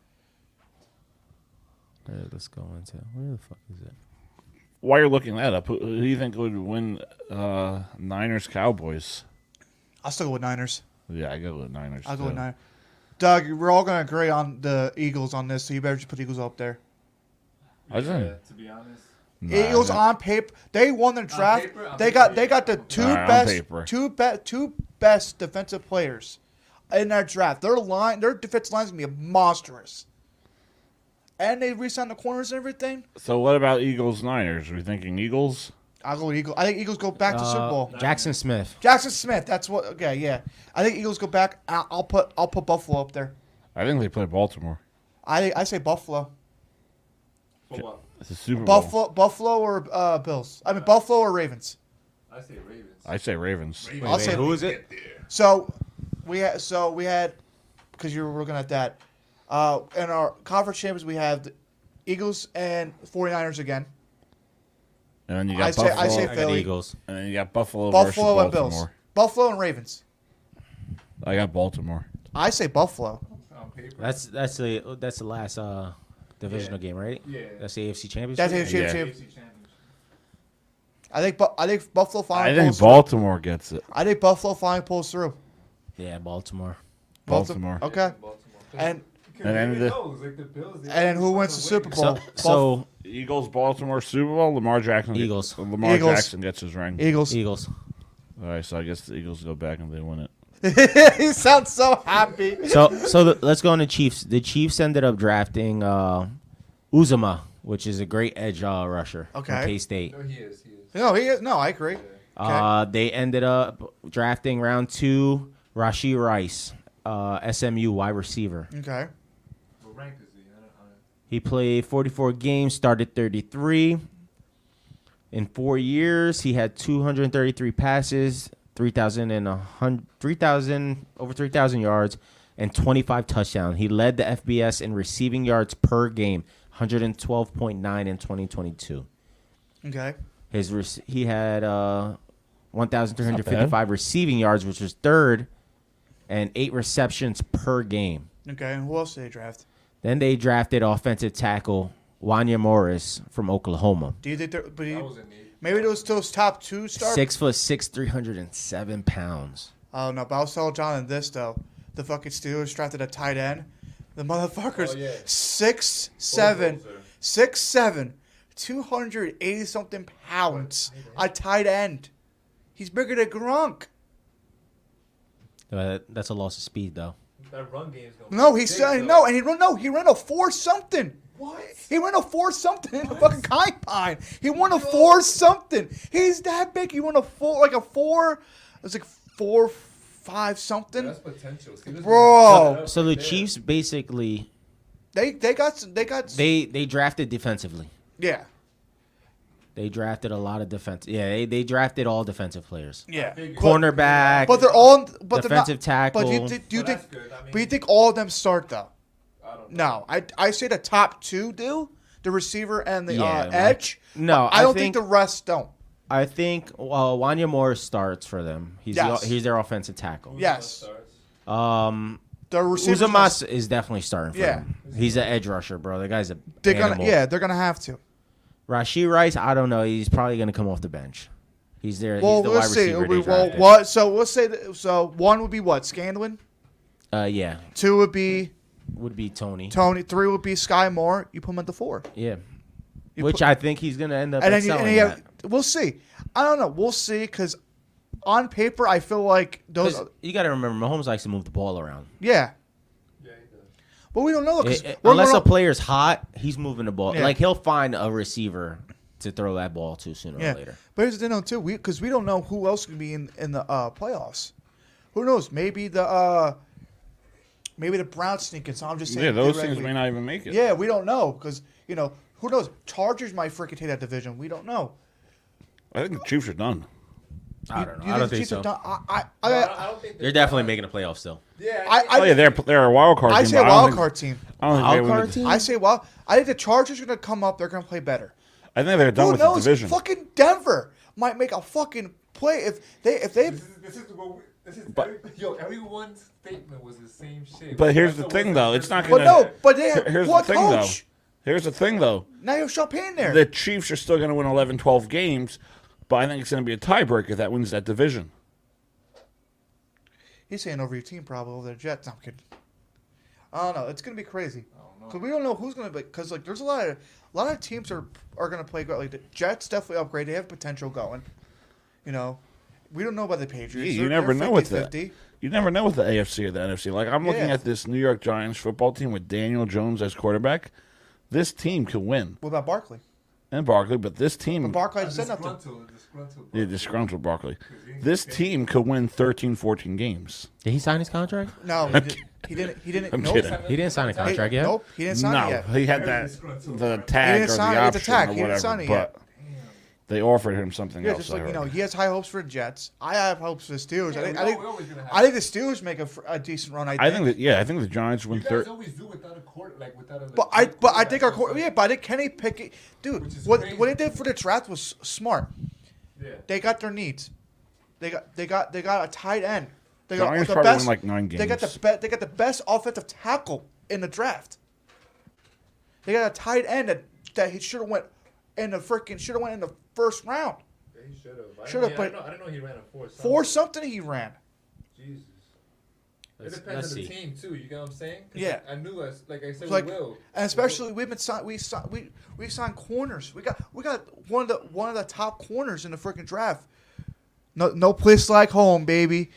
Speaker 10: All right, let's go into where the fuck is it?
Speaker 6: While you're looking that up, who, who do you think would win uh, Niners Cowboys?
Speaker 4: I'll still go with Niners.
Speaker 6: Yeah, I go with Niners.
Speaker 4: I'll go
Speaker 6: too.
Speaker 4: with Niners. Doug, we're all gonna agree on the Eagles on this, so you better just put Eagles up there.
Speaker 6: I think.
Speaker 2: To be honest.
Speaker 4: Eagles on paper, they won the draft. they got they got the two
Speaker 6: All right, on paper.
Speaker 4: best two best two best defensive players in that draft. Their line, their defense line is gonna be monstrous. And they re-signed the corners and everything.
Speaker 6: So what about Eagles Niners? Are we thinking Eagles?
Speaker 4: I'll go with Eagles. I think Eagles go back to Super
Speaker 10: Uh,
Speaker 4: Bowl.
Speaker 10: Jackson Smith.
Speaker 4: Jackson Smith. That's what. Okay, yeah. I think Eagles go back. I- I'll put I'll put Buffalo up there.
Speaker 6: I think they play Baltimore.
Speaker 4: I I say Buffalo.
Speaker 6: It's a Super Bowl.
Speaker 4: Buffalo Buffalo or uh, Bills. I mean Buffalo or Ravens.
Speaker 2: I say Ravens.
Speaker 10: Uh,
Speaker 6: I say Ravens.
Speaker 4: I'll say So we had so we had because you were looking at that. Uh, in our conference champions, we have the Eagles and 49ers again.
Speaker 6: And then you got
Speaker 4: I say-
Speaker 6: Buffalo.
Speaker 4: I say I got Philly.
Speaker 10: Eagles.
Speaker 6: And then you got Buffalo.
Speaker 4: Buffalo
Speaker 6: versus
Speaker 4: and Bills.
Speaker 6: Baltimore.
Speaker 4: Buffalo and Ravens.
Speaker 6: I got Baltimore.
Speaker 4: I say Buffalo.
Speaker 10: That's that's the that's the last uh divisional game, right?
Speaker 4: Yeah.
Speaker 10: That's the AFC Championship.
Speaker 4: That's AFC
Speaker 6: Yeah.
Speaker 4: championship. I think Bu- I think Buffalo
Speaker 6: I
Speaker 4: finally.
Speaker 6: think
Speaker 4: pulls
Speaker 6: Baltimore gets it.
Speaker 4: through. I think Buffalo finally pulls through.
Speaker 10: Yeah, Baltimore.
Speaker 6: Baltimore.
Speaker 4: Okay. And
Speaker 6: And then the
Speaker 4: and then who wins the Super Bowl? Buff-
Speaker 6: Eagles, Baltimore, Super Bowl. Lamar Jackson. Eagles. Lamar
Speaker 4: Eagles. E-
Speaker 6: Jackson gets his ring.
Speaker 4: Eagles.
Speaker 10: Eagles.
Speaker 6: All right, so I guess the Eagles go back and they win it.
Speaker 4: he sounds so happy.
Speaker 10: So so the, let's go on the Chiefs. The Chiefs ended up drafting uh Uzuma, which is a great edge uh, rusher
Speaker 4: Okay.
Speaker 10: from K State.
Speaker 4: No, he is. He is. No, he is. No, I agree.
Speaker 10: Uh, they ended up drafting round two Rashi Rice, uh, SMU wide receiver.
Speaker 4: Okay.
Speaker 10: He played 44 games, started 33. In four years, he had 233 passes, 3,000 and a hun- 3,000 over 3,000 yards, and 25 touchdowns. He led the FBS in receiving yards per game, 112.9 in 2022.
Speaker 4: Okay.
Speaker 10: His rec- he had uh, 1,355 receiving yards, which was third, and eight receptions per game.
Speaker 4: Okay. And who else did they draft?
Speaker 10: Then they drafted offensive tackle Wanya Morris from Oklahoma.
Speaker 4: Do you think there? But do you, maybe those those top two stars.
Speaker 10: Six foot six, three hundred and seven pounds.
Speaker 4: I don't know, but I'll tell John in this though. The fucking Steelers drafted a tight end. The motherfuckers six seven, six seven, two hundred eighty something pounds. A tight end. He's bigger than Gronk.
Speaker 10: Uh, that's a loss of speed though.
Speaker 2: That run game's going.
Speaker 4: No, he's uh, no, and he run no, he ran a four something. What? He ran a four something in the fucking combine. He won a four something. He's that big. He won a four like a four. It's like four five something. that's
Speaker 2: potential.
Speaker 4: Bro,
Speaker 10: So, so the Chiefs basically
Speaker 4: they they got some, they got
Speaker 10: they they drafted defensively.
Speaker 4: yeah
Speaker 10: They drafted a lot of defense. Yeah, they, they drafted all defensive players.
Speaker 4: yeah
Speaker 10: Cornerback.
Speaker 4: But they're all but
Speaker 10: defensive
Speaker 4: they're not,
Speaker 10: tackle.
Speaker 4: But do you, thi- do you think? but you think all of them start though? I don't know. No, I I say the top two do the receiver and the
Speaker 10: Yeah,
Speaker 4: uh,
Speaker 10: like-
Speaker 4: edge.
Speaker 10: No,
Speaker 4: but I
Speaker 10: I
Speaker 4: don't think,
Speaker 10: think-
Speaker 4: the rest don't.
Speaker 10: I think well, Wanya Morris starts for them. He's
Speaker 4: Yes.
Speaker 10: the, he's their offensive tackle.
Speaker 4: Yes.
Speaker 10: Um,
Speaker 4: The receivers
Speaker 10: Uzamas is definitely starting. For
Speaker 4: Yeah.
Speaker 10: them. he's an edge rusher, bro. The guy's a
Speaker 4: They're
Speaker 10: animal.
Speaker 4: gonna, yeah, they're gonna have to.
Speaker 10: Rashi Rice, I don't know. He's probably gonna come off the bench. He's there.
Speaker 4: well,
Speaker 10: he's the
Speaker 4: let's
Speaker 10: wide
Speaker 4: see.
Speaker 10: receiver
Speaker 4: We-
Speaker 10: they
Speaker 4: well,
Speaker 10: drafted.
Speaker 4: what? So let's say that, so. One would be what? Scanlon.
Speaker 10: Uh, yeah,
Speaker 4: Two would be
Speaker 10: would be Tony.
Speaker 4: Tony. Three would be Sky Moore. You put him at the four.
Speaker 10: Yeah, which I think he's gonna end up
Speaker 4: and then you,
Speaker 10: excelling
Speaker 4: and you
Speaker 10: at.
Speaker 4: have, we'll see. I don't know. We'll see because on paper I feel like those.
Speaker 10: 'Cause you got to remember, Mahomes likes to move the ball around.
Speaker 4: Yeah. But we don't know. 'cause
Speaker 10: It- it-
Speaker 4: we're-
Speaker 10: unless
Speaker 4: we're-
Speaker 10: a player's hot, he's moving the ball.
Speaker 4: Yeah.
Speaker 10: Like he'll find a receiver to throw that ball to sooner
Speaker 4: yeah.
Speaker 10: or later.
Speaker 4: But here's the thing, though, too, we because we don't know who else can be in in the uh, playoffs. Who knows? Maybe the uh, maybe the Browns sneak in. So I'm just saying.
Speaker 6: Yeah, those
Speaker 4: theoretically.
Speaker 6: things may not even make it.
Speaker 4: Yeah, we don't know because you know who knows. Chargers might freaking take that division. We don't know.
Speaker 6: I think the Chiefs are done.
Speaker 10: I
Speaker 4: You
Speaker 10: don't know. I don't
Speaker 4: the
Speaker 10: think
Speaker 4: Chiefs are
Speaker 10: so.
Speaker 4: done? I, I, I,
Speaker 10: They're definitely making the playoffs still.
Speaker 4: Yeah, I,
Speaker 6: oh, yeah, they're they're a wild card
Speaker 4: I
Speaker 6: team.
Speaker 4: say
Speaker 6: but don't
Speaker 4: wild
Speaker 6: think-
Speaker 4: card team.
Speaker 6: I don't think they win the-
Speaker 4: I say wild. I think the Chargers are going to come up. They're going to play better.
Speaker 6: I think they're done
Speaker 4: Who
Speaker 6: with
Speaker 4: knows?
Speaker 6: the division.
Speaker 4: Fucking Denver might make a fucking play if they if they.
Speaker 11: This is what we, this is
Speaker 6: But-
Speaker 11: every, yo, everyone's statement was the same shit.
Speaker 6: But here's the thing, though. It's not
Speaker 4: But
Speaker 6: going to.
Speaker 4: no, but they have
Speaker 6: Here's
Speaker 4: one
Speaker 6: the thing,
Speaker 4: coach.
Speaker 6: though. Here's the thing, though.
Speaker 4: Now you have Chopin there.
Speaker 6: The Chiefs are still going to win 11, 12 games, but I think it's going to be a tiebreaker that wins that division.
Speaker 4: He's saying over your team probably over the Jets. No, I'm kidding. I don't know. It's going to be crazy. Because we don't know who's going to be. Because like, there's a lot of a lot of teams are are going to play great. Like the Jets definitely upgrade. They have potential going. You know, we don't know about the Patriots.
Speaker 6: Yeah, you
Speaker 4: They're-
Speaker 6: never
Speaker 4: they're
Speaker 6: know with that.
Speaker 4: 50-50.
Speaker 6: You never know with the AFC or the NFC. Like I'm looking
Speaker 4: Yeah.
Speaker 6: at this New York Giants football team with Daniel Jones as quarterback. This team could win
Speaker 4: What about Barkley?
Speaker 6: and Barkley, but this team,
Speaker 4: But Barkley said nothing.
Speaker 6: yeah, disgruntled Barkley. This team could win 13, 14 games.
Speaker 10: Did he sign his contract?
Speaker 4: No, he, did, he didn't. He didn't.
Speaker 6: I'm
Speaker 4: nope.
Speaker 6: kidding.
Speaker 10: He didn't sign a contract yet?
Speaker 4: Nope, he didn't sign
Speaker 6: no,
Speaker 4: it yet.
Speaker 6: he had that the tag
Speaker 4: He
Speaker 6: or the
Speaker 4: didn't sign it, it's a
Speaker 6: option
Speaker 4: tag.
Speaker 6: or
Speaker 4: He
Speaker 6: whatever.
Speaker 4: didn't sign it
Speaker 6: but
Speaker 4: yet.
Speaker 6: they offered him something
Speaker 4: Yeah,
Speaker 6: else.
Speaker 4: just
Speaker 6: I
Speaker 4: like you
Speaker 6: heard.
Speaker 4: know, he has high hopes for the Jets. I have hopes for the Steelers.
Speaker 11: Yeah,
Speaker 4: I
Speaker 11: we
Speaker 4: think, I
Speaker 11: all-
Speaker 4: think,
Speaker 11: we're always gonna have
Speaker 4: I think the Steelers make a, fr- a decent run. I think.
Speaker 6: I think that yeah, I think the Giants win
Speaker 11: You guys
Speaker 6: thirty.
Speaker 11: always do without a court, like without a.
Speaker 4: But I, but I think our quarter, yeah, but I think Kenny Pickett, dude, what what they did for the draft was s- smart.
Speaker 11: Yeah.
Speaker 4: They got their needs. They got they got they got a tight end. They got
Speaker 6: Giants
Speaker 4: the
Speaker 6: probably won,
Speaker 4: best.
Speaker 6: like, nine
Speaker 4: They got
Speaker 6: games.
Speaker 4: the best. They got the best offensive tackle in the draft. They got a tight end that, that he should have went in the freaking should have went in the first round.
Speaker 11: He should have.
Speaker 4: Should have
Speaker 11: played.
Speaker 4: played-
Speaker 11: I don't know. He ran a four.
Speaker 4: For something he ran.
Speaker 11: Jesus. It
Speaker 10: Let's-
Speaker 11: depends
Speaker 10: let's
Speaker 11: on the
Speaker 10: see.
Speaker 11: team too. You know what I'm saying? 'Cause
Speaker 4: Yeah.
Speaker 11: I knew us. Like I said,
Speaker 4: It's like,
Speaker 11: we will.
Speaker 4: and especially we've been signed. We signed. We we signed corners. We got we got one of the one of the top corners in the freaking draft. No no place like home, baby.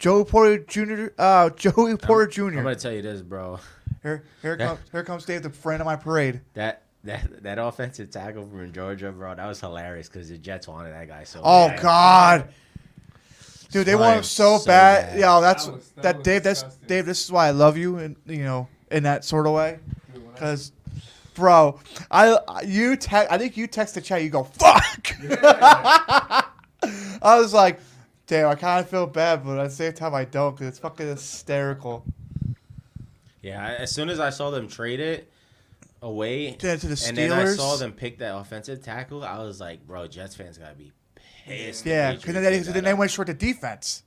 Speaker 4: Joey Porter Jr. Uh, Joey Porter
Speaker 10: I'm
Speaker 4: Jr.
Speaker 10: gonna tell you this, bro.
Speaker 4: Here here
Speaker 10: That-
Speaker 4: comes here comes Dave, the friend of my parade.
Speaker 10: That that that offensive tackle from Georgia, bro, that was hilarious because the Jets wanted that guy so.
Speaker 4: Oh
Speaker 10: bad.
Speaker 4: God, dude, they want him
Speaker 10: Slimes
Speaker 4: so,
Speaker 10: so
Speaker 4: bad.
Speaker 10: bad.
Speaker 4: Yo, that's
Speaker 11: That
Speaker 4: that,
Speaker 11: was- that was
Speaker 4: Dave. That's Dave. This is why I love you, and you know, in that sort of way, because. Bro, I you te- I think you text the chat. You go fuck. I was like, damn. I kind of feel bad, but at the same time, I don't because it's fucking hysterical.
Speaker 10: Yeah, I- as soon as I saw them trade it away
Speaker 4: To- to the
Speaker 10: and then I
Speaker 4: Steelers?
Speaker 10: saw them pick that offensive tackle, I was like, bro, Jets fans gotta be pissed. the
Speaker 4: Yeah,
Speaker 10: Patriots
Speaker 4: because then, they,
Speaker 10: did that.
Speaker 4: then they went short to defense.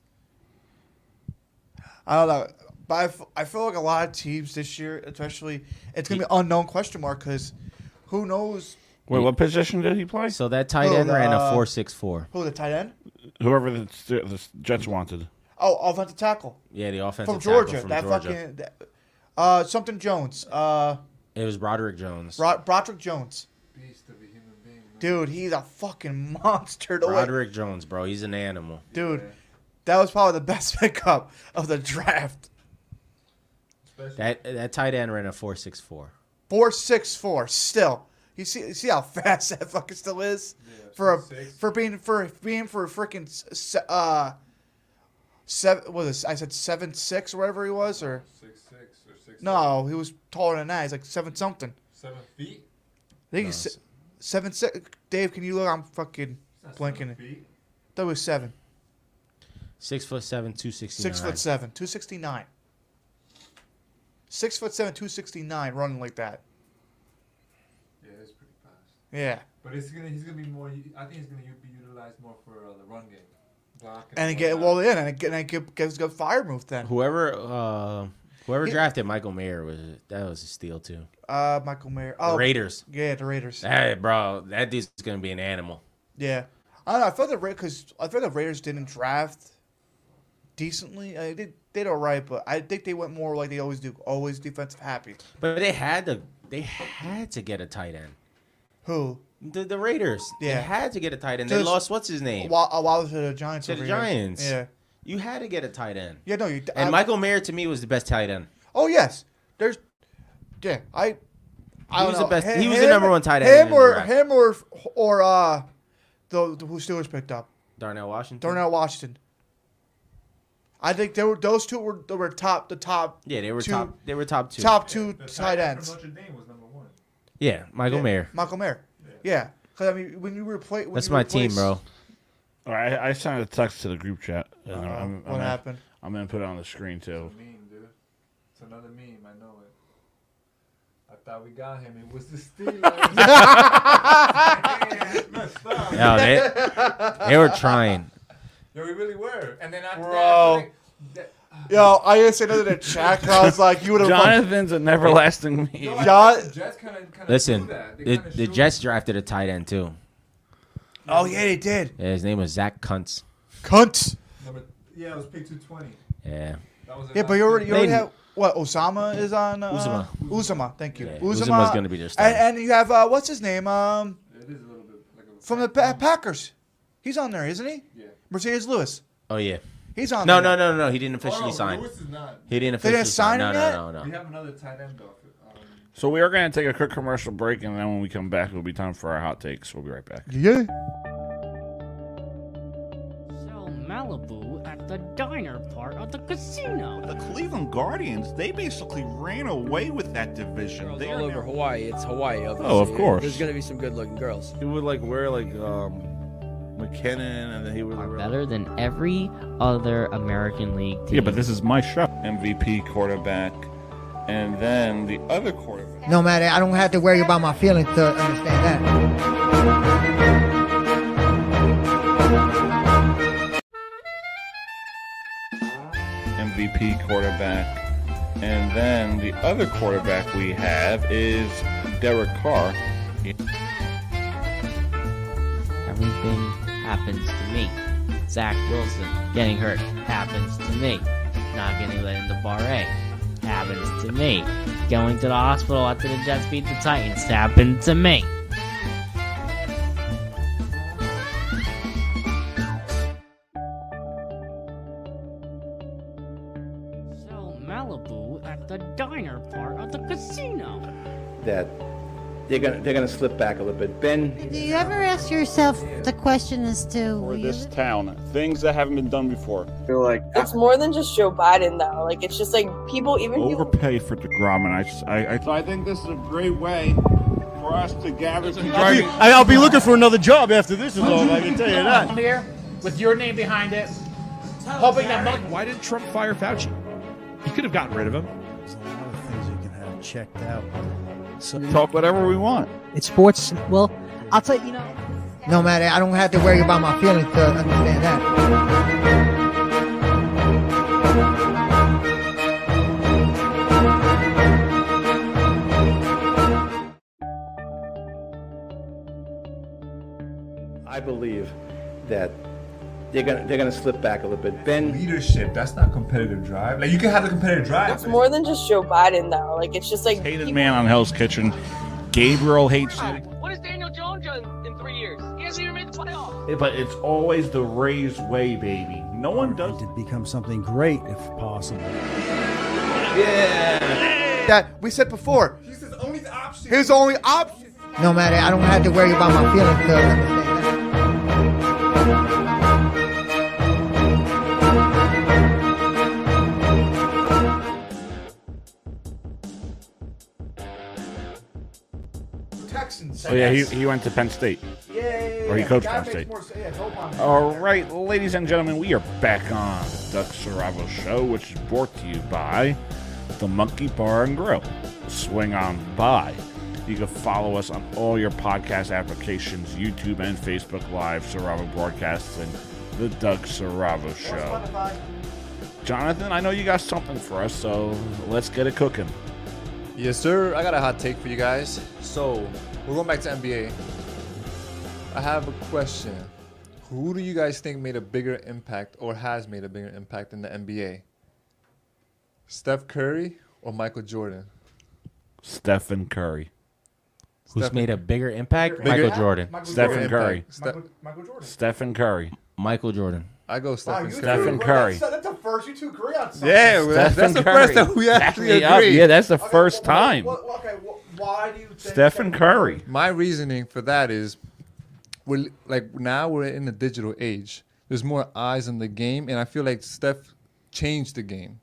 Speaker 4: I don't know, but I, f- I feel like a lot of teams this year, especially, it's gonna be an unknown question mark because who knows?
Speaker 6: Wait, what position did he play?
Speaker 10: So that tight
Speaker 4: Who,
Speaker 10: end ran a
Speaker 4: uh,
Speaker 10: four six four.
Speaker 4: Who the tight end?
Speaker 6: Whoever the, the Jets wanted.
Speaker 4: Oh, offensive tackle
Speaker 10: Yeah, the offensive
Speaker 4: from
Speaker 10: tackle
Speaker 4: Georgia.
Speaker 10: from
Speaker 4: that
Speaker 10: Georgia.
Speaker 4: fucking that, uh, something Jones, uh,
Speaker 10: It was Broderick Jones.
Speaker 4: Rod- Broderick Jones.
Speaker 11: Beast of a human being.
Speaker 4: Dude, he's a fucking monster. The way-
Speaker 10: Broderick Jones, bro, he's an animal.
Speaker 4: dude, that was probably the best pickup of the draft.
Speaker 10: That that tight end ran a four six four.
Speaker 4: four six four. Still, you see, you see how fast that fucker still is for a for being for being for a freaking s- s- uh seven. What was it? I said seven six or whatever he was, or
Speaker 11: Six six or six.
Speaker 4: no, he was taller than that. He's like seven something.
Speaker 11: Seven feet.
Speaker 4: I think he's se- seven six. Dave, can you look? I'm fucking blinking. That was seven.
Speaker 10: Six foot seven, two sixty nine.
Speaker 4: Six foot seven, two sixty nine. Six foot seven, two sixty nine, running like that.
Speaker 11: Yeah, that's pretty fast.
Speaker 4: Yeah.
Speaker 11: But it's gonna. He's gonna be more. I think he's gonna u- be utilized more for uh, the run game. Block
Speaker 4: And it
Speaker 11: whatnot.
Speaker 4: get well in, and it, get- and it get- gives a good fire move then.
Speaker 10: Whoever uh Whoever drafted Michael Mayer was that was a steal too.
Speaker 4: Uh, Michael Mayer. Oh,
Speaker 10: Raiders.
Speaker 4: Yeah, the Raiders.
Speaker 10: Hey, bro, that dude's gonna be an animal.
Speaker 4: Yeah, I don't know. I felt the Raiders because I feel the Raiders didn't draft decently. I mean, they did all right, but I think they went more like they always do, always defensive happy.
Speaker 10: But they had to. They had to get a tight end.
Speaker 4: Who?
Speaker 10: The, the Raiders.
Speaker 4: Yeah.
Speaker 10: They had to get a tight end.
Speaker 4: So
Speaker 10: they
Speaker 4: it's-
Speaker 10: lost what's his name
Speaker 4: While, while to the Giants.
Speaker 10: to
Speaker 4: over
Speaker 10: the
Speaker 4: here.
Speaker 10: Giants.
Speaker 4: Yeah.
Speaker 10: You had to get a tight end.
Speaker 4: Yeah. No. You,
Speaker 10: And
Speaker 4: I-
Speaker 10: Michael Mayer to me was the best tight end.
Speaker 4: Oh yes. There's. Yeah. I. I
Speaker 10: He
Speaker 4: don't
Speaker 10: was
Speaker 4: know.
Speaker 10: the best-
Speaker 4: Hi-
Speaker 10: he was the number one tight end in
Speaker 4: Him
Speaker 10: the
Speaker 4: or
Speaker 10: draft.
Speaker 4: him or or uh, the, the who Steelers picked up.
Speaker 10: Darnell Washington.
Speaker 4: Darnell Washington. I think they were those two were they were top the top.
Speaker 10: Yeah, they were
Speaker 4: two-
Speaker 10: top. They were top two.
Speaker 4: Top two tight ends.
Speaker 10: Yeah, Michael
Speaker 4: Yeah,
Speaker 10: Mayer.
Speaker 4: Michael Mayer. Yeah, because I mean, when you replace, when
Speaker 10: That's
Speaker 4: you
Speaker 10: my
Speaker 4: replace-
Speaker 10: team, bro.
Speaker 6: All right, I, I sent a text to the group chat. and I'm-
Speaker 4: Uh-oh,
Speaker 6: I'm-
Speaker 4: Oh, Uh-huh. what
Speaker 6: I'm gonna-
Speaker 4: happened?
Speaker 6: I'm gonna put it on the screen too.
Speaker 11: meme, dude. It's another meme. I know it. I thought we got him. It was the Steelers. Man, messed up.
Speaker 10: No, they, they were trying.
Speaker 11: Yo, we really were. And then after
Speaker 4: Bro.
Speaker 11: that,
Speaker 4: Yo, I didn't say nothing to Shaq. 'cause I was like, you would have.
Speaker 6: Jonathan's an everlasting meme.
Speaker 11: I
Speaker 4: John,
Speaker 11: think the Jets kind of kind of
Speaker 10: Listen,
Speaker 11: do that. They
Speaker 10: the,
Speaker 11: kinda
Speaker 10: the
Speaker 11: shoot-
Speaker 10: Jets drafted a tight end too.
Speaker 4: oh yeah, they did.
Speaker 10: Yeah, his name was Zach Kuntz.
Speaker 4: Cunts.
Speaker 11: Number, yeah, it was pick two twenty.
Speaker 10: Yeah.
Speaker 11: That was
Speaker 4: Yeah, but you already you already
Speaker 10: They-
Speaker 4: have what Osama is on. Uh,
Speaker 10: Uzama.
Speaker 4: Uzama, thank you.
Speaker 10: Yeah,
Speaker 4: Uzama,
Speaker 10: Uzama's gonna be their starter.
Speaker 4: And, and you have uh, what's his name? Um,
Speaker 11: It is a little bit like a.
Speaker 4: from the pa- Packers. He's on there, isn't he? Yeah. Mercedes Lewis.
Speaker 10: Oh yeah.
Speaker 4: He's on
Speaker 10: No,
Speaker 4: there.
Speaker 10: no, no, no, no. He didn't
Speaker 11: Hold
Speaker 10: officially
Speaker 11: on,
Speaker 10: sign.
Speaker 11: Lewis is not.
Speaker 10: He didn't
Speaker 4: They
Speaker 10: officially
Speaker 4: didn't sign
Speaker 10: No,
Speaker 4: him yet?
Speaker 10: no, no,
Speaker 11: We
Speaker 10: no.
Speaker 11: have another tight end though. um,
Speaker 6: So we are gonna take a quick commercial break, and then when we come back, it'll be time for our hot takes. We'll be right back.
Speaker 4: Yeah.
Speaker 12: Sell Malibu at the diner part of the casino.
Speaker 6: The Cleveland Guardians, they basically ran away with that division. They
Speaker 17: all over Hawaii. It's Hawaii, obviously.
Speaker 6: Oh, of course.
Speaker 17: There's going to be some good-looking girls.
Speaker 6: He would like wear like um, McKinnon, and then he would wear
Speaker 16: Better than every other American League team.
Speaker 6: Yeah, but this is my shop. MVP quarterback, and then the other quarterback.
Speaker 9: No matter, I don't have to worry about my feelings to understand that.
Speaker 6: MVP quarterback. And then the other quarterback we have is Derek Carr.
Speaker 16: Everything happens to me. Zach Wilson getting hurt happens to me. Not getting let into bar A happens to me. Going to the hospital after the Jets beat the Titans happened to me.
Speaker 12: Sell Malibu at the diner part of the casino.
Speaker 1: that they're gonna they're gonna slip back a little bit. Ben,
Speaker 7: Do you ever ask yourself the question as to
Speaker 6: For this town, things that haven't been done before. They're like
Speaker 3: It's more than just Joe Biden though. Like it's just like people even people
Speaker 6: overpay for Degrom, and I, just- I, I, so I think this is a great way for us to gather.
Speaker 13: I'll be, I- I'll be looking for another job after this is over. I can tell you that.
Speaker 14: Come here with your name behind it, hoping that. Mike, why did Trump fire Fauci? He could have gotten rid of him.
Speaker 8: Checked out. So
Speaker 6: Talk whatever we want.
Speaker 9: It's sports. Well, I'll tell you, you know. No matter, I don't have to worry about my feelings to understand that.
Speaker 1: I believe that they're gonna they're gonna slip back a little bit. Ben,
Speaker 11: leadership. That's not competitive drive. Like you can have the competitive
Speaker 2: ah.
Speaker 11: drive.
Speaker 3: It's more than just Joe Biden though. Like it's just like
Speaker 6: Hated man on Hell's Kitchen. Gabriel hates it.
Speaker 18: What has Daniel Jones done in three years? He hasn't even made the playoffs.
Speaker 6: But it's always the Rays way, baby. No one does.
Speaker 8: To become something great, if possible.
Speaker 4: Yeah. That we said before. He's his only option. His only option.
Speaker 9: No matter, I don't have to worry about my feelings to understand that.
Speaker 4: Texans.
Speaker 6: Oh yeah, he, he went to Penn State.
Speaker 4: Yay.
Speaker 6: Or he coached
Speaker 4: That
Speaker 6: Penn
Speaker 4: makes
Speaker 6: State.
Speaker 4: more sense. Yeah, hope I'm-
Speaker 6: All right, ladies and gentlemen, we are back on the Duck Survival Show, which is brought to you by the Monkey Bar and Grill. Swing on by. You can follow us on all your podcast applications, YouTube and Facebook Live, Survival Broadcasting, the Doug Survival Show. Jonathan, I know you got something for us, so let's get it cooking.
Speaker 2: Yes, sir. I got a hot take for you guys. So we're going back to NBA. I have a question. Who do you guys think made a bigger impact or has made a bigger impact in the NBA? Steph Curry or Michael Jordan?
Speaker 6: Stephen Curry.
Speaker 10: Who's
Speaker 2: Stephen-
Speaker 10: made a bigger impact?
Speaker 2: Bigger-
Speaker 10: Michael Jordan.
Speaker 6: Stephen Curry.
Speaker 2: Ste- Michael-
Speaker 6: Stephen Curry.
Speaker 10: Michael Jordan.
Speaker 2: I go
Speaker 4: Wow,
Speaker 2: Stephen
Speaker 4: Oh, you two
Speaker 2: Curry.
Speaker 4: agree-
Speaker 6: Curry.
Speaker 4: That's, that's the first you two agree on something.
Speaker 2: Yeah, well, that's
Speaker 6: Stephen
Speaker 2: the first
Speaker 6: Curry.
Speaker 2: time we actually
Speaker 6: Back me up.
Speaker 2: agree.
Speaker 6: Yeah, that's the first time.
Speaker 4: Well, well, okay, well, why do you think
Speaker 6: Stephen Curry.
Speaker 2: My reasoning for that is, we're like now we're in the digital age. There's more eyes in the game, and I feel like Steph changed the game.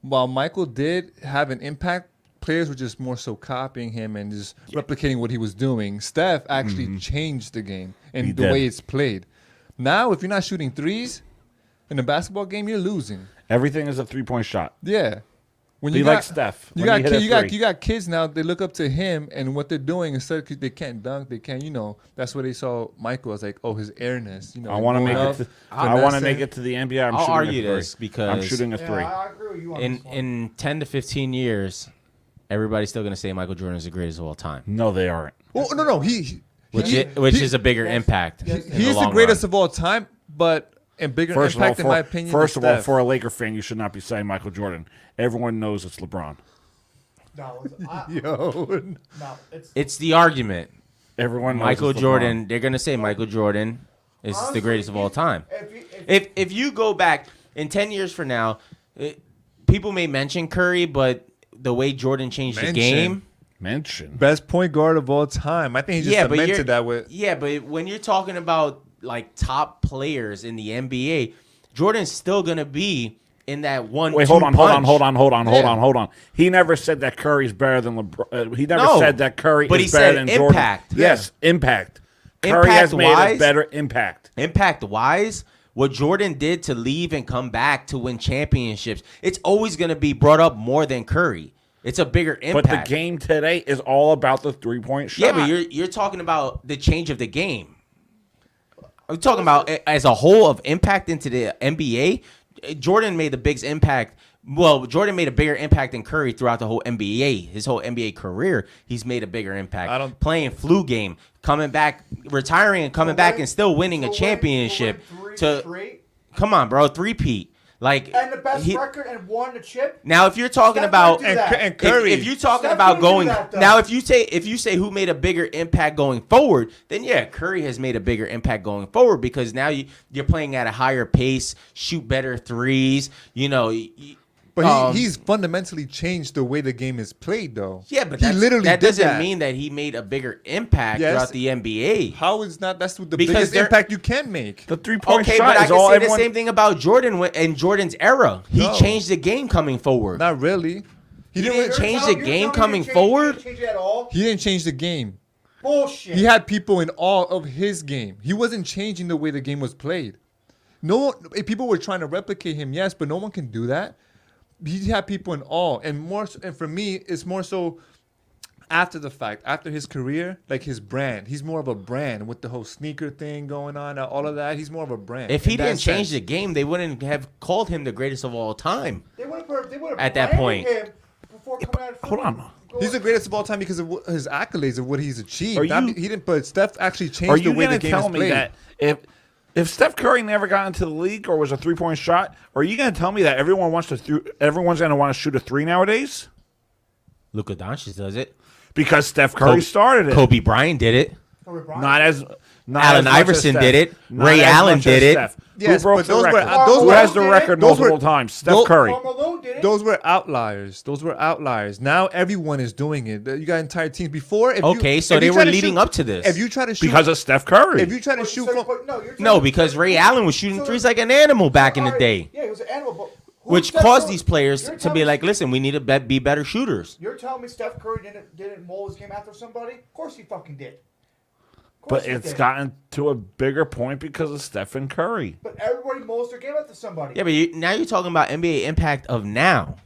Speaker 2: While Michael did have an impact, players were just more so copying him and just replicating what he was doing. Steph actually changed the game and
Speaker 6: Mm-hmm. He
Speaker 2: the
Speaker 6: did.
Speaker 2: way it's played. Now, if you're not shooting threes in a basketball game, you're losing.
Speaker 6: Everything is a three point shot.
Speaker 2: Yeah. When
Speaker 6: Be
Speaker 2: you
Speaker 6: like
Speaker 2: got-
Speaker 6: Steph,
Speaker 2: You
Speaker 6: when
Speaker 2: got
Speaker 6: he hit
Speaker 2: kid-
Speaker 6: a
Speaker 2: you got
Speaker 6: three.
Speaker 2: you got kids now. They look up to him and what they're doing instead because they can't dunk. They can't. You know that's what they saw Michael as like oh his airness. You know
Speaker 6: I want to
Speaker 2: going
Speaker 6: make
Speaker 2: up,
Speaker 6: it. To, I
Speaker 2: finessing.
Speaker 6: want to make it to the NBA. I'm
Speaker 10: I'll
Speaker 6: shooting
Speaker 10: argue
Speaker 6: a three.
Speaker 10: this because
Speaker 6: I'm shooting a three.
Speaker 10: in in ten to fifteen years, everybody's still gonna say Michael Jordan is the greatest of all time.
Speaker 6: No, they aren't.
Speaker 2: Well, no, no, he
Speaker 10: Which
Speaker 2: he-
Speaker 10: i- which
Speaker 2: he-
Speaker 10: is a bigger impact. in
Speaker 2: He's the,
Speaker 10: long
Speaker 2: greatest of all time, but and bigger
Speaker 6: First of all,
Speaker 2: impact
Speaker 6: for,
Speaker 2: in my opinion. than
Speaker 6: first of all,
Speaker 2: Steph.
Speaker 6: for a Laker fan, you should not be saying Michael Jordan. Everyone knows it's LeBron.
Speaker 4: No, it's, I,
Speaker 2: Yo.
Speaker 4: no, it's
Speaker 10: Run. It's the argument.
Speaker 6: Everyone knows
Speaker 10: Michael
Speaker 6: it's LeBron.
Speaker 10: Jordan. They're gonna say Michael Jordan is the greatest of all time.
Speaker 4: if you- if-
Speaker 10: If if you go back in ten years from now, it, people may mention Curry, but the way Jordan changed the game.
Speaker 6: Mention.
Speaker 2: Best point guard of all time. I think he just
Speaker 10: you're-
Speaker 2: cemented that with.
Speaker 10: Yeah, but when you're talking about like top players in the NBA, Jordan's still gonna be in that one.
Speaker 6: Wait,
Speaker 10: two
Speaker 6: hold on, hold on,
Speaker 10: punch.
Speaker 6: hold on, hold on, hold
Speaker 10: Yeah.
Speaker 6: on, hold on. He never said that Curry's better than LeBron. Uh, he never
Speaker 10: No,
Speaker 6: said that Curry
Speaker 10: but
Speaker 6: is
Speaker 10: he said
Speaker 6: better than Jordan.
Speaker 10: impact.
Speaker 6: Yes, impact. Curry has made a
Speaker 10: Impact-wise-
Speaker 6: better impact.
Speaker 10: Impact wise, what Jordan did to leave and come back to win championships, it's always gonna be brought up more than Curry. It's a bigger impact.
Speaker 6: But the game today is all about the three point shot.
Speaker 10: yeah, but you're you're talking about the change of the game. I'm talking about a- as a whole of impact into the NBA. eh, Jordan made the biggest impact. Well, Jordan made a bigger impact than Curry throughout the whole NBA. His whole NBA career, he's made a bigger impact. I don't, Playing flu game, coming back, retiring and coming back, and still winning a championship. to come on, bro, three peat. Like
Speaker 4: and the best
Speaker 10: he-
Speaker 4: record and won the chip.
Speaker 10: now, if you're talking
Speaker 4: Steph
Speaker 10: about
Speaker 4: wouldn't do And that. Cu- and
Speaker 10: if-
Speaker 4: Curry.
Speaker 10: if, you're talking
Speaker 4: Steph
Speaker 10: about
Speaker 4: wouldn't do
Speaker 10: going
Speaker 4: that, though.
Speaker 10: now, if you say if you say who made a bigger impact going forward, then yeah, Curry has made a bigger impact going forward because now you you're playing at a higher pace, shoot better threes, you know. y- y-
Speaker 2: But
Speaker 10: um,
Speaker 2: he, he's fundamentally changed the way the game is played, though.
Speaker 10: yeah, but
Speaker 2: he
Speaker 10: that's-
Speaker 2: literally
Speaker 10: that
Speaker 2: did
Speaker 10: doesn't
Speaker 2: that.
Speaker 10: mean that he made a bigger impact
Speaker 2: Yes.
Speaker 10: throughout the NBA.
Speaker 2: How is not? That's the
Speaker 10: Because
Speaker 2: biggest
Speaker 10: they're-
Speaker 2: impact you can make.
Speaker 6: The three point
Speaker 10: Okay,
Speaker 6: shot
Speaker 10: but I
Speaker 6: is
Speaker 10: can
Speaker 6: all
Speaker 10: say
Speaker 6: everyone.
Speaker 10: the same thing about Jordan when- and Jordan's era. He
Speaker 2: No.
Speaker 10: changed the game coming forward.
Speaker 2: Not really.
Speaker 10: He, didn't
Speaker 2: didn't- You're
Speaker 10: change the
Speaker 2: telling- you're
Speaker 10: game
Speaker 2: telling me
Speaker 10: coming
Speaker 2: he changed-
Speaker 10: forward.
Speaker 4: Change it at all?
Speaker 2: He didn't change the game.
Speaker 4: Bullshit.
Speaker 2: He had people in awe of his game. He wasn't changing the way the game was played. No one, eh, people were trying to replicate him, yes, but no one can do that. He had people in awe, and more. So, and for me, it's more so after the fact, after his career, like his brand. He's more of a brand with the whole sneaker thing going on, uh, all of that. He's more of a brand.
Speaker 10: If he
Speaker 2: in that
Speaker 10: didn't change
Speaker 2: sense.
Speaker 10: the game, they wouldn't have called him the greatest of all time.
Speaker 4: They would have put. They would have
Speaker 10: At that point.
Speaker 4: him before coming out of
Speaker 6: Hold on.
Speaker 2: He's the greatest of all time because of wh- his accolades of what he's achieved.
Speaker 6: Are
Speaker 2: Not
Speaker 6: you-
Speaker 2: be- he didn't, but Steph actually
Speaker 6: Are
Speaker 2: changed the
Speaker 6: you
Speaker 2: way
Speaker 6: going
Speaker 2: the
Speaker 6: to
Speaker 2: game is
Speaker 6: tell me
Speaker 2: played.
Speaker 6: that if if Steph Curry never got into the league or was a three point shot, are you going to tell me that everyone wants to thro- everyone's going to want to shoot a three nowadays
Speaker 10: Luka Doncic does it.
Speaker 6: because Steph Curry
Speaker 10: Kobe-
Speaker 6: started it?
Speaker 10: Kobe Bryant did it.
Speaker 6: Not as not
Speaker 10: Allen
Speaker 6: as much as
Speaker 10: Iverson
Speaker 6: Steph.
Speaker 10: did it.
Speaker 6: Not
Speaker 10: Ray
Speaker 6: as
Speaker 10: Allen
Speaker 6: much as
Speaker 10: did it.
Speaker 6: Steph.
Speaker 2: Yes,
Speaker 6: Who broke
Speaker 2: but
Speaker 6: the
Speaker 2: those were-
Speaker 6: record?
Speaker 2: uh, those
Speaker 6: Who
Speaker 2: were-
Speaker 6: has the record
Speaker 2: those were-
Speaker 6: multiple times? Steph
Speaker 2: those-
Speaker 6: Curry.
Speaker 2: Those were outliers. Those were outliers. Now everyone is doing it. You got entire teams. Before, if you-
Speaker 10: Okay, so
Speaker 2: if you
Speaker 10: they
Speaker 2: try
Speaker 10: were
Speaker 2: to
Speaker 10: leading
Speaker 2: shoot-
Speaker 10: up to this.
Speaker 2: If you try to shoot
Speaker 6: Because of Steph Curry.
Speaker 2: if you try to shoot from,
Speaker 10: No, because Ray Allen was shooting threes like an animal back in the day,
Speaker 4: Yeah, he was an animal. But who
Speaker 10: which
Speaker 4: Steph
Speaker 10: caused
Speaker 4: Curry-
Speaker 10: these players
Speaker 4: You're
Speaker 10: to be
Speaker 4: telling-
Speaker 10: like, "Listen, we need to be be better shooters."
Speaker 4: You're telling me Steph Curry didn't didn't mold his game after somebody? Of course he fucking did. Of course
Speaker 6: But
Speaker 4: he
Speaker 6: it's
Speaker 4: did.
Speaker 6: gotten to a bigger point because of Stephen Curry.
Speaker 4: But everybody molds their game after somebody.
Speaker 10: Yeah, but you, now you're talking about NBA impact of now.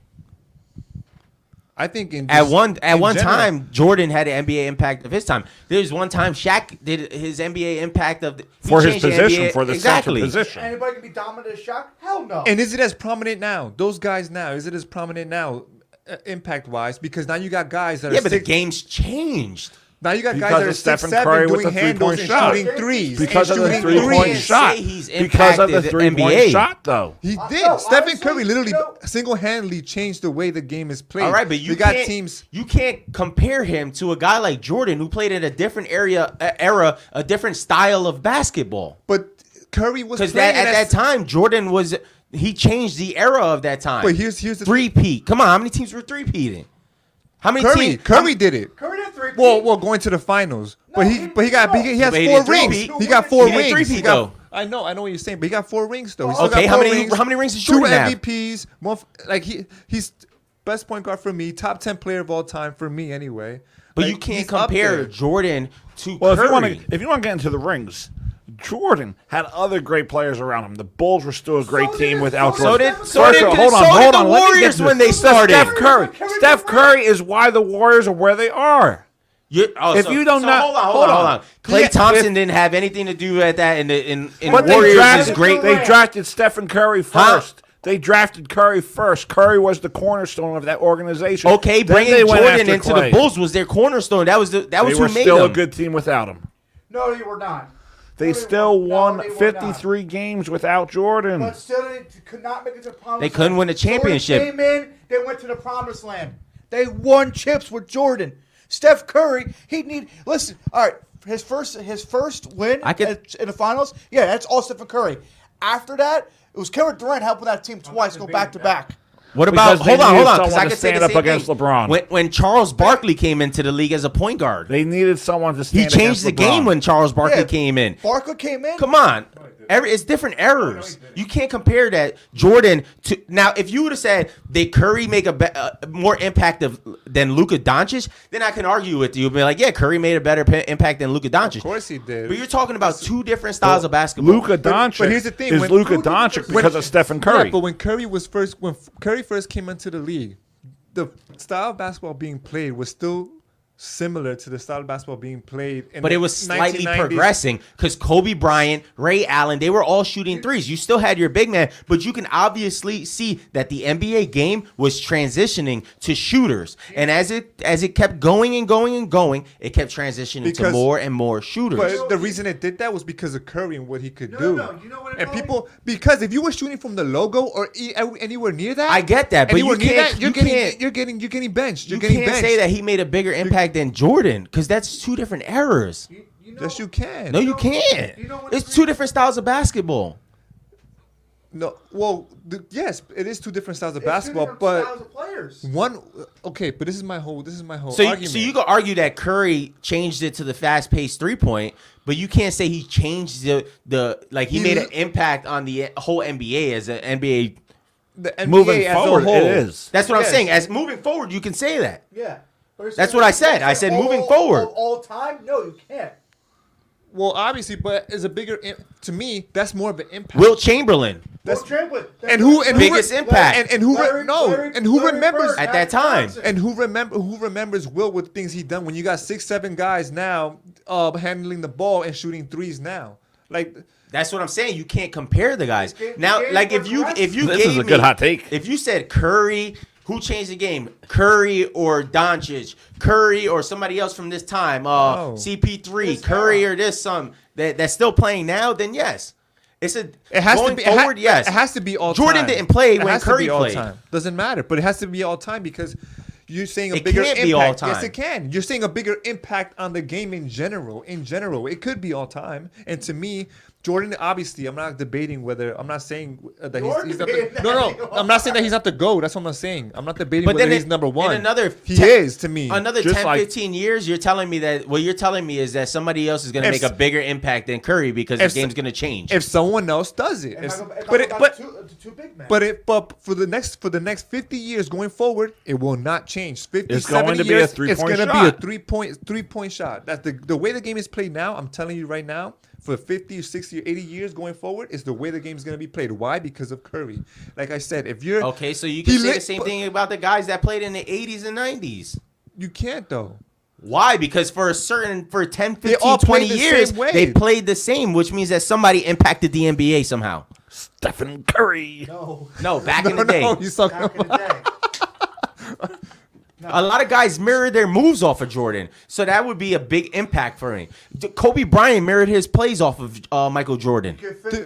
Speaker 2: I think in
Speaker 10: At
Speaker 2: just-
Speaker 10: one at
Speaker 2: in
Speaker 10: one
Speaker 2: general-
Speaker 10: time, Jordan had an NBA impact of his time. There's one time Shaq did his NBA impact of the, he
Speaker 6: For his
Speaker 10: changed the
Speaker 6: position,
Speaker 10: NBA
Speaker 6: for the central
Speaker 10: exactly.
Speaker 6: position.
Speaker 4: Anybody can be dominant as Shaq? Hell no.
Speaker 2: And is it as prominent now? Those guys now, is it as prominent now, uh, impact wise? Because now you got guys that are
Speaker 10: Yeah, but the
Speaker 2: six-
Speaker 10: game's changed.
Speaker 2: Now you got
Speaker 6: Because
Speaker 2: guys that
Speaker 6: of
Speaker 2: are six,
Speaker 6: Stephen
Speaker 2: seven
Speaker 6: Curry with
Speaker 2: doing
Speaker 6: the
Speaker 2: handles
Speaker 6: three-point
Speaker 2: and
Speaker 6: shot.
Speaker 2: shooting threes.
Speaker 6: Because
Speaker 2: and
Speaker 6: of the
Speaker 2: shooting
Speaker 6: three-point
Speaker 2: threes.
Speaker 6: shot. Say he's Because of the impacted the three-point NBA. shot, though.
Speaker 2: He
Speaker 10: Uh,
Speaker 2: did.
Speaker 10: no,
Speaker 2: Stephen
Speaker 10: honestly,
Speaker 2: Curry literally
Speaker 10: you know-
Speaker 2: single-handedly changed the way the game is played.
Speaker 10: All right, but you
Speaker 2: We got
Speaker 10: can't,
Speaker 2: teams
Speaker 10: You can't compare him to a guy like Jordan who played in a different area, uh, era, a different style of basketball.
Speaker 2: But Curry was
Speaker 10: because
Speaker 2: playing
Speaker 10: at
Speaker 2: as-
Speaker 10: that time Jordan was he changed the era of that time.
Speaker 2: But here's- here's the-
Speaker 10: three peat. Come on, how many teams were three peating? How many
Speaker 2: Curry,
Speaker 10: teams?
Speaker 2: Curry did it.
Speaker 4: Curry did three.
Speaker 2: Well, well, going to the finals, but he, but he got, he, he has
Speaker 10: But he
Speaker 2: four
Speaker 10: did three
Speaker 2: rings.
Speaker 10: peat.
Speaker 2: He got four
Speaker 10: He did
Speaker 2: rings.
Speaker 10: three
Speaker 2: He
Speaker 10: peat,
Speaker 2: got-
Speaker 10: though.
Speaker 2: I know, I know what you're saying, but he got four rings though. He
Speaker 10: Okay,
Speaker 2: still got
Speaker 10: how
Speaker 2: four
Speaker 10: many- how many rings does
Speaker 2: Two
Speaker 10: Jordan have?
Speaker 2: MVPs. One, f- like he, he's best point guard for me, top ten player of all time for me anyway.
Speaker 10: But
Speaker 2: Like,
Speaker 10: you
Speaker 2: he's
Speaker 10: can't
Speaker 2: up
Speaker 10: compare
Speaker 2: there.
Speaker 10: Jordan to
Speaker 6: Well, if
Speaker 10: Curry.
Speaker 6: you want to, if you want to get into the rings, Jordan had other great players around him. The Bulls were still a great team without
Speaker 10: so
Speaker 6: Jordan.
Speaker 10: did- so did- so did the
Speaker 6: let me get
Speaker 10: Warriors
Speaker 6: to
Speaker 10: when
Speaker 6: this.
Speaker 10: they started.
Speaker 6: Steph Curry. Steph Curry is why the Warriors are where they are.
Speaker 10: Oh,
Speaker 6: if
Speaker 10: so-
Speaker 6: you don't
Speaker 10: so
Speaker 6: not,
Speaker 10: hold on, hold on, hold on. Clay
Speaker 6: Yeah,
Speaker 10: Thompson
Speaker 6: if-
Speaker 10: didn't have anything to do with that, and in in
Speaker 6: but they
Speaker 10: Warriors
Speaker 6: drafted,
Speaker 10: is great.
Speaker 6: They drafted Stephen Curry
Speaker 10: Huh?
Speaker 6: first. They drafted Curry first. Curry was the cornerstone of that organization.
Speaker 10: Okay,
Speaker 6: Then
Speaker 10: bringing
Speaker 6: they went
Speaker 10: Jordan
Speaker 6: after
Speaker 10: into
Speaker 6: Clay.
Speaker 10: the Bulls was their cornerstone. That was the, that was
Speaker 6: they were
Speaker 10: who made
Speaker 6: still
Speaker 10: them.
Speaker 6: a good team without him.
Speaker 4: No, you were not.
Speaker 6: They still won 53 games without Jordan.
Speaker 4: But still, they could not make it to the promised
Speaker 6: They couldn't
Speaker 4: land.
Speaker 6: win a championship.
Speaker 4: Jordan came in, they went to the promised land. They won chips with Jordan. Steph Curry, he need listen. All right, his first his first win
Speaker 10: I could-
Speaker 4: at- in the finals. Yeah, that's all Stephen Curry. After that, it was Kevin Durant helping that team twice go back to back.
Speaker 10: What about
Speaker 6: Because they
Speaker 10: hold on,
Speaker 6: needed
Speaker 10: hold on? Because
Speaker 6: someone
Speaker 10: I
Speaker 6: to
Speaker 10: could say
Speaker 6: stand
Speaker 10: the
Speaker 6: up
Speaker 10: same
Speaker 6: against
Speaker 10: thing.
Speaker 6: LeBron.
Speaker 10: When, when Charles Barkley came into the league as a point guard,
Speaker 6: they needed someone to
Speaker 10: He
Speaker 6: stand
Speaker 10: changed
Speaker 6: against
Speaker 10: the
Speaker 6: LeBron.
Speaker 10: game when Charles Barkley came in.
Speaker 4: Barkley came in.
Speaker 10: Come on, Every, it's different errors. you can't compare that Jordan to now. If you would have said did Curry make a be, uh, more impact of, than Luka Doncic, then I can argue with you. Be like, yeah, Curry made a better p- impact than Luka Doncic. Of course
Speaker 2: he did.
Speaker 10: But you're talking about two different styles of basketball.
Speaker 6: Luka Doncic is
Speaker 2: when-
Speaker 6: Luka Doncic because of Stephen Curry.
Speaker 2: Yeah, but when Curry was first, when Curry first came into the league, the style of basketball being played was still similar to the style of basketball being played. In
Speaker 10: but
Speaker 2: the
Speaker 10: it was slightly
Speaker 2: 1990s.
Speaker 10: progressing because Kobe Bryant, Ray Allen, they were all shooting threes. You still had your big man, but you can obviously see that the NBA game was transitioning to shooters, and as it as it kept going and going and going, it kept transitioning to
Speaker 2: Because-
Speaker 10: more and more shooters.
Speaker 2: But the reason it did that was because of Curry and what he could do. you know what and people, because if you were shooting from the logo or e- anywhere near that,
Speaker 10: I get that, but
Speaker 2: anywhere
Speaker 10: you
Speaker 2: near
Speaker 10: can't-
Speaker 2: you're
Speaker 10: you
Speaker 2: getting,
Speaker 10: can't-
Speaker 2: you're getting, you're getting benched. You're
Speaker 10: you
Speaker 2: getting
Speaker 10: can't
Speaker 2: benched.
Speaker 10: say that he made a bigger impact than Jordan because that's two different errors.
Speaker 2: yes, you can.
Speaker 10: No, you can't. It's two different styles of basketball.
Speaker 2: No, well, the, yes, it is two different styles of
Speaker 4: It's two
Speaker 2: basketball,
Speaker 4: different
Speaker 2: but
Speaker 4: styles of players.
Speaker 2: one. Okay, but this is my whole. This is my whole
Speaker 10: So, you,
Speaker 2: argument.
Speaker 10: so you could argue that Curry changed it to the fast paced three point, but you can't say he changed the the like he,
Speaker 2: He
Speaker 10: made
Speaker 2: li-
Speaker 10: an impact on the e, whole NBA as an NBA.
Speaker 2: The NBA Moving as a forward, it whole. is.
Speaker 10: That's what
Speaker 2: Yes.
Speaker 10: I'm saying. As moving forward, you can say that.
Speaker 4: Yeah. But
Speaker 10: That's what I said. I said
Speaker 4: all-
Speaker 10: moving forward.
Speaker 4: all- all time. No, you can't.
Speaker 2: well, obviously, but it's a bigger. im- To me, that's more of an impact.
Speaker 10: Will Chamberlain
Speaker 4: Will Chamberlain.
Speaker 2: and who and
Speaker 10: Biggest
Speaker 2: who, re-
Speaker 10: impact.
Speaker 2: and, and who re-
Speaker 10: Larry-
Speaker 2: no
Speaker 10: Larry-
Speaker 2: and who
Speaker 10: Larry
Speaker 2: remembers
Speaker 10: Bird, At that Magic time. Johnson.
Speaker 2: and who remember who remembers Will with things he done when you got six seven guys now uh, handling the ball and shooting threes now like
Speaker 10: That's what I'm saying. You can't compare the guys. Now, like if you if you
Speaker 6: This
Speaker 10: gave
Speaker 6: is a
Speaker 10: me-
Speaker 6: good hot take.
Speaker 10: If you said Curry, who changed the game? Curry or Doncic? Curry or somebody else from this time? Uh,
Speaker 2: No.
Speaker 10: CP3, Curry or this some that that's still playing now? Then yes, it's a
Speaker 2: it has
Speaker 10: going
Speaker 2: to be it ha-
Speaker 10: forward. yes,
Speaker 2: it has to be all
Speaker 10: Jordan
Speaker 2: time.
Speaker 10: didn't play
Speaker 2: It
Speaker 10: when
Speaker 2: has to
Speaker 10: Curry
Speaker 2: be all
Speaker 10: played.
Speaker 2: time. doesn't matter but it has to be all time because you're saying a
Speaker 10: It
Speaker 2: bigger
Speaker 10: can't
Speaker 2: impact
Speaker 10: be all
Speaker 2: yes
Speaker 10: time.
Speaker 2: it can you're saying a bigger impact on the game in general in general it could be all time and to me Jordan, obviously, I'm not debating whether I'm not saying uh, that he's, he's not the,
Speaker 10: Jordan,
Speaker 2: no, no. I'm not saying that he's not the GOAT. That's what I'm saying. I'm not debating
Speaker 10: But
Speaker 2: whether
Speaker 10: then
Speaker 2: he's
Speaker 10: it-
Speaker 2: number
Speaker 10: in
Speaker 2: one.
Speaker 10: another
Speaker 2: he
Speaker 10: te-
Speaker 2: is to me.
Speaker 10: Another 10, 15 years, you're telling me that what you're telling me is that somebody else is going to
Speaker 2: If
Speaker 10: make
Speaker 2: s-
Speaker 10: a bigger impact than Curry because
Speaker 2: if s-
Speaker 10: the game's going to change.
Speaker 2: if someone else does it. If-
Speaker 4: If I go
Speaker 2: but
Speaker 4: back
Speaker 2: it, but
Speaker 4: to, two big men.
Speaker 2: But it but for the next for the next fifty years going forward, it will not change. Fifty
Speaker 6: It's going
Speaker 2: 70
Speaker 6: to be a
Speaker 2: years, It's
Speaker 6: three-point
Speaker 2: going to be a
Speaker 6: shot.
Speaker 2: three point three point shot. That's the the way the game is played now. I'm telling you right now. For 50 or 60 or 80 years going forward is the way the game's going to be played. Why? Because of Curry. Like I said, if you're
Speaker 10: Okay, so you can
Speaker 2: He
Speaker 10: say
Speaker 2: lit-
Speaker 10: the same
Speaker 2: but-
Speaker 10: thing about the guys that played in the 80s and 90s.
Speaker 2: You can't though.
Speaker 10: Why? Because for a certain for 10, 15,
Speaker 2: all
Speaker 10: 20
Speaker 2: played the
Speaker 10: years,
Speaker 2: same way.
Speaker 10: they played the same, which means that somebody impacted the NBA somehow.
Speaker 6: Stephen Curry.
Speaker 4: No.
Speaker 10: No, back in
Speaker 2: No,
Speaker 10: the day.
Speaker 2: no, he's talking Back in
Speaker 4: the day.
Speaker 10: A lot of guys mirrored their moves off of Jordan, so that would be a big impact for me. D- Kobe Bryant mirrored his plays off of uh, Michael Jordan,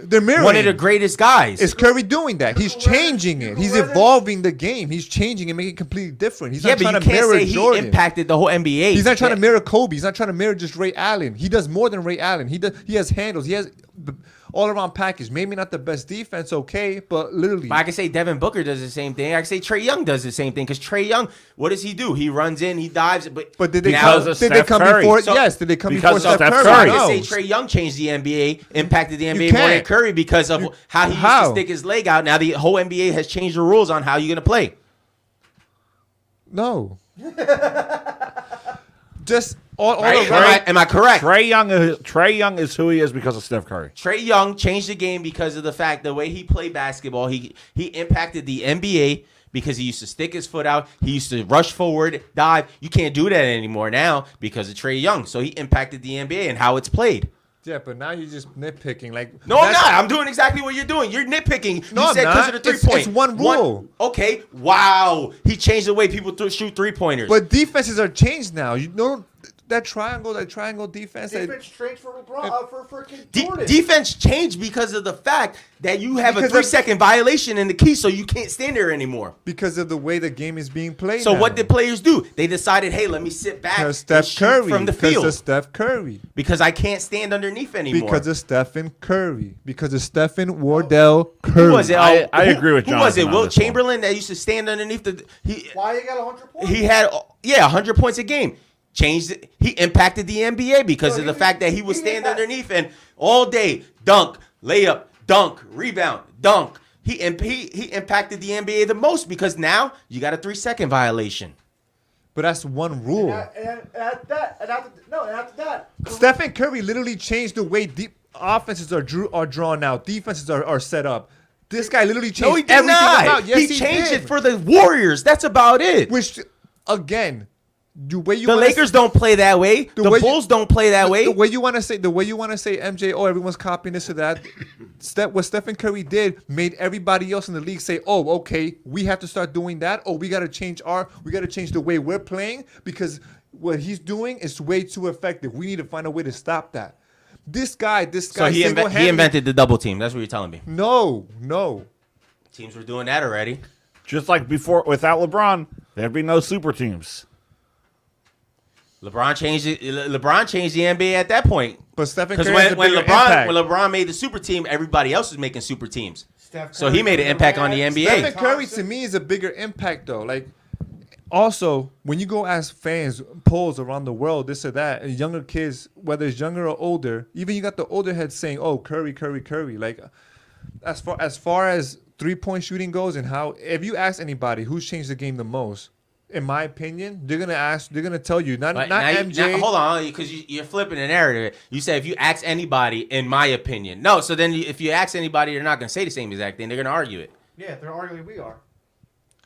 Speaker 2: They're mirroring.
Speaker 10: one of the greatest guys.
Speaker 2: Is Curry doing that? He's changing it. He's evolving the game. He's changing and making it completely different. He's
Speaker 10: yeah,
Speaker 2: not trying
Speaker 10: but
Speaker 2: to
Speaker 10: you can't
Speaker 2: mirror
Speaker 10: say
Speaker 2: Jordan.
Speaker 10: he impacted the whole NBA.
Speaker 2: He's not trying to
Speaker 10: Yeah.
Speaker 2: mirror Kobe. He's not trying to mirror just Ray Allen. He does more than Ray Allen. He does. He has handles. He has all around package. Maybe not the best defense, okay, but literally.
Speaker 10: But I can say Devin Booker does the same thing. I can say Trey Young does the same thing because Trey Young, what does he do? He runs in, he dives, but
Speaker 2: But did they
Speaker 10: Now-
Speaker 2: come? Did they come before? yes. Did they come before Steph, Curry?
Speaker 10: So I can
Speaker 2: No.
Speaker 10: say Trey Young changed the NBA, impacted the NBA more than
Speaker 2: can't.
Speaker 10: Curry because of how he used
Speaker 2: how?
Speaker 10: to stick his leg out. Now the whole NBA has changed the rules on how you're gonna play.
Speaker 2: No. Just all, all
Speaker 10: Right? Am,
Speaker 2: around.
Speaker 10: I, am I correct?
Speaker 6: Trey Young. is- Trey Young is who he is because of Steph Curry.
Speaker 10: Trey Young changed the game because of the fact the way he played basketball. He he impacted the NBA because he used to stick his foot out. He used to rush forward, dive. You can't do that anymore now because of Trey Young. So he impacted the NBA and how it's played.
Speaker 2: Yeah, but now you're just nitpicking. Like
Speaker 10: No, I'm
Speaker 2: that's-
Speaker 10: not. I'm doing exactly what you're doing. You're nitpicking.
Speaker 2: No,
Speaker 10: you
Speaker 2: I'm
Speaker 10: said because
Speaker 2: not.
Speaker 10: of the three
Speaker 2: It's-
Speaker 10: point.
Speaker 2: it's one rule.
Speaker 10: okay. Wow. He changed the way people th- shoot three pointers.
Speaker 2: But defenses are changed now. You know that triangle, that triangle defense. that-
Speaker 4: Defense trained for LeBron, uh, for freaking
Speaker 10: De-
Speaker 4: Jordan.
Speaker 10: defense changed because of the fact that you have
Speaker 2: Because
Speaker 10: a three
Speaker 2: of-
Speaker 10: second violation in the key, so you can't stand there anymore.
Speaker 2: because of the way the game is being played.
Speaker 10: So
Speaker 2: now.
Speaker 10: what did players do? They decided, hey, let me sit back
Speaker 2: Because
Speaker 10: and
Speaker 2: Steph
Speaker 10: shoot
Speaker 2: Curry
Speaker 10: from the
Speaker 2: because
Speaker 10: field
Speaker 2: of Steph Curry.
Speaker 10: because I can't stand underneath anymore. Oh.
Speaker 2: Because of Stephen Curry. Because of Stephen Wardell Curry.
Speaker 10: who was it?
Speaker 6: I-
Speaker 10: Oh,
Speaker 6: I
Speaker 10: who-
Speaker 6: agree with
Speaker 10: Who was
Speaker 6: Jonathan
Speaker 10: it?
Speaker 6: on
Speaker 10: Will
Speaker 6: this one.
Speaker 10: Chamberlain that used to stand underneath the he
Speaker 4: Why you got 100 points?
Speaker 10: he had yeah 100 points a game. Changed it. He impacted the NBA because of the fact that he would stand underneath and all day dunk, layup, dunk, rebound, dunk. He imp- he, he impacted the NBA the most because now you got a three second violation.
Speaker 2: But that's one rule.
Speaker 4: And, and after that, and after, no, and after that,
Speaker 2: Stephen Curry literally changed the way deep offenses are drew are drawn out. Defenses are, are set up. This guy literally changed
Speaker 10: No, he did
Speaker 2: everything
Speaker 10: not.
Speaker 2: about. Yes,
Speaker 10: he,
Speaker 2: he,
Speaker 10: changed
Speaker 2: did.
Speaker 10: it for the Warriors. That's about it.
Speaker 2: Which again, the way you
Speaker 10: the
Speaker 2: wanna-
Speaker 10: Lakers don't play that way. The,
Speaker 2: way you-
Speaker 10: Bulls don't play that
Speaker 2: the,
Speaker 10: way.
Speaker 2: The way you want to say the way you want to say MJ, oh everyone's copying this or that. Step what Stephen Curry did made everybody else in the league say, oh okay, we have to start doing that. Oh, we got to change our, we got to change the way we're playing because what he's doing is way too effective. We need to find a way to stop that. This guy, this
Speaker 10: so
Speaker 2: guy,
Speaker 10: he, inve- he
Speaker 2: single-handedly-
Speaker 10: invented the double team. That's what you're telling me.
Speaker 2: No, no.
Speaker 10: Teams were doing that already.
Speaker 6: Just like before, without LeBron, there'd be no super teams.
Speaker 10: LeBron changed it. Le- LeBron changed the NBA at that point.
Speaker 2: But Stephen
Speaker 10: Because
Speaker 2: Curry
Speaker 10: when,
Speaker 2: has a
Speaker 10: when LeBron
Speaker 2: bigger impact.
Speaker 10: when Lebron made the super team, everybody else was making super teams.
Speaker 4: Steph
Speaker 10: so he made an impact on the
Speaker 2: Stephen
Speaker 10: NBA.
Speaker 2: Curry to me is a bigger impact though. Like also when you go ask fans polls around the world, this or that, and younger kids, whether it's younger or older, even you got the older heads saying, "Oh, Curry, Curry, Curry." Like as far as far as three point shooting goes, and how if you ask anybody who's changed the game the most. In my opinion, they're gonna ask. They're gonna tell you not
Speaker 10: But
Speaker 2: not
Speaker 10: now you-
Speaker 2: MJ.
Speaker 10: now- hold on, because you, you're flipping the narrative. You said if you ask anybody, in my opinion, no. So then you, if you ask anybody, they're not going to say the same exact thing. They're going to argue it.
Speaker 4: yeah, they're arguing we are.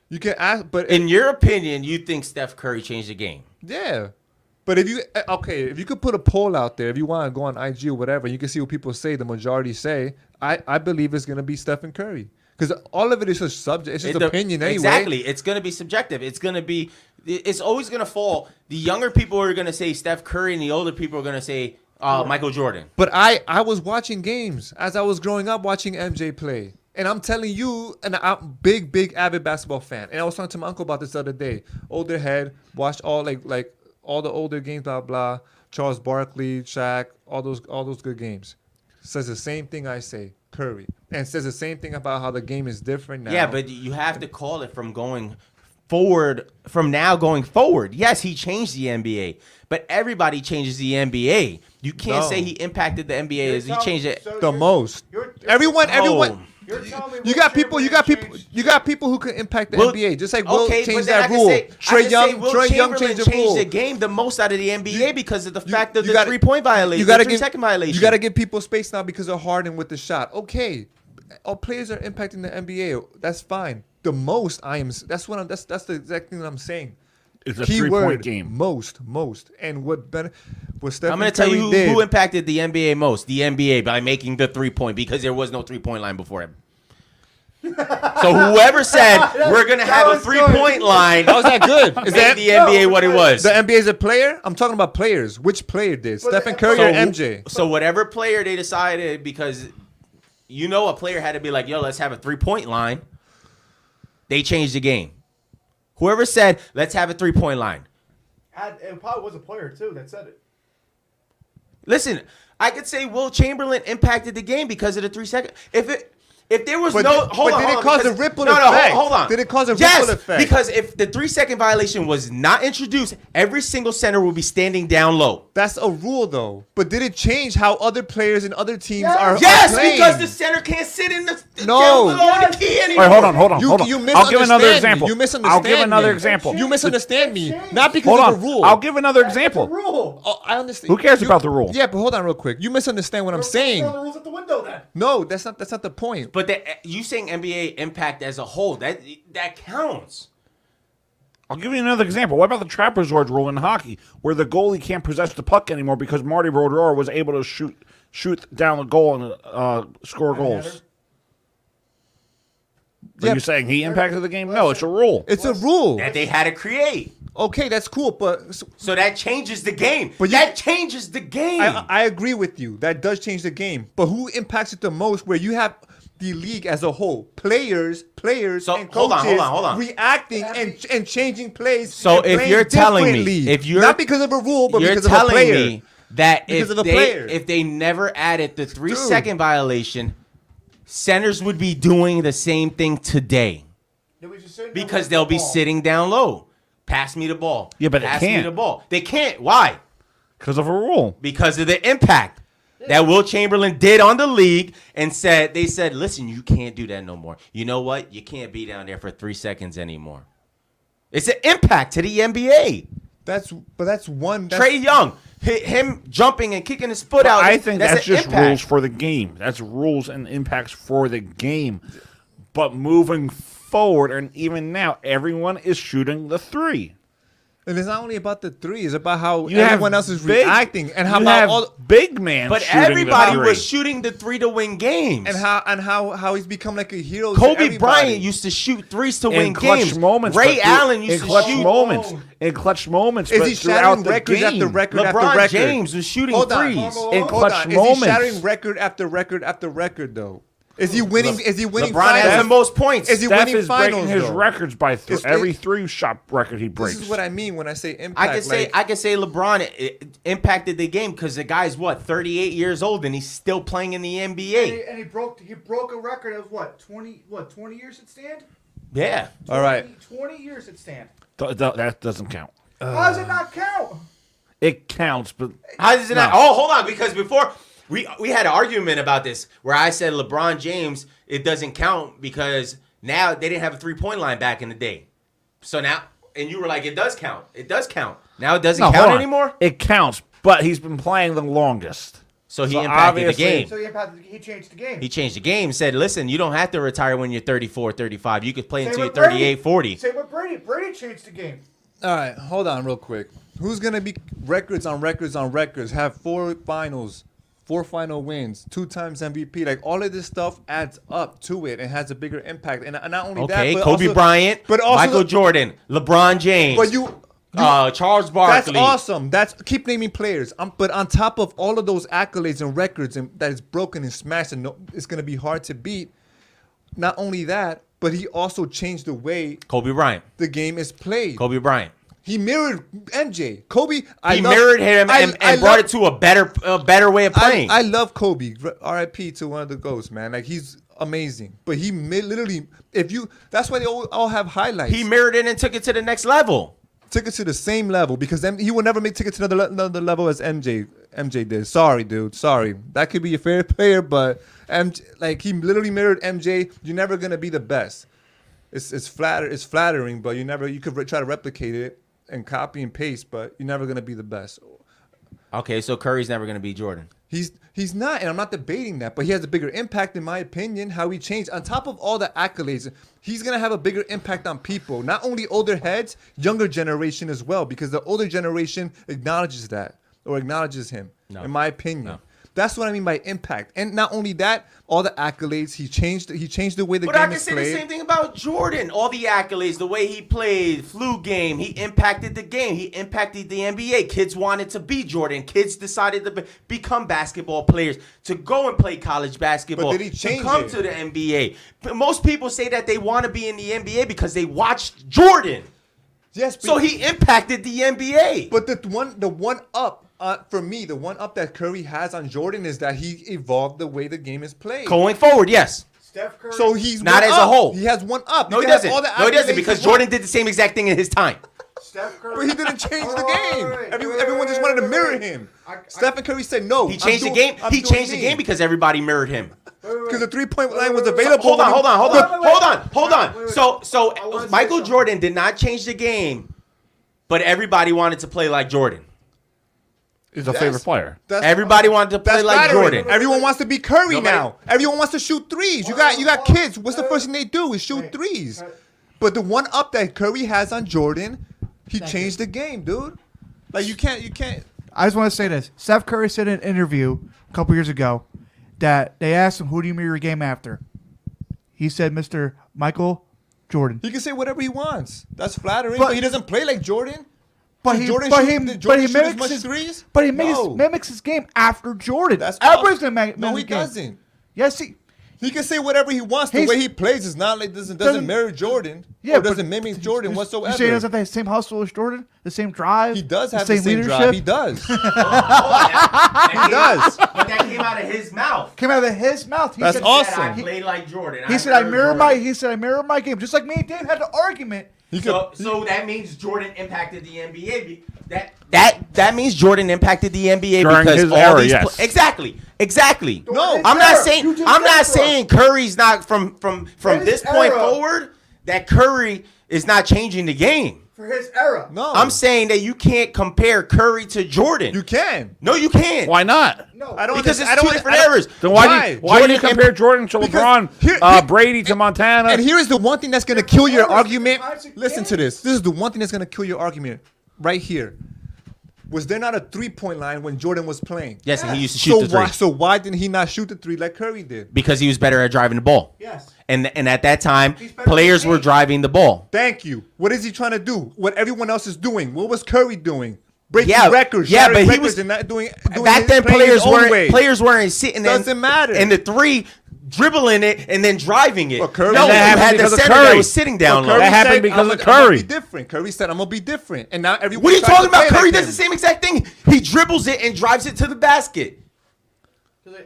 Speaker 2: You can ask, but
Speaker 10: In your opinion, you think Steph Curry changed the game?
Speaker 2: Yeah. But if you eh, okay, if you could put a poll out there, if you want to go on IG or whatever, you can see what people say. The majority say, I, I believe it's gonna be Stephen Curry because all of it is just subject, it's just
Speaker 10: It do-
Speaker 2: opinion anyway.
Speaker 10: Exactly. It's going to be subjective. It's going to be. it- It's always going to fall. The younger people are going to say Steph Curry, and the older people are going to say uh, Michael Jordan.
Speaker 2: But I I was watching games as I was growing up watching MJ play, and I'm telling you, and I'm big big avid basketball fan, and I was talking to my uncle about this the other day. Older head, watched all like like all the older games, blah blah. Charles Barkley, Shaq, all those all those good games. Says the same thing I say, Curry, and says the same thing about how the game is different now.
Speaker 10: Yeah, but you have to call it from going forward, from now going forward. Yes, he changed the NBA, but everybody changes the NBA. You can't
Speaker 2: No.
Speaker 10: say he impacted the NBA as he changed it.
Speaker 2: the most. everyone,
Speaker 10: No.
Speaker 2: everyone.
Speaker 4: You're telling me
Speaker 2: You got people. You got people. You got people who can impact the
Speaker 10: Will-
Speaker 2: NBA. Just like Will
Speaker 10: Okay, but
Speaker 2: changed
Speaker 10: then I
Speaker 2: that
Speaker 10: can
Speaker 2: rule.
Speaker 10: say- I
Speaker 2: Trey
Speaker 10: can
Speaker 2: Young.
Speaker 10: say Will
Speaker 2: Trey Young
Speaker 10: Chamberlain
Speaker 2: changed the rule.
Speaker 10: the game the most out of the NBA because of the fact of the
Speaker 2: gotta-
Speaker 10: three point violation.
Speaker 2: You got to
Speaker 10: three
Speaker 2: give
Speaker 10: second violation.
Speaker 2: You got to give people space now because of Harden with the shot. Okay, all players are impacting the NBA. That's fine. The most I am. That's what I'm. That's that's the exact thing that I'm saying.
Speaker 6: It's a
Speaker 2: Key
Speaker 6: three-point
Speaker 2: word,
Speaker 6: game.
Speaker 2: Most, most, and what ben, what Stephen
Speaker 10: I'm going to tell
Speaker 2: Curry
Speaker 10: you who,
Speaker 2: did.
Speaker 10: who impacted the NBA most. The NBA by making the three point because there was no three point line before him. so whoever said we're going to
Speaker 2: That
Speaker 10: have a
Speaker 2: was
Speaker 10: three
Speaker 2: good.
Speaker 10: point line,
Speaker 2: How is that good? Is
Speaker 10: made
Speaker 2: that-
Speaker 10: the NBA what it was?
Speaker 2: The NBA is a player. I'm talking about players. Which player did Stephen Curry or MJ?
Speaker 10: So whatever player they decided, because you know a player had to be like, "Yo, let's have a three point line." They changed the game. Whoever said, "Let's have a three point line,"
Speaker 4: And it probably was a player too that said it.
Speaker 10: listen, I could say Will Chamberlain impacted the game because of the three second. If it if there was
Speaker 2: But
Speaker 10: no
Speaker 2: did-
Speaker 10: hold
Speaker 2: but
Speaker 10: on,
Speaker 2: did it
Speaker 10: hold
Speaker 2: cause
Speaker 10: on, because-
Speaker 2: a ripple
Speaker 10: no, No,
Speaker 2: effect?
Speaker 10: hold, hold on.
Speaker 2: Did it cause a
Speaker 10: yes,
Speaker 2: ripple effect?
Speaker 10: Because if the three second violation was not introduced, every single center will be standing down low.
Speaker 2: That's a rule though. But did it change how other players and other teams are? are
Speaker 10: Yes,
Speaker 2: playing?
Speaker 10: because the center can't sit in the the
Speaker 2: No.
Speaker 10: down low in the key
Speaker 2: All
Speaker 10: anymore.
Speaker 2: right,
Speaker 6: hold on, hold on,
Speaker 2: You-
Speaker 6: hold on.
Speaker 2: you
Speaker 6: I'll give another
Speaker 2: misunderstand me.
Speaker 6: example.
Speaker 2: You misunderstand
Speaker 6: I'll give another
Speaker 2: me.
Speaker 6: example.
Speaker 2: You misunderstand me. Not because
Speaker 6: Hold
Speaker 2: of
Speaker 6: on.
Speaker 2: the rule.
Speaker 6: I'll give another example.
Speaker 4: Rule.
Speaker 2: Oh, I understand.
Speaker 6: Who cares
Speaker 2: You-
Speaker 6: about the rule?
Speaker 2: Yeah, but hold on real quick. You misunderstand what I'm saying.
Speaker 4: rules at the window then.
Speaker 2: No, that's not that's not the point.
Speaker 10: But the, eh, you saying NBA impact as a whole that that counts.
Speaker 6: I'll give you another example. What about the trapezoid rule in hockey, where the goalie can't possess the puck anymore because Marty Brodeur was able to shoot shoot down the goal and uh, score goals? Are you saying he impacted the game? No, it's a rule.
Speaker 2: It's a rule
Speaker 10: that they had to create.
Speaker 2: Okay, that's cool, but so,
Speaker 10: that changes the game. But that changes the game.
Speaker 2: I, I agree with you. That does change the game. But who impacts it the most? Where you have the league as a whole, players, players, and
Speaker 10: hold
Speaker 2: coaches
Speaker 10: on, hold on, hold on.
Speaker 2: reacting and and changing plays.
Speaker 10: So
Speaker 2: and
Speaker 10: if
Speaker 2: playing
Speaker 10: you're telling me,
Speaker 2: differently.
Speaker 10: if you're
Speaker 2: not because of a rule, but
Speaker 10: you're
Speaker 2: because
Speaker 10: telling
Speaker 2: of a player,
Speaker 10: me that if
Speaker 2: Because of a
Speaker 10: they
Speaker 2: player.
Speaker 10: if they never added the three second violation, centers would be doing the same thing today because they'll be sitting down low. Pass me the ball.
Speaker 6: Yeah, but they
Speaker 10: pass
Speaker 6: can't.
Speaker 10: me the ball. They can't. Why?
Speaker 6: Because of a rule.
Speaker 10: Because of the impact that Will Chamberlain did on the league and said they said, "Listen, you can't do that no more. You know what? You can't be down there for 3 seconds anymore." It's an impact to the NBA.
Speaker 2: That's but that's one.
Speaker 10: Trey Young, hi- him jumping and kicking his foot
Speaker 6: But
Speaker 10: out.
Speaker 6: I think that's,
Speaker 10: an
Speaker 6: just rules for the game. That's rules and impacts for the game. But moving forward, and even now, everyone is shooting the three.
Speaker 2: And it's not only about the three; it's about how
Speaker 6: You have
Speaker 2: everyone else is
Speaker 6: big-
Speaker 2: reacting and how
Speaker 6: you
Speaker 2: about
Speaker 6: have
Speaker 2: all
Speaker 6: big man.
Speaker 10: But
Speaker 6: shooting the
Speaker 10: everybody
Speaker 6: three.
Speaker 10: was shooting the three to win games.
Speaker 2: and how and how how he's become like a hero. to
Speaker 10: Kobe
Speaker 2: everybody.
Speaker 10: Bryant used to shoot threes to
Speaker 6: in
Speaker 10: win
Speaker 6: clutch
Speaker 10: games.
Speaker 6: moments. but
Speaker 10: Ray
Speaker 6: through-
Speaker 10: Allen used
Speaker 6: in
Speaker 10: to
Speaker 6: clutch
Speaker 10: shoot
Speaker 6: moments. In clutch moments.
Speaker 2: Is
Speaker 6: but
Speaker 2: he
Speaker 6: throughout
Speaker 2: shattering
Speaker 6: the
Speaker 2: records after
Speaker 6: game.
Speaker 2: record
Speaker 10: LeBron
Speaker 2: after record?
Speaker 10: James was shooting threes.
Speaker 6: In
Speaker 2: Hold
Speaker 6: clutch
Speaker 2: on. Is
Speaker 6: moments.
Speaker 2: he shattering record after record after record though? Is he winning?
Speaker 6: Le-
Speaker 2: is he winning?
Speaker 10: LeBron has
Speaker 2: finals?
Speaker 10: the most points.
Speaker 2: Is he
Speaker 6: Steph
Speaker 2: winning
Speaker 6: is
Speaker 2: finals?
Speaker 6: breaking his
Speaker 2: though?
Speaker 6: records by th-
Speaker 2: It's-
Speaker 6: every
Speaker 2: it-
Speaker 6: three shot record he breaks.
Speaker 2: This is what I mean when I say impact.
Speaker 10: I can say
Speaker 2: like,
Speaker 10: I can say LeBron i- i- impacted the game because the guy's what 38 years old and he's still playing in the
Speaker 4: And
Speaker 10: NBA.
Speaker 4: he, and he broke he broke a record of what twenty what twenty years at stand.
Speaker 10: Yeah.
Speaker 2: All right.
Speaker 4: Twenty years at stand.
Speaker 6: Th- th- that doesn't count.
Speaker 4: How does it not count?
Speaker 6: It counts, but
Speaker 10: How does it
Speaker 6: No.
Speaker 10: not? Oh, hold on, because before we we had an argument about this where I said LeBron James it doesn't count because now they didn't have a three point line back in the day, so now and you were like it does count, it does count. Now it doesn't
Speaker 6: No, hold
Speaker 10: count
Speaker 6: on.
Speaker 10: anymore.
Speaker 6: It counts, but he's been playing the longest.
Speaker 10: So he impacted the
Speaker 6: obviously-
Speaker 10: game.
Speaker 4: So he impacted, he changed the game.
Speaker 10: He changed the game. Said, "Listen, you don't have to retire when you're 34, 35. You could play
Speaker 4: Same
Speaker 10: until you're
Speaker 4: with Brady.
Speaker 10: 38, 40."
Speaker 4: Same with Brady. Brady changed the game.
Speaker 2: all right, hold on real quick. Who's gonna be records on records on records? Have four finals, four final wins, two times MVP. Like all of this stuff adds up to it and has a bigger impact. And and not only
Speaker 10: Okay,
Speaker 2: that, but
Speaker 10: Kobe
Speaker 2: also-
Speaker 10: Bryant,
Speaker 2: but also
Speaker 10: Michael
Speaker 2: the-
Speaker 10: Jordan, LeBron James,
Speaker 2: But you
Speaker 10: uh, Charles Barkley.
Speaker 2: That's awesome. That's keep naming players. Um, but on top of all of those accolades and records and that is broken and smashed and no, it's gonna be hard to beat. Not only that, but he also changed the way
Speaker 10: Kobe Bryant.
Speaker 2: the game is played.
Speaker 10: Kobe Bryant.
Speaker 2: He mirrored MJ. Kobe. I
Speaker 10: he
Speaker 2: love-
Speaker 10: mirrored him and, and brought it to a better a better way of playing.
Speaker 2: I, I love Kobe. R- RIP to one of the goats, man. Like he's amazing. But he mi- literally, if you, that's why they all, all have highlights.
Speaker 10: he mirrored it and took it to the next level.
Speaker 2: tickets to the same level because then he will never make tickets to another, le- another level as MJ MJ did. Sorry, dude. Sorry. That could be your favorite player, but MJ, like he literally mirrored MJ. You're never gonna be the best. It's it's flatter it's flattering, but you never you could re- try to replicate it and copy and paste, but you're never gonna be the best.
Speaker 10: Okay, so Curry's never going to be Jordan.
Speaker 2: He's he's not, and I'm not debating that, but he has a bigger impact, in my opinion, how he changed. On top of all the accolades, he's gonna have a bigger impact on people, not only older heads, younger generation as well, because the older generation acknowledges that or acknowledges him,
Speaker 10: No.
Speaker 2: in my opinion. That's what I mean by impact, and not only that, all the accolades. He changed. He changed the way the
Speaker 10: But I
Speaker 2: game
Speaker 10: can
Speaker 2: is
Speaker 10: say
Speaker 2: played.
Speaker 10: the same thing about Jordan. All the accolades, the way he played, flu game, he impacted the game. He impacted the NBA. Kids wanted to be Jordan. Kids decided to be- become basketball players, to go and play college basketball,
Speaker 2: But did he change
Speaker 10: to come
Speaker 2: it?
Speaker 10: to the NBA. But most people say that they want to be in the NBA because they watched Jordan.
Speaker 2: Yes.
Speaker 10: So he impacted the NBA.
Speaker 2: But the one, the one up uh, for me, the one up that Curry has on Jordan is that he evolved the way the game is played
Speaker 10: Going forward, yes.
Speaker 4: Steph Curry.
Speaker 2: So he's
Speaker 10: Not
Speaker 2: one
Speaker 10: as a
Speaker 2: up.
Speaker 10: whole.
Speaker 2: He has one up.
Speaker 10: No, he
Speaker 2: can have
Speaker 10: doesn't.
Speaker 2: all the
Speaker 10: No, he doesn't
Speaker 2: accolades
Speaker 10: because
Speaker 2: he wants.
Speaker 10: Jordan did the same exact thing in his time.
Speaker 4: Steph Curry.
Speaker 2: But he didn't change the game. Every, everyone just wanted to mirror him. Stephen Curry said no.
Speaker 10: He
Speaker 2: I'm
Speaker 10: changed the
Speaker 2: doing-
Speaker 10: game.
Speaker 2: I'm
Speaker 10: he
Speaker 2: doing
Speaker 10: changed the
Speaker 2: me.
Speaker 10: game because everybody mirrored him.
Speaker 2: because the three point line was available.
Speaker 10: Hold on,
Speaker 2: when
Speaker 10: hold
Speaker 2: he-
Speaker 10: on, hold
Speaker 2: But-
Speaker 10: on, hold on, hold on. So, so Michael Jordan did not change the game, but everybody wanted to play like Jordan.
Speaker 14: He's
Speaker 2: a That's- favorite player. that's-
Speaker 10: Everybody wanted to play
Speaker 2: That's
Speaker 10: like
Speaker 2: flattering.
Speaker 10: Jordan.
Speaker 2: Everyone wants to be Curry
Speaker 10: Nobody-
Speaker 2: now. Everyone wants to shoot threes. You got you got kids. What's the first thing they do is shoot threes. But the one up that Curry has on Jordan, he changed the game, dude. Like you can't you can't
Speaker 4: I just want to say this. Steph Curry said in an interview a couple years ago that they asked him, who do you mirror your game after? He said, Mr. Michael Jordan.
Speaker 2: he can say whatever he wants. That's flattering,
Speaker 4: But-
Speaker 2: but, he doesn't play like Jordan.
Speaker 4: But
Speaker 2: Did
Speaker 4: he,
Speaker 2: Jordan
Speaker 4: but
Speaker 2: shoot-
Speaker 4: he,
Speaker 2: did
Speaker 4: but
Speaker 2: Jordan
Speaker 4: he
Speaker 2: shoot as
Speaker 4: mimics
Speaker 2: much
Speaker 4: his,
Speaker 2: threes?
Speaker 4: But he mimics,
Speaker 2: No.
Speaker 4: mimics his game after Jordan.
Speaker 2: That's
Speaker 4: Everybody's gonna mimic
Speaker 2: No, he
Speaker 4: his game.
Speaker 2: doesn't.
Speaker 4: Yes, he.
Speaker 2: He can say whatever he wants. The
Speaker 4: He's-
Speaker 2: way he plays is not like doesn't doesn't,
Speaker 4: Doesn't-
Speaker 2: mirror Jordan.
Speaker 4: Yeah,
Speaker 2: or
Speaker 4: but-
Speaker 2: doesn't mimic Jordan whatsoever.
Speaker 4: You say he doesn't have the same hustle as Jordan, the same drive.
Speaker 2: He does have the same, drive. He does.
Speaker 10: he
Speaker 2: does.
Speaker 10: But that came out of his mouth.
Speaker 4: Came out of his mouth. He
Speaker 2: That's
Speaker 4: said,
Speaker 2: awesome.
Speaker 10: I played like Jordan.
Speaker 4: He said, "I
Speaker 10: mirrored
Speaker 4: mirror
Speaker 10: Jordan."
Speaker 4: my." He said, "I mirror my game." Just like me and Dave had an argument.
Speaker 10: So, so that means Jordan impacted the NBA. be- That that that means Jordan impacted the NBA
Speaker 14: During
Speaker 10: because
Speaker 14: his
Speaker 10: all
Speaker 14: era,
Speaker 10: these
Speaker 14: yes.
Speaker 10: pla- exactly, exactly.
Speaker 2: No,
Speaker 10: I'm
Speaker 2: era.
Speaker 10: not saying
Speaker 2: You just
Speaker 10: I'm
Speaker 2: said
Speaker 10: not
Speaker 2: so.
Speaker 10: saying Curry's not from from from
Speaker 2: His
Speaker 10: this point
Speaker 2: era.
Speaker 10: forward that Curry is not changing the game.
Speaker 4: for his era.
Speaker 2: No,
Speaker 10: I'm saying that you can't compare Curry to Jordan.
Speaker 2: you can.
Speaker 10: no, you can't.
Speaker 14: Why not?
Speaker 4: No,
Speaker 2: I don't.
Speaker 10: Because
Speaker 2: understand-
Speaker 10: it's
Speaker 2: I don't,
Speaker 10: two different
Speaker 2: I don't-
Speaker 10: eras.
Speaker 14: Then why, do you, why do you
Speaker 10: Jordan
Speaker 14: compare Jordan to
Speaker 2: Because
Speaker 14: LeBron,
Speaker 2: here-
Speaker 14: uh,
Speaker 2: here-
Speaker 14: Brady to Montana?
Speaker 2: And here's the one thing that's gonna kill your argument.
Speaker 4: times again.
Speaker 2: Listen to this. This is the one thing that's gonna kill your argument, right here. Was there not a three-point line when Jordan was playing?
Speaker 10: Yes, and he used to shoot
Speaker 2: So
Speaker 10: the three
Speaker 2: why? So why didn't he not shoot the three like Curry did?
Speaker 10: because he was better at driving the ball.
Speaker 4: Yes.
Speaker 10: And and at that time,
Speaker 4: better than
Speaker 10: players were
Speaker 4: me.
Speaker 10: driving the ball.
Speaker 2: Thank you. What is he trying to do? What everyone else is doing? What was Curry doing? Breaking
Speaker 10: Yeah,
Speaker 2: records.
Speaker 10: yeah,
Speaker 2: shattering
Speaker 10: but he
Speaker 2: records
Speaker 10: was-
Speaker 2: and not doing. doing
Speaker 10: back
Speaker 2: his-
Speaker 10: then
Speaker 2: playing
Speaker 10: players
Speaker 2: his own
Speaker 10: weren't
Speaker 2: way.
Speaker 10: players weren't sitting
Speaker 2: Doesn't
Speaker 10: in,
Speaker 2: matter.
Speaker 10: in the three dribbling it and then driving it.
Speaker 2: But Curry-
Speaker 10: no,
Speaker 2: And
Speaker 10: you
Speaker 2: that happened
Speaker 10: had the
Speaker 14: because of
Speaker 10: center that
Speaker 14: Curry.
Speaker 10: was sitting down
Speaker 2: But
Speaker 10: low.
Speaker 2: Curry
Speaker 14: That happened
Speaker 2: said,
Speaker 14: because
Speaker 2: "I'm
Speaker 14: of
Speaker 2: gonna- I'm gonna be
Speaker 14: Curry."
Speaker 2: different. Curry said, "I'm gonna be different," and now everyone.
Speaker 10: What are you
Speaker 2: tries to
Speaker 10: talking about?
Speaker 2: play like
Speaker 10: Curry does the
Speaker 2: him.
Speaker 10: same exact thing. He dribbles it and drives it to the basket.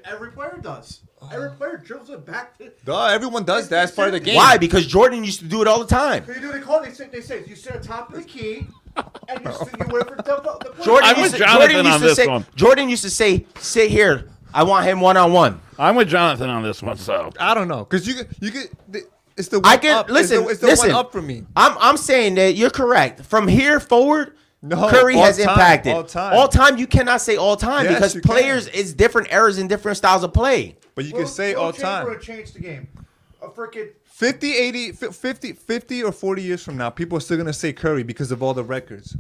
Speaker 4: Every player does. Every player dribbles it back to.
Speaker 2: Duh, everyone does that as part of the game.
Speaker 10: Why? Because Jordan used to do it all the time.
Speaker 4: You know what they call it? They say, they say you sit on top of the key, and you, sit, you wait for the, the point.
Speaker 10: Jordan
Speaker 14: I'm
Speaker 10: used
Speaker 14: with
Speaker 10: to,
Speaker 14: Jonathan
Speaker 10: Jordan used
Speaker 14: on
Speaker 10: to
Speaker 14: this
Speaker 10: say
Speaker 14: one.
Speaker 10: Jordan used to say, "Sit here. I want him one on one."
Speaker 14: I'm with Jonathan on this one, so.
Speaker 2: I don't know, cause you could- you could. th- It's the one
Speaker 10: I can
Speaker 2: up.
Speaker 10: listen.
Speaker 2: It's the, it's the
Speaker 10: listen,
Speaker 2: one up for me.
Speaker 10: I'm I'm saying that you're correct. From here forward,
Speaker 2: No,
Speaker 10: Curry
Speaker 2: all
Speaker 10: has
Speaker 2: time,
Speaker 10: impacted
Speaker 2: all time.
Speaker 10: All time, you cannot say all time
Speaker 2: Yes,
Speaker 10: because
Speaker 2: you can.
Speaker 10: players it's different eras and different styles of play.
Speaker 2: But you could say all time.
Speaker 4: changed the game. A freaking
Speaker 2: 50, 80, fi- 50, 50 or 40 years from now, people are still going to say Curry because of all the records.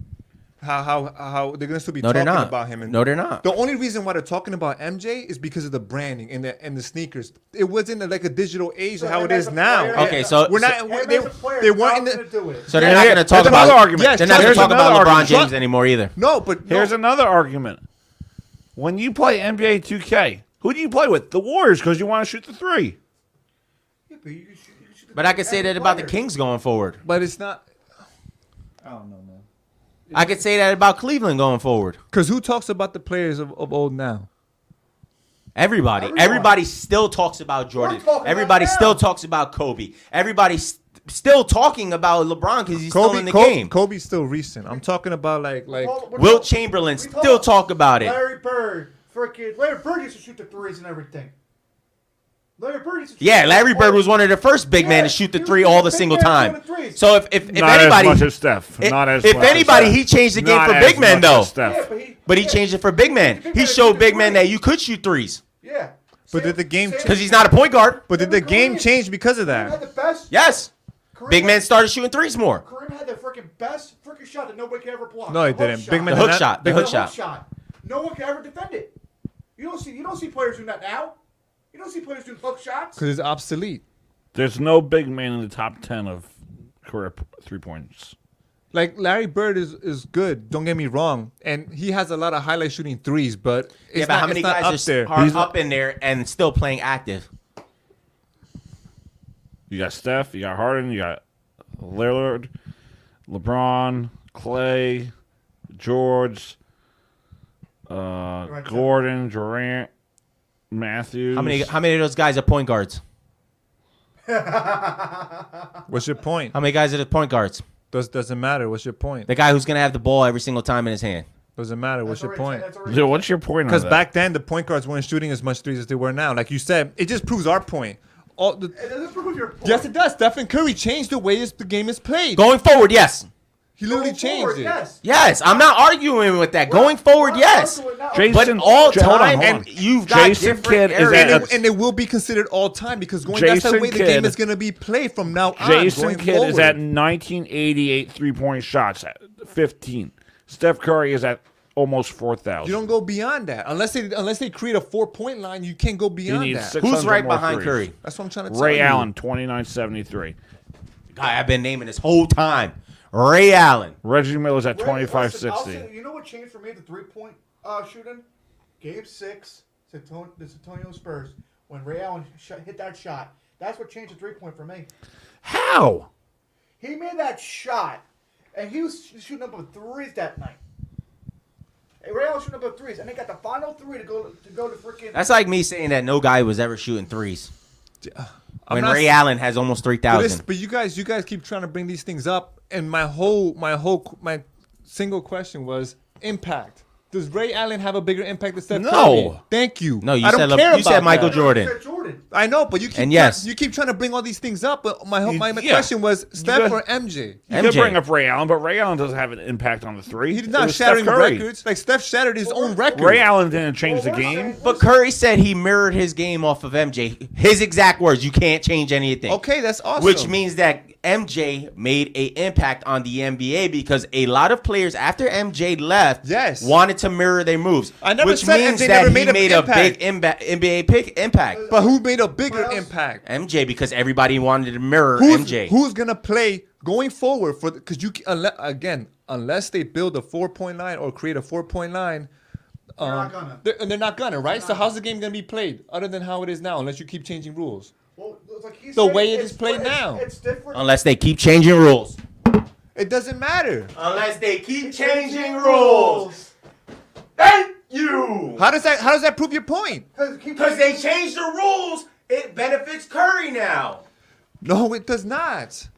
Speaker 2: How, how, how they're going to still be
Speaker 10: No, they're
Speaker 2: talking
Speaker 10: not.
Speaker 2: about him. And
Speaker 10: No, they're not.
Speaker 2: The only reason why they're talking about MJ is because of the branding and the, and the sneakers. It wasn't like a digital age
Speaker 4: So
Speaker 2: how
Speaker 4: him
Speaker 2: it
Speaker 4: as
Speaker 2: is
Speaker 4: a
Speaker 2: now.
Speaker 4: player-
Speaker 10: Okay, so-
Speaker 2: we're not,
Speaker 10: so-
Speaker 2: we're-
Speaker 4: him
Speaker 2: they,
Speaker 4: as a player,
Speaker 2: they weren't in
Speaker 4: nothing to do
Speaker 2: the.
Speaker 4: with.
Speaker 10: So they're
Speaker 14: Yeah,
Speaker 10: not
Speaker 14: yeah,
Speaker 10: going to talk
Speaker 14: there's
Speaker 10: about
Speaker 14: another argument.
Speaker 10: They're not going
Speaker 14: There's
Speaker 10: to talk about
Speaker 14: another
Speaker 10: LeBron
Speaker 14: argument.
Speaker 10: James anymore either.
Speaker 2: No, but no,
Speaker 14: Here's another argument. When you play NBA 2K, who do you play with? The Warriors, because you want to shoot the three.
Speaker 4: Yeah, but you can shoot- you can shoot the
Speaker 10: But I could say
Speaker 4: every
Speaker 10: that about the
Speaker 4: player.
Speaker 10: Kings going forward.
Speaker 2: but it's not.
Speaker 10: I could say that about Cleveland going forward.
Speaker 2: Because who talks about the players of, of old now?
Speaker 10: Everybody,
Speaker 4: Everyone.
Speaker 10: everybody still talks about Jordan.
Speaker 4: talking about
Speaker 10: Everybody
Speaker 4: now.
Speaker 10: still talks about Kobe. Everybody s- still talking about LeBron because he's still in the
Speaker 2: Kobe,
Speaker 10: game.
Speaker 2: Kobe's still recent. I'm talking about like like
Speaker 10: Will Chamberlain still talk about it.
Speaker 4: Larry Bird, freaking Larry Bird used to shoot the threes and everything. Larry Bird used to shoot
Speaker 10: Yeah,
Speaker 4: the
Speaker 10: Larry Bird was one of the first big men to shoot the three all the single time. So if if, if anybody,
Speaker 19: as much as Steph.
Speaker 10: if,
Speaker 19: Not as
Speaker 10: if
Speaker 19: much as
Speaker 10: anybody,
Speaker 19: Steph.
Speaker 10: he changed the game
Speaker 19: Not
Speaker 10: for
Speaker 19: as
Speaker 10: big men
Speaker 19: much as
Speaker 10: though.
Speaker 19: Steph.
Speaker 10: but he, changed it for big men. He showed big men that you could shoot threes.
Speaker 4: Yeah.
Speaker 2: But did the game
Speaker 10: because he's not a point guard?
Speaker 2: But did the game change because of
Speaker 4: Kareem had
Speaker 2: that?
Speaker 4: the best.
Speaker 10: Yes, big men started shooting threes more.
Speaker 4: Kareem had the freaking best freaking shot that nobody could ever block.
Speaker 2: No, he
Speaker 4: The hook
Speaker 2: didn't.
Speaker 4: shot.
Speaker 2: Big man
Speaker 10: The hook shot. The hook
Speaker 4: The
Speaker 10: shot.
Speaker 4: hook shot. No one can ever defend it. You don't see. You don't see players doing that now. You don't see players doing hook shots.
Speaker 2: Because it's obsolete.
Speaker 6: There's no big man in the top ten of career p- three pointers.
Speaker 2: Like Larry Bird is, is good. Don't get me wrong, and he has a lot of highlight shooting threes. But it's
Speaker 10: yeah, but
Speaker 2: not,
Speaker 10: how many
Speaker 2: it's not
Speaker 10: guys
Speaker 2: up
Speaker 10: are s-
Speaker 2: there?
Speaker 10: are up in there and still playing active?
Speaker 6: You got Steph, you got Harden, you got Lillard, LeBron, Clay, George, uh,
Speaker 10: Right, so-
Speaker 6: Gordon, Durant, Matthews.
Speaker 10: How many? How many of those guys are point guards?
Speaker 2: What's your point?
Speaker 10: How many guys are the point guards?
Speaker 2: Does doesn't matter. What's your point?
Speaker 10: The guy who's gonna have the ball every single time in his hand.
Speaker 2: Doesn't matter. What's your point?
Speaker 6: Dude, what's your point? on
Speaker 2: Because
Speaker 6: that?
Speaker 2: back then the point guards weren't shooting as much threes as they were now. Like you said, it just proves our point. All the, Yes, it does. Stephen Curry changed the way this- the game is played.
Speaker 10: Going forward, yes.
Speaker 2: He literally changed
Speaker 4: forward,
Speaker 2: it.
Speaker 4: yes.
Speaker 10: Yes, I'm not arguing with that. Going forward, yes.
Speaker 2: Jason-
Speaker 10: but all
Speaker 2: Ja- hold on,
Speaker 10: time,
Speaker 2: hold on.
Speaker 10: and you've got
Speaker 2: Jason
Speaker 10: different
Speaker 2: Kidd is
Speaker 10: areas.
Speaker 2: at And it- and it will be considered all time because going that's the
Speaker 6: Jason
Speaker 2: way the
Speaker 6: Kidd-
Speaker 2: game is going to be played from now on.
Speaker 6: Jason
Speaker 2: going
Speaker 6: Kidd is
Speaker 2: forward.
Speaker 6: at 1988 three point shots at 15. Steph Curry is at almost 4,000.
Speaker 2: You don't go beyond that unless they unless they create a four point line. You can't go beyond
Speaker 6: needs
Speaker 2: that.
Speaker 6: 600 Who's right more behind threes. Curry?
Speaker 2: That's what I'm trying to tell
Speaker 6: Ray
Speaker 2: you.
Speaker 6: Allen, 2973.
Speaker 10: Guy I've been naming this whole time. Ray Allen.
Speaker 6: Reggie Miller's at
Speaker 4: Ray- I'll
Speaker 6: 2560.
Speaker 4: say- You know what changed for me at the three point uh, shooting? Game six, Santon- the San Antonio Spurs, when Ray Allen sh- hit that shot. That's what changed the three point for me.
Speaker 6: How?
Speaker 4: He made that shot, and he was sh- shooting up with threes that night. And Ray Allen was shooting up with threes, and they got the final three to go to go to freaking.
Speaker 10: That's like me saying that no guy was ever shooting threes.
Speaker 2: I'm
Speaker 10: When
Speaker 2: not-
Speaker 10: Ray Allen has almost three
Speaker 2: But, this,
Speaker 10: thousand.
Speaker 2: but you guys, you guys keep trying to bring these things up, and my whole, my whole, my single question was impact. Does Ray Allen have a bigger impact than Steph Curry?
Speaker 10: No.
Speaker 2: Thank you.
Speaker 10: No, you
Speaker 2: I don't
Speaker 10: said Le-
Speaker 2: care
Speaker 10: you said
Speaker 2: about
Speaker 10: Michael
Speaker 2: that.
Speaker 10: Jordan. You
Speaker 2: I know, but you keep
Speaker 10: And yes.
Speaker 2: you keep trying to bring all these things up. But my whole- my, my
Speaker 6: Yeah.
Speaker 2: question was Steph
Speaker 6: got-
Speaker 2: or MJ?
Speaker 6: You could bring up Ray Allen, but Ray Allen doesn't have an impact on the three.
Speaker 2: He's not shattering records. Like Steph shattered his own record.
Speaker 6: Ray Allen didn't change the game.
Speaker 10: But Curry said he mirrored his game off of MJ. His exact words, you can't change anything.
Speaker 2: Okay, that's awesome.
Speaker 10: Which means that MJ made a impact on the NBA because a lot of players after MJ left
Speaker 2: yes.
Speaker 10: wanted to mirror their moves.
Speaker 2: I never
Speaker 10: which
Speaker 2: said
Speaker 10: means
Speaker 2: MJ
Speaker 10: that
Speaker 2: never
Speaker 10: he
Speaker 2: made a
Speaker 10: made
Speaker 2: impact.
Speaker 10: a big imba- NBA pick impact.
Speaker 2: But who made a bigger impact?
Speaker 10: MJ because everybody wanted to mirror
Speaker 2: Who's,
Speaker 10: MJ.
Speaker 2: who's gonna play going forward for because you unless, again unless they build a four point line or create a four point line. Um, they're not gonna. They're, and they're not gonna, right? so how's the game gonna be played other than how it is now? Unless you keep changing rules.
Speaker 4: Well, it's like he
Speaker 2: The
Speaker 4: said,
Speaker 2: way it
Speaker 4: it's
Speaker 2: is played
Speaker 4: di-
Speaker 2: now.
Speaker 4: It's, it's different.
Speaker 10: Unless they keep changing rules.
Speaker 2: It doesn't matter.
Speaker 10: Unless they keep changing rules. Thank you.
Speaker 2: How does that How does that prove your point?
Speaker 10: Because they changed the rules, it benefits Curry now.
Speaker 2: No, it does not.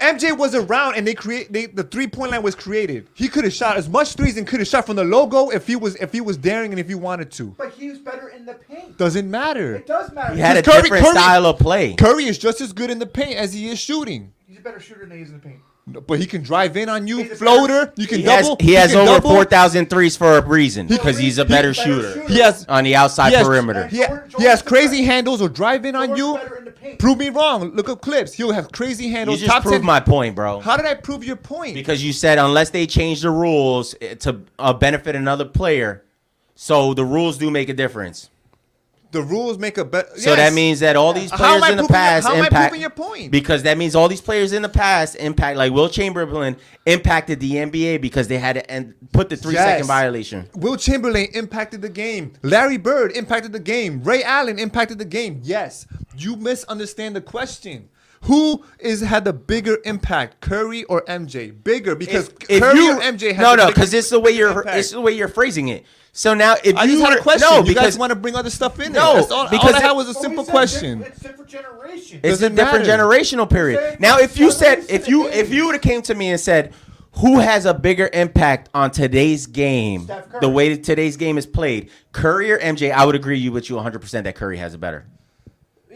Speaker 2: MJ was around and they create they, the three point line was created. He could have shot as much threes and could have shot from the logo if he was if he was daring and if he wanted to.
Speaker 4: But he was better in the paint.
Speaker 2: Doesn't matter.
Speaker 4: It does matter.
Speaker 10: He had a
Speaker 2: Because Curry-
Speaker 10: different
Speaker 2: Curry-
Speaker 10: style of play.
Speaker 2: Curry is just as good in the paint as he is shooting.
Speaker 4: He's a better shooter than he is in the paint.
Speaker 2: But he can drive in on you, floater. You can
Speaker 10: He has,
Speaker 2: double.
Speaker 10: he has
Speaker 2: can
Speaker 10: over
Speaker 2: double.
Speaker 10: 4,000 threes for a reason because he's a better shooter.
Speaker 2: He has
Speaker 10: on the outside
Speaker 2: he has-
Speaker 10: perimeter.
Speaker 2: He, ha- he has crazy handles or drive in on you. Prove me wrong. Look up clips. He'll have crazy
Speaker 10: You
Speaker 2: handles.
Speaker 10: just
Speaker 2: top
Speaker 10: proved
Speaker 2: 10.
Speaker 10: my point, bro.
Speaker 2: How did I prove your point?
Speaker 10: Because you said unless they change the rules eh, to uh, benefit another player, so the rules do make a difference.
Speaker 2: the rules make a better.
Speaker 10: So that means that all these players in the past
Speaker 2: How am I
Speaker 10: impact
Speaker 2: proving your point?
Speaker 10: because that means all these players in the past impact like Will Chamberlain impacted the NBA because they had to end, put the three second
Speaker 2: Yes.
Speaker 10: violation.
Speaker 2: Will Chamberlain impacted the game. Larry Bird impacted the game. Ray Allen impacted the game. Yes, you misunderstand the question. Who is had the bigger impact, Curry or MJ? Bigger because
Speaker 10: If
Speaker 2: Curry
Speaker 10: you
Speaker 2: or MJ had
Speaker 10: no no
Speaker 2: the bigger
Speaker 10: because it's the way you're
Speaker 2: impact.
Speaker 10: it's the way you're phrasing it. So now if
Speaker 2: I
Speaker 10: you
Speaker 2: just had a
Speaker 10: were-
Speaker 2: question.
Speaker 10: no
Speaker 2: you
Speaker 10: because
Speaker 2: guys want to bring other stuff in there.
Speaker 10: No,
Speaker 2: That's all,
Speaker 10: because
Speaker 2: all I had
Speaker 10: it-
Speaker 2: was a
Speaker 10: Well,
Speaker 2: simple
Speaker 10: we said
Speaker 2: question.
Speaker 10: It's a
Speaker 2: Doesn't
Speaker 10: different
Speaker 2: matter.
Speaker 10: generational period. Now, if you said, if you if you would have came to me and said, who has a bigger impact on today's game, the way that today's game is played, Curry or MJ, I would agree you with you 100 percent that Curry has it better.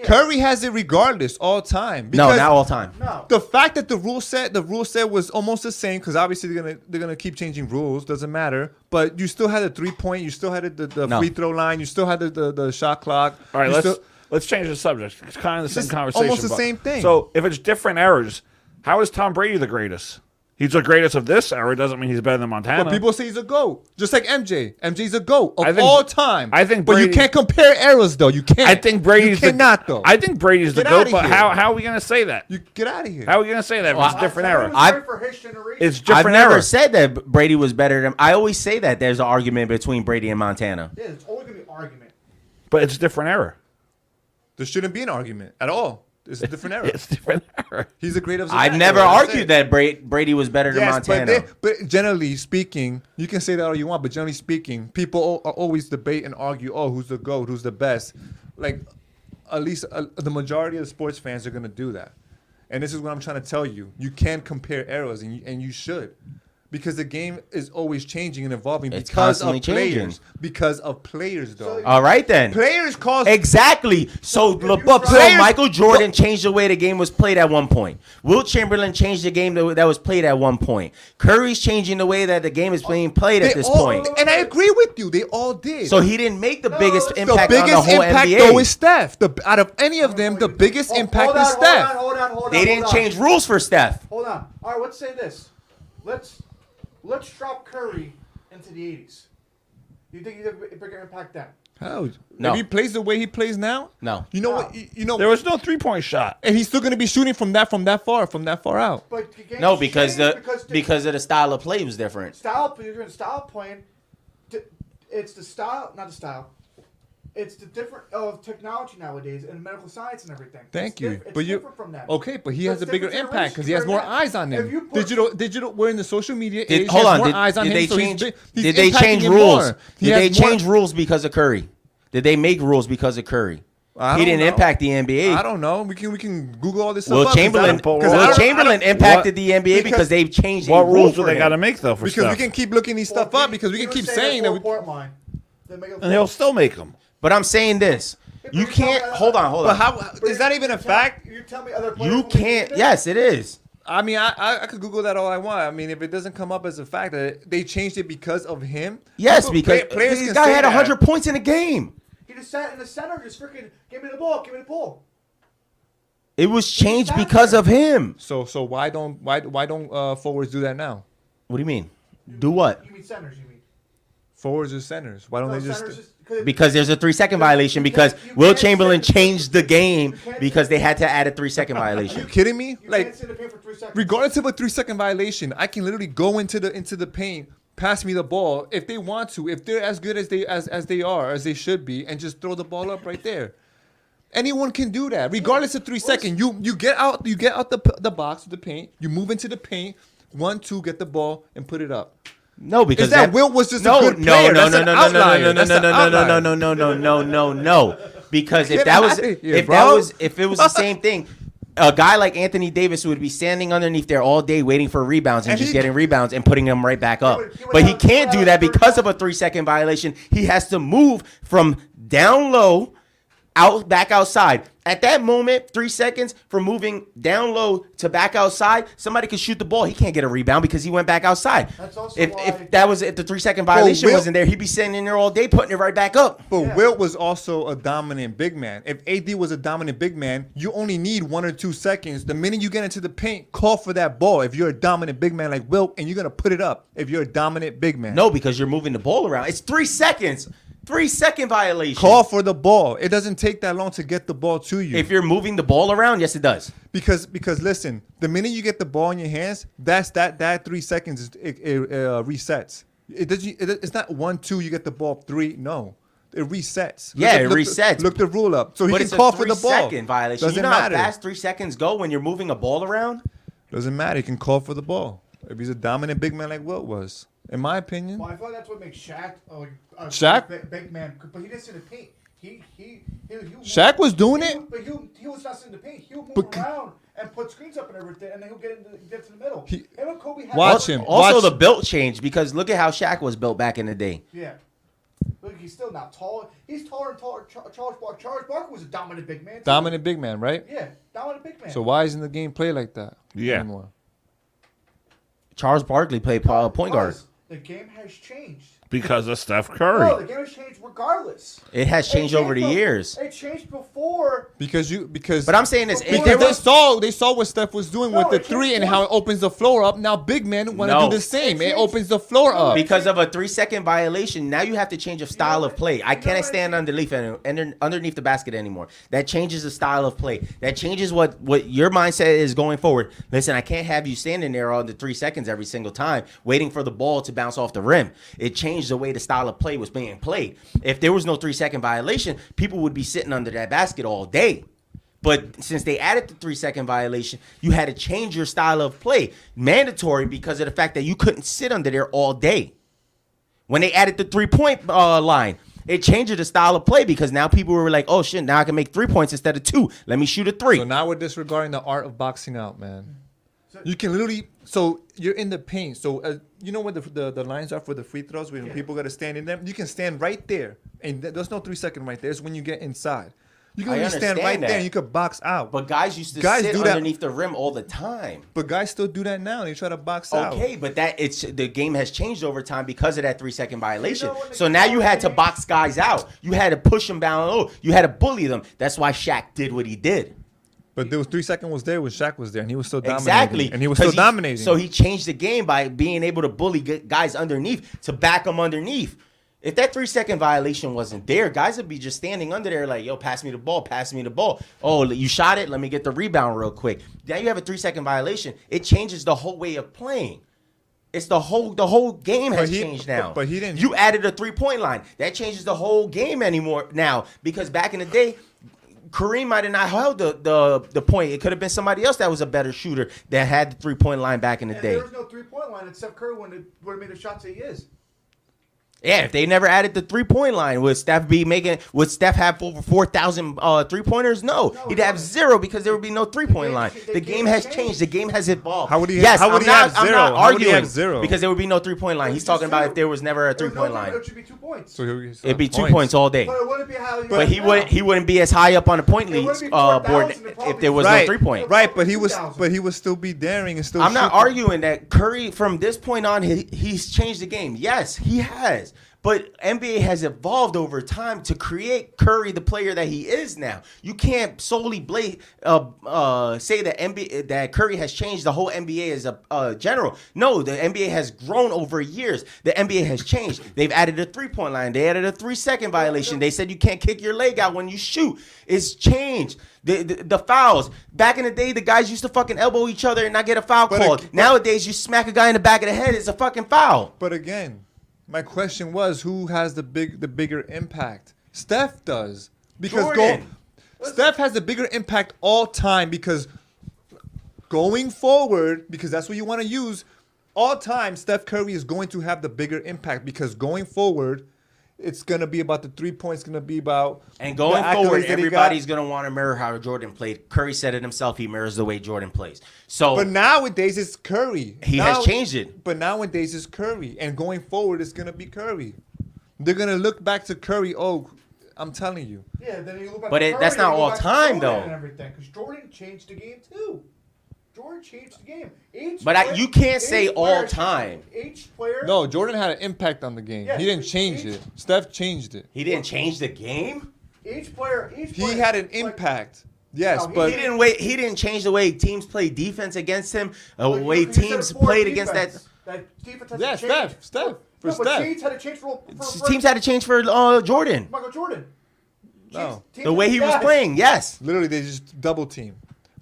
Speaker 2: Curry has it regardless all time.
Speaker 10: No, not all time.
Speaker 2: No. The fact that the rule set the rule set was almost the same because obviously they're gonna they're gonna keep changing rules. Doesn't matter. But you still had a three point. You still had the, the
Speaker 19: No.
Speaker 2: free throw line. You still had the the, the shot clock.
Speaker 19: All right,
Speaker 2: You
Speaker 19: let's
Speaker 2: still-
Speaker 19: let's change the subject. It's kind of the
Speaker 2: This
Speaker 19: same
Speaker 2: is
Speaker 19: conversation.
Speaker 2: almost the
Speaker 19: but-
Speaker 2: same thing.
Speaker 19: So if it's different eras, how is Tom Brady the greatest? He's the greatest of this era. Doesn't mean he's better than Montana.
Speaker 2: but people say he's a goat, just like MJ. MJ's a goat of
Speaker 19: I think-
Speaker 2: all time.
Speaker 19: I think,
Speaker 2: but you
Speaker 19: Brady-
Speaker 2: can't compare eras though. You can't. I think
Speaker 19: Brady's
Speaker 2: you
Speaker 19: the-
Speaker 2: cannot though.
Speaker 19: I think Brady's the
Speaker 2: Get
Speaker 19: goat.
Speaker 2: outta
Speaker 19: But
Speaker 2: here.
Speaker 19: how how are we gonna say that?
Speaker 2: You get out of here.
Speaker 19: How are we gonna say that? if it's a different era. It's
Speaker 10: I've
Speaker 19: different
Speaker 10: never
Speaker 19: era.
Speaker 10: said that B- Brady was better than. I always say that there's an argument between Brady and Montana.
Speaker 4: Yeah, it's only gonna be argument.
Speaker 19: But it's a different era.
Speaker 2: There shouldn't be an argument at all. It's a different era.
Speaker 19: it's different era.
Speaker 2: He's the greatest. of
Speaker 10: I've
Speaker 2: that
Speaker 10: never
Speaker 2: era. That's it.
Speaker 10: argued that Brady, Brady was better than Montana.
Speaker 2: But, they- but generally speaking, you can say that all you want, but generally speaking, people al- are always debate and argue, oh, who's the GOAT, who's the best. Like, at least uh, the majority of sports fans are going to do that. And this is what I'm trying to tell you. You can compare eras, and you, and you should. Because the game is always changing and evolving
Speaker 10: It's
Speaker 2: because of
Speaker 10: constantly changing.
Speaker 2: players. Because of players, though.
Speaker 10: All right then.
Speaker 2: Players cause
Speaker 10: exactly. So, Le- but
Speaker 2: players-
Speaker 10: so Michael Jordan changed the way the game was played at one point. Will Chamberlain changed the game that that was played at one point. Curry's changing the way that the game is being played
Speaker 2: They
Speaker 10: at this
Speaker 2: all-
Speaker 10: point.
Speaker 2: And I agree with you. They all did.
Speaker 10: So he didn't make the biggest
Speaker 2: the
Speaker 10: impact
Speaker 2: biggest
Speaker 10: on the whole
Speaker 2: impact
Speaker 10: NBA.
Speaker 2: though is Steph. The out of any of them, the biggest impact
Speaker 4: Oh, hold on,
Speaker 2: is
Speaker 4: hold
Speaker 2: Steph.
Speaker 4: on, hold on, hold
Speaker 10: they
Speaker 4: on,
Speaker 10: didn't
Speaker 4: hold on.
Speaker 10: change rules for Steph.
Speaker 4: Hold on. All right, let's say this. Let's let's drop Curry into the '80s. You think he's a b- bigger impact then?
Speaker 2: How?
Speaker 10: No.
Speaker 2: If he plays the way he plays now,
Speaker 10: No.
Speaker 2: You know what? You you know
Speaker 19: there was no three point shot,
Speaker 2: and he's still gonna be shooting from that from that far from that far out.
Speaker 4: But the game
Speaker 10: No, because the
Speaker 4: because the-
Speaker 10: because of the style of play was different.
Speaker 4: style, you're doing style playing. Di- It's the style, not the style. It's the different of technology nowadays and medical science and everything.
Speaker 2: Thank
Speaker 4: It's
Speaker 2: you,
Speaker 4: diff- it's
Speaker 2: but you
Speaker 4: different from that.
Speaker 2: okay, but he
Speaker 4: So
Speaker 2: has a
Speaker 4: it's
Speaker 2: bigger
Speaker 4: different
Speaker 2: impact because he has
Speaker 4: generation
Speaker 2: more
Speaker 4: right now.
Speaker 2: eyes on
Speaker 4: If
Speaker 2: him.
Speaker 4: you put-
Speaker 2: Digital, digital. We're in the social media
Speaker 10: Did,
Speaker 2: age.
Speaker 10: hold
Speaker 2: he has
Speaker 10: on.
Speaker 2: more
Speaker 10: Did,
Speaker 2: eyes on
Speaker 10: did
Speaker 2: him,
Speaker 10: they
Speaker 2: so he's
Speaker 10: change?
Speaker 2: big- he's
Speaker 10: did they
Speaker 2: impacting
Speaker 10: change
Speaker 2: him
Speaker 10: rules?
Speaker 2: more. He
Speaker 10: Did they
Speaker 2: has more-
Speaker 10: change rules because of Curry? Did they make rules because of Curry?
Speaker 2: I
Speaker 10: He
Speaker 2: don't
Speaker 10: didn't
Speaker 2: know.
Speaker 10: impact the NBA.
Speaker 2: I don't know. We can we can Google all this.
Speaker 10: Will
Speaker 2: stuff up. 'cause
Speaker 10: Chamberlain,
Speaker 2: I don't- 'cause I
Speaker 10: Will
Speaker 2: don't-
Speaker 10: Chamberlain
Speaker 2: I don't-
Speaker 10: impacted the NBA because,
Speaker 2: because-
Speaker 10: they've changed.
Speaker 19: What
Speaker 10: a
Speaker 19: rules
Speaker 10: rule
Speaker 19: do
Speaker 10: for
Speaker 19: they
Speaker 10: him.
Speaker 19: gotta make, though, for
Speaker 2: because we
Speaker 19: Steph?
Speaker 2: can keep looking these stuff up because we can keep saying that we.
Speaker 19: and he'll still make them.
Speaker 10: But I'm saying this: you can't. Hold on, hold on.
Speaker 2: But how is that even a fact?
Speaker 4: You tell me other
Speaker 10: you can't. Yes, it is.
Speaker 2: I mean, I, I I could Google that all I want. I mean, if it doesn't come up as a fact that they changed it because of him,
Speaker 10: Yes,
Speaker 2: people-
Speaker 10: because
Speaker 2: play- players
Speaker 10: this
Speaker 2: can
Speaker 10: guy
Speaker 2: say
Speaker 10: had
Speaker 2: that.
Speaker 10: 100 points in a game.
Speaker 4: He just sat in the center, just freaking give me the ball, give me the ball.
Speaker 10: It was changed because of him.
Speaker 2: So so why don't why why don't uh, forwards do that now?
Speaker 10: What do you mean? Do what?
Speaker 4: You mean centers? You mean
Speaker 2: Forwards or centers? Why don't
Speaker 4: No,
Speaker 2: they just?
Speaker 4: centers is- 'cause-
Speaker 10: Because there's a three second violation because Will Chamberlain changed the game because they had to add a three second
Speaker 2: Are you
Speaker 10: violation.
Speaker 2: kidding me?
Speaker 4: you
Speaker 2: Like
Speaker 4: can't sit in the paint for three seconds.
Speaker 2: regardless of a three second violation, I can literally go into the into the paint, pass me the ball if they want to, if they're as good as they as, as they are, as they should be, and just throw the ball up right there. Anyone can do that, regardless of three second. You you get out you get out the p- the box with the paint, you move into the paint, one two get the ball and put it up.
Speaker 10: No, because
Speaker 2: is that, Will was just a good player?
Speaker 10: No,
Speaker 2: That's
Speaker 10: no,
Speaker 2: an
Speaker 10: no, no, no,
Speaker 2: outlier.
Speaker 10: no, no,
Speaker 2: That's
Speaker 10: no,
Speaker 2: an
Speaker 10: no, no,
Speaker 2: outlier.
Speaker 10: no, no, no, no, no, no, no. Because if
Speaker 2: Get
Speaker 10: that was
Speaker 2: outta here,
Speaker 10: if that
Speaker 2: bro.
Speaker 10: was if it was the same thing, a guy like Anthony Davis would be standing underneath there all day waiting for rebounds and, just getting rebounds and putting them right back up. but he can't do that because of a three second violation. He has to move from down low out back outside. At that moment, three seconds from moving down low to back outside, somebody could shoot the ball. He can't get a rebound because he went back outside. That's also if, if that was if the three second violation
Speaker 2: Will-
Speaker 10: wasn't there, he'd be sitting in there all day putting it right back up.
Speaker 2: But Wilt was also a dominant big man. If AD was a dominant big man, you only need one or two seconds. The minute you get into the paint, call for that ball. If you're a dominant big man like Wilt, and you're gonna put it up. If you're a dominant big man,
Speaker 10: No, because you're moving the ball around. It's three seconds. Three second violation.
Speaker 2: call for the ball. It doesn't take that long to get the ball to you.
Speaker 10: If you're moving the ball around, yes, it does.
Speaker 2: because because listen, the minute you get the ball in your hands, that's that that three seconds is, it, it uh, resets. It doesn't. It, it's not one two. You get the ball three. No, it resets. Look
Speaker 10: Yeah,
Speaker 2: the-
Speaker 10: it
Speaker 2: look the-
Speaker 10: resets.
Speaker 2: look the rule up, so he
Speaker 10: but
Speaker 2: can
Speaker 10: it's
Speaker 2: call
Speaker 10: a
Speaker 2: for the ball.
Speaker 10: Second violation.
Speaker 2: Doesn't
Speaker 10: you know
Speaker 2: matter.
Speaker 10: how fast three seconds go when you're moving a ball around.
Speaker 2: Doesn't matter. He can call for the ball if he's a dominant big man like Wilt was, in my opinion.
Speaker 4: Well, I feel like that's what makes Shaq a, a
Speaker 2: Shaq?
Speaker 4: big, big man, but he didn't sit in the paint. He he he. he
Speaker 2: Shaq was doing
Speaker 4: he,
Speaker 2: it?
Speaker 4: but he, he was not sitting in the paint. He would move
Speaker 2: But c-
Speaker 4: around and put screens up and everything, and then he'll get into get to the middle. He, Kobe had
Speaker 10: Al- Also, the built changed because look at how Shaq was built back in the day.
Speaker 4: Yeah. Look, he's still not tall. He's taller and taller. Char- Charles Bark. Charles Barker was a dominant big man. too.
Speaker 2: Dominant big man, right?
Speaker 4: Yeah, dominant big man.
Speaker 2: So why isn't the game played like that? Yeah. Anymore?
Speaker 10: Charles Barkley played po- point guard.
Speaker 4: Because The game has changed.
Speaker 10: Because of Steph
Speaker 4: No, the game has changed regardless.
Speaker 10: It has changed over the
Speaker 4: bef-
Speaker 10: years.
Speaker 4: It changed before.
Speaker 2: Because you because
Speaker 10: But I'm saying this, if
Speaker 2: because
Speaker 10: there
Speaker 2: they
Speaker 10: was-
Speaker 2: saw they saw what Steph was doing
Speaker 4: No,
Speaker 2: with the
Speaker 4: it
Speaker 2: three
Speaker 4: changed
Speaker 2: and how it opens the floor up. Now big men want to
Speaker 10: No.
Speaker 2: do the same. It opens the floor up.
Speaker 10: Because of a three second violation, now you have to change your style of play. I can't stand underneath any- under, underneath the basket anymore. That changes the style of play. That changes what what your mindset is going forward. Listen, I can't have you standing there all the three seconds every single time waiting for the ball to bounce off the rim. It changed the way the style of play was being played. If there was no three second violation, people would be sitting under that basket all day. But since they added the three second violation, you had to change your style of play. Mandatory because of the fact that you couldn't sit under there all day. When they added the three point uh, line, it changed the style of play because now people were like, oh shit, now I can make three points instead of two. Let me shoot a three. So
Speaker 2: now we're disregarding the art of boxing out, man. You can literally so you're in the paint. So uh, you know what the, the the lines are for the free throws when people got to stand in them. You can stand right there, and th- there's no three second right there. It's when you get inside. You can
Speaker 10: I
Speaker 2: literally stand
Speaker 10: understand
Speaker 2: right there.
Speaker 10: that.
Speaker 2: and You could box out.
Speaker 10: But guys used to
Speaker 2: Guys
Speaker 10: sit
Speaker 2: do that-
Speaker 10: underneath the rim all the time.
Speaker 2: But guys still do that now. They try to box out.
Speaker 10: Okay, but that it's the game has changed over time because of that three second violation. so now you had to box guys out. You had to push them down low. You had to bully them. That's why Shaq did what he did.
Speaker 2: But there was three second was there when Shaq was there, and he was still dominating.
Speaker 10: Exactly,
Speaker 2: and he was
Speaker 10: 'cause
Speaker 2: still dominating.
Speaker 10: So he changed the game by being able to bully gu- guys underneath to back them underneath. If that three second violation wasn't there, guys would be just standing under there like, "Yo, pass me the ball, pass me the ball." Oh, you shot it. Let me get the rebound real quick. Now you have a three second violation. It changes the whole way of playing. It's the whole the whole game
Speaker 2: But
Speaker 10: has
Speaker 2: he-
Speaker 10: changed now.
Speaker 2: but- but he didn't-
Speaker 10: You added a three point line that changes the whole game anymore now because back in the day, Kareem might have not held the the, the point. It could have been somebody else that was a better shooter that had the three point line back in the
Speaker 4: And
Speaker 10: day.
Speaker 4: there was no three point line, and Steph Curry wouldn't have, would have made the shots that he is.
Speaker 10: Yeah, if they never added the three point line, would Steph be making? Would Steph have over four thousand uh, three pointers? No, he'd have zero because there would be no three point line. The game has changed. The game has evolved. How would
Speaker 2: he-
Speaker 10: Yes,
Speaker 2: how would
Speaker 10: I'm
Speaker 2: he
Speaker 10: not,
Speaker 2: have
Speaker 10: I'm
Speaker 2: zero?
Speaker 10: not
Speaker 2: How would he
Speaker 10: arguing
Speaker 2: have zero?
Speaker 10: because there would be no three point line. He's talking about if there was never a three point line.
Speaker 4: It should be two points.
Speaker 2: So
Speaker 10: It'd be two points all day.
Speaker 4: But it wouldn't be how you
Speaker 10: But he would he wouldn't be as high up on the point lead uh, board if there was no three point.
Speaker 2: Right, but he was but he would still be daring and still.
Speaker 10: I'm not
Speaker 2: shoot.
Speaker 10: arguing that Curry from this point on he, he's changed the game. Yes, he has. But NBA has evolved over time to create Curry the player that he is now. You can't solely blame, uh, uh, say that NBA that Curry has changed the whole NBA as a uh, general. No, the NBA has grown over years. The NBA has changed. They've added a three point line. They added a three second violation. They said you can't kick your leg out when you shoot. It's changed. The, the, the fouls back in the day, the guys used to fucking elbow each other and not get a foul called. Nowadays, you smack a guy in the back of the head, it's a fucking foul.
Speaker 2: But again, my question was who has the big the bigger impact? Steph does because go,
Speaker 10: Jordan.
Speaker 2: Steph has the bigger impact all time because going forward because that's what you want to use all time Steph Curry is going to have the bigger impact because going forward it's going to be about the three points going to be about
Speaker 10: And
Speaker 2: the
Speaker 10: going
Speaker 2: accolades that
Speaker 10: forward,
Speaker 2: he got.
Speaker 10: everybody's gonna want to mirror how Jordan played. Curry said it himself; he mirrors the way Jordan plays. So
Speaker 2: But nowadays it's Curry.
Speaker 10: Oh. He has changed it.
Speaker 2: But nowadays it's Curry, and going forward it's gonna be Curry. They're gonna look back to Curry. Oh, I'm telling you.
Speaker 4: Yeah, then you look back
Speaker 10: But
Speaker 4: to
Speaker 10: it-
Speaker 4: Curry,
Speaker 10: that's not
Speaker 4: you look
Speaker 10: all
Speaker 4: back to
Speaker 10: time,
Speaker 4: Jordan
Speaker 10: though.
Speaker 4: And everything, because Jordan changed the game too. Jordan changed the game. Each
Speaker 10: But I-
Speaker 4: player-
Speaker 10: you can't
Speaker 4: each
Speaker 10: say all
Speaker 4: player-
Speaker 10: time.
Speaker 4: Each player.
Speaker 2: No, Jordan had an impact on the game.
Speaker 4: Yeah,
Speaker 2: he didn't change it. Steph changed it.
Speaker 10: He didn't change the game.
Speaker 4: Each player. Each
Speaker 2: He had an impact. Yes,
Speaker 10: No, he-
Speaker 2: but
Speaker 10: he didn't wait. He didn't change the way teams play defense against him. The way teams played against that.
Speaker 4: That defense has to
Speaker 2: Yeah,
Speaker 4: change.
Speaker 2: Steph, Steph, for
Speaker 4: no, but
Speaker 2: Steph.
Speaker 4: teams had to change for, for, for
Speaker 10: Teams had to change for uh, Jordan.
Speaker 4: Michael Jordan.
Speaker 2: No.
Speaker 4: Teams- The way he was
Speaker 10: playing, yes.
Speaker 2: Literally, they just double team.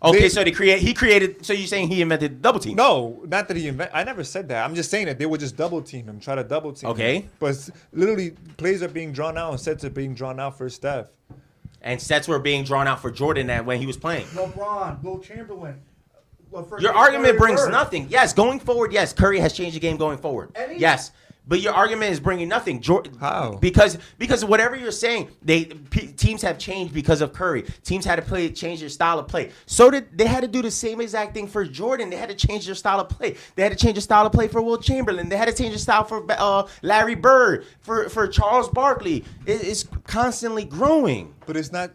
Speaker 10: Okay,
Speaker 2: They-
Speaker 10: so they create. He created. So you're saying he invented double team?
Speaker 2: No, not that he invent. I never said that. I'm just saying that they would just double team him, try to double team. him.
Speaker 10: Okay.
Speaker 2: but s- literally plays are being drawn out and sets are being drawn out for Steph.
Speaker 10: And sets were being drawn out for Jordan that when he was playing.
Speaker 4: LeBron, Will Chamberlain. well, first-
Speaker 10: Your argument
Speaker 4: Larry
Speaker 10: brings
Speaker 4: Bird.
Speaker 10: nothing. Yes, going forward, yes, Curry has changed the game going forward.
Speaker 4: Any-
Speaker 10: Yes, but your argument is bringing nothing. Jor- How? Because because whatever you're saying, they p- teams have changed because of Curry. Teams had to play change their style of play. So did they had to do the same exact thing for Jordan. They had to change their style of play. They had to change their style of play for Will Chamberlain. They had to change their style for uh, Larry Bird, for for Charles Barkley. It- it's constantly growing.
Speaker 2: But it's not.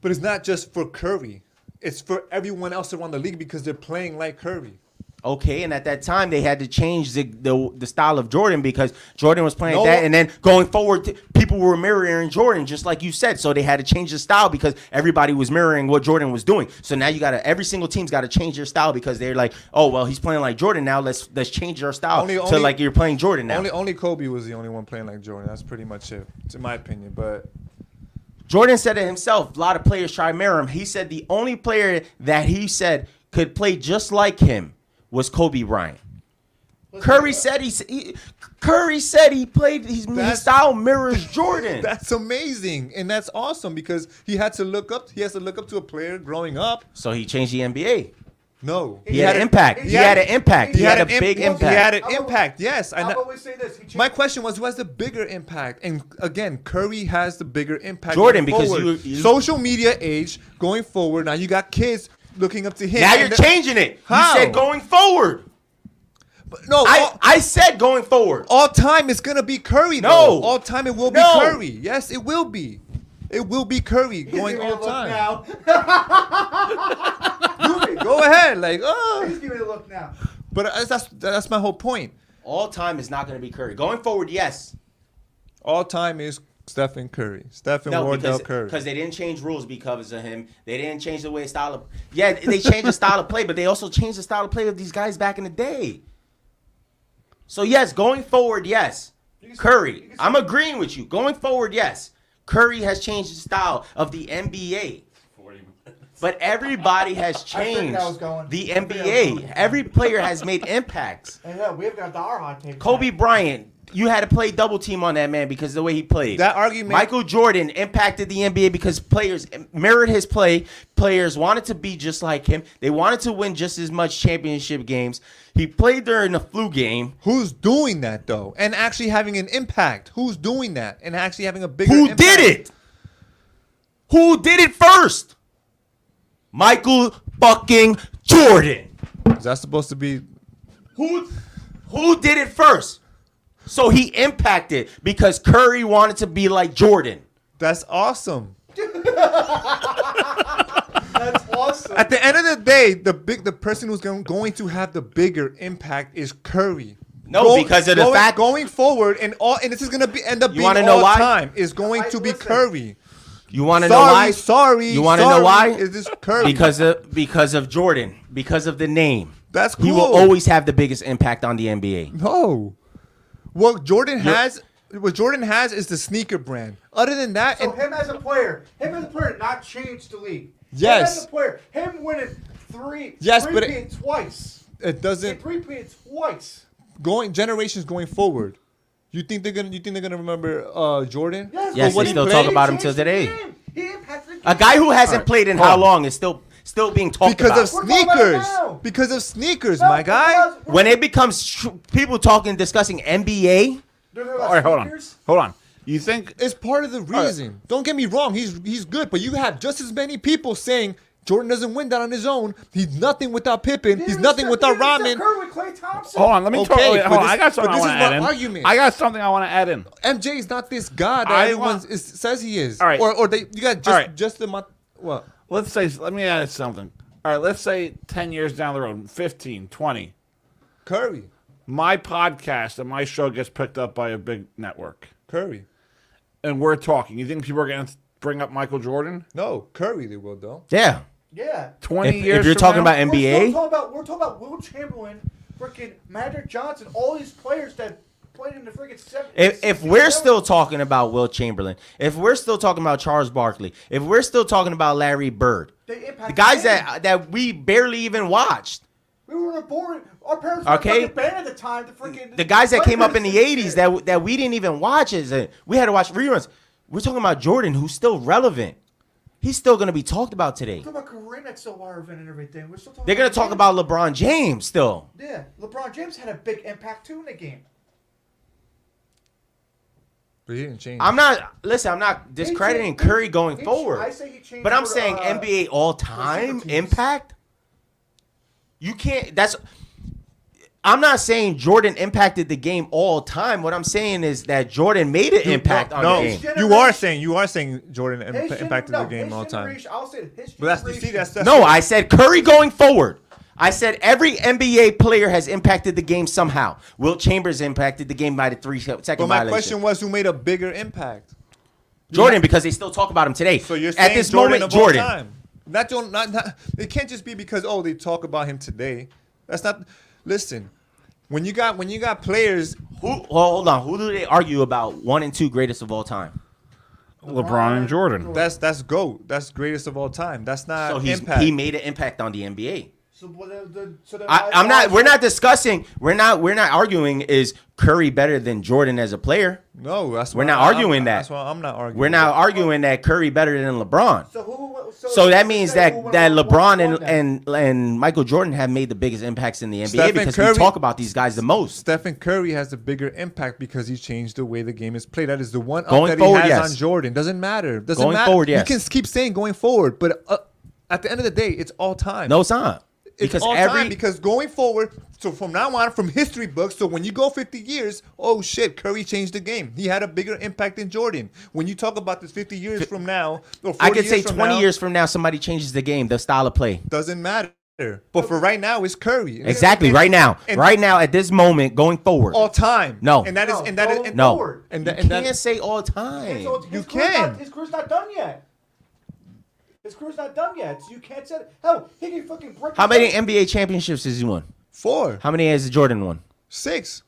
Speaker 2: But it's not just for Curry. It's for everyone else around the league because they're playing like Curry.
Speaker 10: Okay, and at that time they had to change the the, the style of Jordan because Jordan was playing
Speaker 2: No.
Speaker 10: that, and then going forward, t- people were mirroring Jordan, just like you said. So they had to change the style because everybody was mirroring what Jordan was doing. So now you got to every single team's got to change their style because they're like, oh well, he's playing like Jordan now. Let's let's change our style
Speaker 2: Only-
Speaker 10: to
Speaker 2: only-
Speaker 10: like you're playing Jordan now.
Speaker 2: Only only Kobe was the only one playing like Jordan. That's pretty much it, in my opinion. But
Speaker 10: Jordan said it himself. A lot of players try to mirror him. He said the only player that he said could play just like him was Kobe Bryant. Curry said he, he Curry said he played his, his style mirrors Jordan.
Speaker 2: that's amazing and that's awesome because he had to look up. He has to look up to a player growing up.
Speaker 10: So he changed the NBA.
Speaker 2: No,
Speaker 10: He had an impact. He had an impact. He had a
Speaker 2: an
Speaker 10: big
Speaker 2: imp-
Speaker 10: impact.
Speaker 2: He had an impact. Yes, I
Speaker 4: I'll
Speaker 2: know.
Speaker 4: always say this. He changed
Speaker 2: My question was, who has the bigger impact? And again, Curry has the bigger impact.
Speaker 10: Jordan,
Speaker 2: going
Speaker 10: because
Speaker 2: forward.
Speaker 10: you- you-
Speaker 2: social media age going forward. Now you got kids looking up to him.
Speaker 10: Now
Speaker 2: And uh,
Speaker 10: you're
Speaker 2: the-
Speaker 10: changing it.
Speaker 2: How?
Speaker 10: You said going forward.
Speaker 2: no,
Speaker 10: I, I said going forward.
Speaker 2: All time it's gonna be Curry.
Speaker 10: No.
Speaker 2: though. all time it will be
Speaker 10: No.
Speaker 2: Curry. Yes, it will be. It will be Curry going all time. Go ahead, like oh.
Speaker 4: Give me a look now.
Speaker 2: But that's that's, that's my whole point.
Speaker 10: All time is not going to be Curry. Going forward, yes.
Speaker 2: All time is Stephen Curry. Stephen Wardell
Speaker 10: because,
Speaker 2: Curry.
Speaker 10: because they didn't change rules because of him. They didn't change the way style of yeah. They changed the style of play, but they also changed the style of play of these guys back in the day. So yes, going forward, yes, Curry. I'm agreeing with you. Going forward, yes, Curry has changed the style of the NBA. But everybody has
Speaker 4: I figured
Speaker 10: changed
Speaker 4: I was going.
Speaker 10: the
Speaker 4: I figured I was
Speaker 10: NBA. Every player has made impacts.
Speaker 4: And yeah, we've got the our hot take.
Speaker 10: Kobe Bryant, you had to play double team on that man because of the way he played. That
Speaker 2: argument.
Speaker 10: Michael Jordan impacted the NBA because players mirrored his play. Players wanted to be just like him. They wanted to win just as much championship games. He played during the flu game.
Speaker 2: Who's doing that though? And actually having an impact. Who's doing that? And actually having a bigger
Speaker 10: Who
Speaker 2: impact?
Speaker 10: did it? Who did it first? Michael fucking Jordan.
Speaker 2: Is that supposed to be
Speaker 10: Who who did it first? So he impacted because Curry wanted to be like Jordan.
Speaker 2: That's awesome.
Speaker 4: That's awesome.
Speaker 2: At the end of the day, the big the person who's going, going to have the bigger impact is Curry.
Speaker 10: No, because of the
Speaker 2: going,
Speaker 10: fact-
Speaker 2: going forward and all and this is gonna be end up
Speaker 10: You
Speaker 2: being
Speaker 10: wanna know
Speaker 2: all
Speaker 10: why?
Speaker 2: time is going to be Curry.
Speaker 10: You want to know
Speaker 2: Sorry,
Speaker 10: why?
Speaker 2: sorry,
Speaker 10: You want to
Speaker 2: sorry,
Speaker 10: know why?
Speaker 2: is this Curry.
Speaker 10: Because of because of Jordan, because of the name.
Speaker 2: That's
Speaker 10: He will
Speaker 2: cool.
Speaker 10: always have the biggest impact on the NBA.
Speaker 2: No. What Jordan
Speaker 10: You're-
Speaker 2: has what Jordan has is the sneaker brand. Other than that,
Speaker 4: So
Speaker 2: and
Speaker 4: him as a player, him as a player, not changed the league. Him
Speaker 2: Yes.
Speaker 4: as a player, him winning three.
Speaker 2: Yes, but it-
Speaker 4: three-peat twice.
Speaker 2: it
Speaker 4: He
Speaker 2: doesn't
Speaker 4: three peats twice.
Speaker 2: going generations going forward. You think they're gonna you think they're gonna remember uh, Jordan?
Speaker 10: Yes, they still talk about him till today.
Speaker 4: He impacted
Speaker 10: A guy who hasn't
Speaker 2: Alright,
Speaker 10: played in
Speaker 2: hold
Speaker 10: how
Speaker 2: on.
Speaker 10: long is still still being talked
Speaker 2: because of
Speaker 10: about.
Speaker 2: sneakers. Because of sneakers, my guy.
Speaker 10: when it becomes tr- people talking discussing NBA,
Speaker 4: All
Speaker 2: right, hold on.
Speaker 6: Hold on. You think
Speaker 2: it's part of the reason? Don't get me wrong. He's he's good, but you have just as many people saying Jordan doesn't win that on his own. He's nothing without Pippen. He's nothing without Rodman.
Speaker 4: Curry with Clay Thompson.
Speaker 6: Hold on, let me
Speaker 2: Okay,
Speaker 6: talk. Hold
Speaker 2: but
Speaker 6: on,
Speaker 2: this-
Speaker 6: I got
Speaker 2: but
Speaker 6: something I
Speaker 2: this
Speaker 6: want to
Speaker 2: is my
Speaker 6: add in.
Speaker 2: argument.
Speaker 6: I got something I want to add in.
Speaker 2: MJ is not this god that
Speaker 6: I
Speaker 2: everyone
Speaker 6: want-
Speaker 2: is, says he is.
Speaker 6: All right.
Speaker 2: Or or they you got just
Speaker 6: All right.
Speaker 2: just the month. What?
Speaker 6: Let's say, let me add something. All right, let's say 10 years down the road, 15, 20.
Speaker 2: Curry.
Speaker 6: My podcast and my show gets picked up by a big network.
Speaker 2: Curry.
Speaker 6: And we're talking. You think people are going to bring up Michael Jordan?
Speaker 2: No, Curry they will, though.
Speaker 10: yeah.
Speaker 4: Yeah.
Speaker 6: 20
Speaker 10: If- if
Speaker 6: years
Speaker 10: you're
Speaker 6: from
Speaker 10: talking
Speaker 6: now?
Speaker 10: about NBA?
Speaker 4: We're still talking about we're talking about Will Chamberlain, freaking Magic Johnson, all these players that played in the freaking seven.
Speaker 10: If, if we're still talking about Will Chamberlain, if we're still talking about Charles Barkley, if we're still talking about Larry Bird,
Speaker 4: They impact
Speaker 10: the guys that that we barely even watched,
Speaker 4: We were born. Our parents were
Speaker 10: Okay.
Speaker 4: okay. fucking band at the time. The freaking
Speaker 10: the guys that came up in the '80s that that we didn't even watch is it. We had to watch reruns. We're talking about Jordan, who's still relevant. He's still gonna be talked about today.
Speaker 4: We're talking about Kareem that's still relevant and everything. We're still talking.
Speaker 10: They're gonna talk about LeBron James still.
Speaker 4: Yeah, LeBron James had a big impact too in the game.
Speaker 2: But he didn't change.
Speaker 10: I'm not listen. I'm not discrediting Curry going
Speaker 4: He ch-
Speaker 10: forward.
Speaker 4: I say he changed
Speaker 10: but I'm
Speaker 4: for,
Speaker 10: saying
Speaker 4: uh,
Speaker 10: NBA all time impact. You can't. That's. I'm not saying Jordan impacted the game all time. What I'm saying is that Jordan made an impact on
Speaker 2: no,
Speaker 10: the game.
Speaker 2: you are saying you are saying Jordan imp-
Speaker 4: His
Speaker 2: impacted
Speaker 4: gener-
Speaker 2: the game
Speaker 4: no,
Speaker 2: all
Speaker 4: his
Speaker 2: time.
Speaker 4: generation- I'll say it, his
Speaker 2: But that's the see that's, that's
Speaker 10: no, I said Curry going forward. I said every NBA player has impacted the game somehow. Will Chambers impacted the game by the three second
Speaker 2: But my
Speaker 10: violation.
Speaker 2: question was, who made a bigger impact?
Speaker 10: Jordan, because they still talk about him today. So
Speaker 2: You're
Speaker 10: at
Speaker 2: saying
Speaker 10: this
Speaker 2: Jordan
Speaker 10: moment,
Speaker 2: of all
Speaker 10: Jordan.
Speaker 2: time. Not, Jordan- not, not, it can't just be because oh they talk about him today. That's not. Listen, when you got when you got players
Speaker 10: who well, hold on, who do they argue about one and two greatest of all time?
Speaker 2: LeBron
Speaker 6: and Jordan.
Speaker 2: That's that's goat. That's greatest of all time. That's not
Speaker 10: So he's,
Speaker 2: Uh, impact.
Speaker 10: he made an impact on the NBA.
Speaker 4: So, what the, the, so the
Speaker 10: I, I'm not. We're not discussing. We're not. We're not arguing. Is Curry better than Jordan as a player?
Speaker 2: No, that's
Speaker 10: we're
Speaker 2: why
Speaker 10: not
Speaker 2: I'm-
Speaker 10: arguing that.
Speaker 2: That's why I'm not arguing.
Speaker 10: We're not arguing that Curry better than LeBron.
Speaker 4: So who?
Speaker 10: So, that means that that LeBron and, and and Michael Jordan have made the biggest impacts in the NBA
Speaker 2: Stephen
Speaker 10: because
Speaker 2: Curry-
Speaker 10: we talk about these guys the most.
Speaker 2: Stephen Curry has a bigger impact because he changed the way the game is played. That is the one up
Speaker 10: Going
Speaker 2: that
Speaker 10: forward,
Speaker 2: he has
Speaker 10: yes.
Speaker 2: on Jordan. Doesn't matter. Doesn't
Speaker 10: Going
Speaker 2: matter.
Speaker 10: forward, yes.
Speaker 2: You can keep saying going forward, but uh, at the end of the day, it's all time.
Speaker 10: No, it's not. Because
Speaker 2: all
Speaker 10: every-
Speaker 2: time because going forward. So from now on, from history books. So when you go 50 years, oh shit, Curry changed the game. He had a bigger impact than Jordan. When you talk about this 50 years from now, or 40
Speaker 10: I could
Speaker 2: years
Speaker 10: say
Speaker 2: from
Speaker 10: 20
Speaker 2: now,
Speaker 10: years from now somebody changes the game, the style of play.
Speaker 2: doesn't matter. But for right now, it's Curry.
Speaker 10: Exactly. Right now.
Speaker 2: And-
Speaker 10: Right now at this moment going forward.
Speaker 2: all time.
Speaker 10: No.
Speaker 2: and that is and that is and,
Speaker 10: No. forward.
Speaker 2: and,
Speaker 10: You
Speaker 2: that, and that-
Speaker 10: can't say all time.
Speaker 4: So his
Speaker 2: You
Speaker 4: career's
Speaker 2: can.
Speaker 4: Not, his career's not done yet. His career's not done yet. So you can't say hell. He can fucking break.
Speaker 10: How
Speaker 4: his
Speaker 10: many
Speaker 4: leg.
Speaker 10: NBA championships has he won?
Speaker 2: Four.
Speaker 10: How many has Jordan won?
Speaker 2: Six.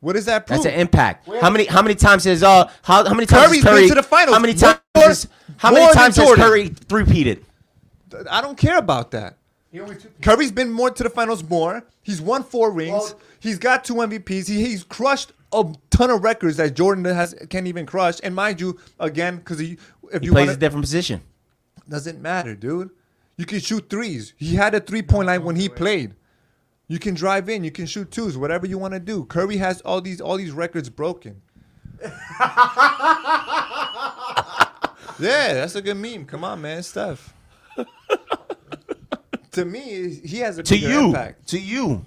Speaker 2: What does that prove?
Speaker 10: That's an impact. How many? How many times has uh? How, how many times
Speaker 2: Curry's
Speaker 10: has Curry
Speaker 2: been to the finals
Speaker 10: How many
Speaker 2: more-
Speaker 10: times? has- how
Speaker 2: more
Speaker 10: many
Speaker 2: than
Speaker 10: times has
Speaker 2: Jordan.
Speaker 10: Curry three-peated?
Speaker 2: I don't care about that. Curry's been more to the finals more. He's won four rings. he's got two MVPs. He, he's crushed a ton of records that Jordan has can't even crush. And mind you, again, because he if
Speaker 10: He
Speaker 2: you
Speaker 10: plays
Speaker 2: wanna-
Speaker 10: a different position.
Speaker 2: doesn't matter, dude. You can shoot threes. He had a three point line when he played. You can drive in. You can shoot twos. Whatever you want to do. Curry has all these all these records broken. yeah, that's a good meme. Come on, man, Steph. to me, he has a
Speaker 10: To
Speaker 2: bigger
Speaker 10: you,
Speaker 2: impact.
Speaker 10: to you,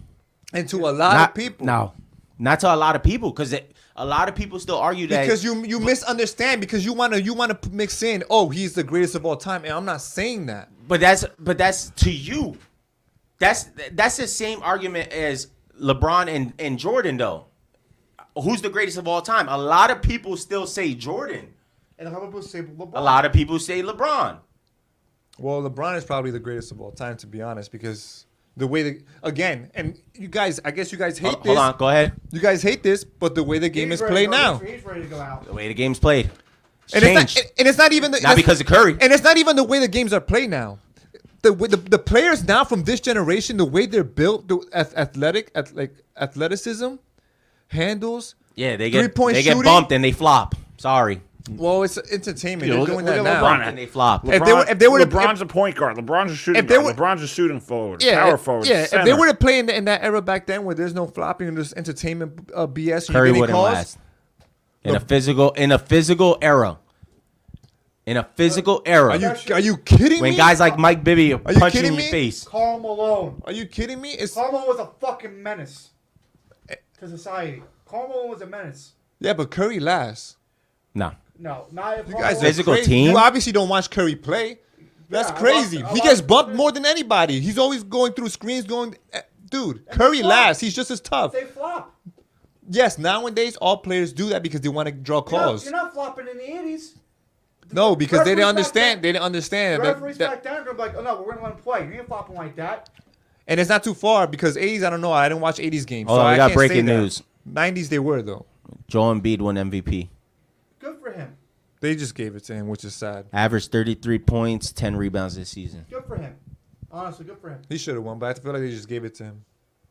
Speaker 2: and to a lot
Speaker 10: Not-
Speaker 2: of people.
Speaker 10: No, not to a lot of people, because a lot of people still argue that
Speaker 2: because you you misunderstand because you wanna you wanna mix in. Oh, he's the greatest of all time, and I'm not saying that.
Speaker 10: But that's but that's to you. That's that's the same argument as LeBron and, and Jordan though. Who's the greatest of all time? A lot of people still say Jordan.
Speaker 4: And how about say LeBron?
Speaker 10: A lot of people say LeBron.
Speaker 2: Well, LeBron is probably the greatest of all time, to be honest, because the way the again, and you guys, I guess you guys hate
Speaker 10: hold
Speaker 2: this.
Speaker 10: on, go ahead.
Speaker 2: You guys hate this, but the way the game is played now,
Speaker 4: He's ready to go out.
Speaker 10: The way the game's played.
Speaker 2: and it's, not, and- and it's not even the,
Speaker 10: Not because of Curry.
Speaker 2: and it's not even the way the games are played now. The, way- the, the players now from this generation, the way they're built, the ath- athletic, ath- like athleticism, handles.
Speaker 10: Yeah, they get
Speaker 2: Three-point
Speaker 10: they
Speaker 2: shooting?
Speaker 10: get bumped and they flop. Sorry.
Speaker 2: Well, it's entertainment.
Speaker 6: Yeah,
Speaker 2: they're
Speaker 6: look at-
Speaker 2: doing
Speaker 6: look
Speaker 2: that
Speaker 6: at
Speaker 2: now.
Speaker 6: LeBron.
Speaker 10: And they flop.
Speaker 2: If they were- if they were to-
Speaker 6: LeBron's a point guard. LeBron's a shooting
Speaker 2: if they
Speaker 6: guard.
Speaker 2: were-
Speaker 6: LeBron's a shooting forward.
Speaker 2: Yeah,
Speaker 6: power
Speaker 2: if-
Speaker 6: forward.
Speaker 2: Yeah,
Speaker 6: center.
Speaker 2: if they were to play in, the, in that era back then where there's no flopping and there's entertainment uh, BS, you
Speaker 10: Curry
Speaker 2: get any
Speaker 10: wouldn't
Speaker 2: calls,
Speaker 10: last. In a physical in a physical era. In a physical era.
Speaker 2: Are you are you kidding
Speaker 10: when
Speaker 2: me?
Speaker 10: guys like Mike Bibby are
Speaker 2: Are you
Speaker 10: punching
Speaker 2: kidding
Speaker 10: in your
Speaker 2: me?
Speaker 10: face.
Speaker 4: Carl Malone.
Speaker 2: Are you kidding me? It's
Speaker 4: Carl Malone was a fucking menace
Speaker 2: Eh.
Speaker 4: to society. Carl Malone was a menace.
Speaker 2: yeah, but Curry lasts.
Speaker 10: No.
Speaker 4: No, not if
Speaker 2: You
Speaker 4: Karl
Speaker 2: guys are
Speaker 4: Malone-
Speaker 10: Physical
Speaker 2: crazy.
Speaker 10: team?
Speaker 2: You obviously don't watch Curry play. That's
Speaker 4: Yeah, I
Speaker 2: crazy.
Speaker 4: watch- I
Speaker 2: he
Speaker 4: watch-
Speaker 2: gets bumped more than anybody. He's always going through screens, going. eh, Dude, Curry
Speaker 4: flop.
Speaker 2: lasts. He's just as tough.
Speaker 4: They flop.
Speaker 2: Yes, nowadays all players do that because they want to draw
Speaker 4: You're not,
Speaker 2: calls.
Speaker 4: you're not flopping in the '80s.
Speaker 2: no, because they
Speaker 4: Referees
Speaker 2: didn't
Speaker 4: back
Speaker 2: understand. They didn't understand. that-
Speaker 4: Referees
Speaker 2: that-
Speaker 4: back down, they're like, "Oh no, we're gonna let him play. You ain't flopping like that."
Speaker 2: and it's not too far because 80s. I don't know. I didn't watch 80s games.
Speaker 10: Oh,
Speaker 2: so
Speaker 10: we
Speaker 2: I
Speaker 10: got
Speaker 2: can't say
Speaker 10: breaking
Speaker 2: that.
Speaker 10: news.
Speaker 2: 90s they were though.
Speaker 10: Joel Embiid won MVP.
Speaker 4: Good for him.
Speaker 2: They just gave it to him, which is sad.
Speaker 10: Averaged 33 points, 10 rebounds this season.
Speaker 4: Good for him. Honestly, good for him.
Speaker 2: He should have won, but I feel like they just gave it to him.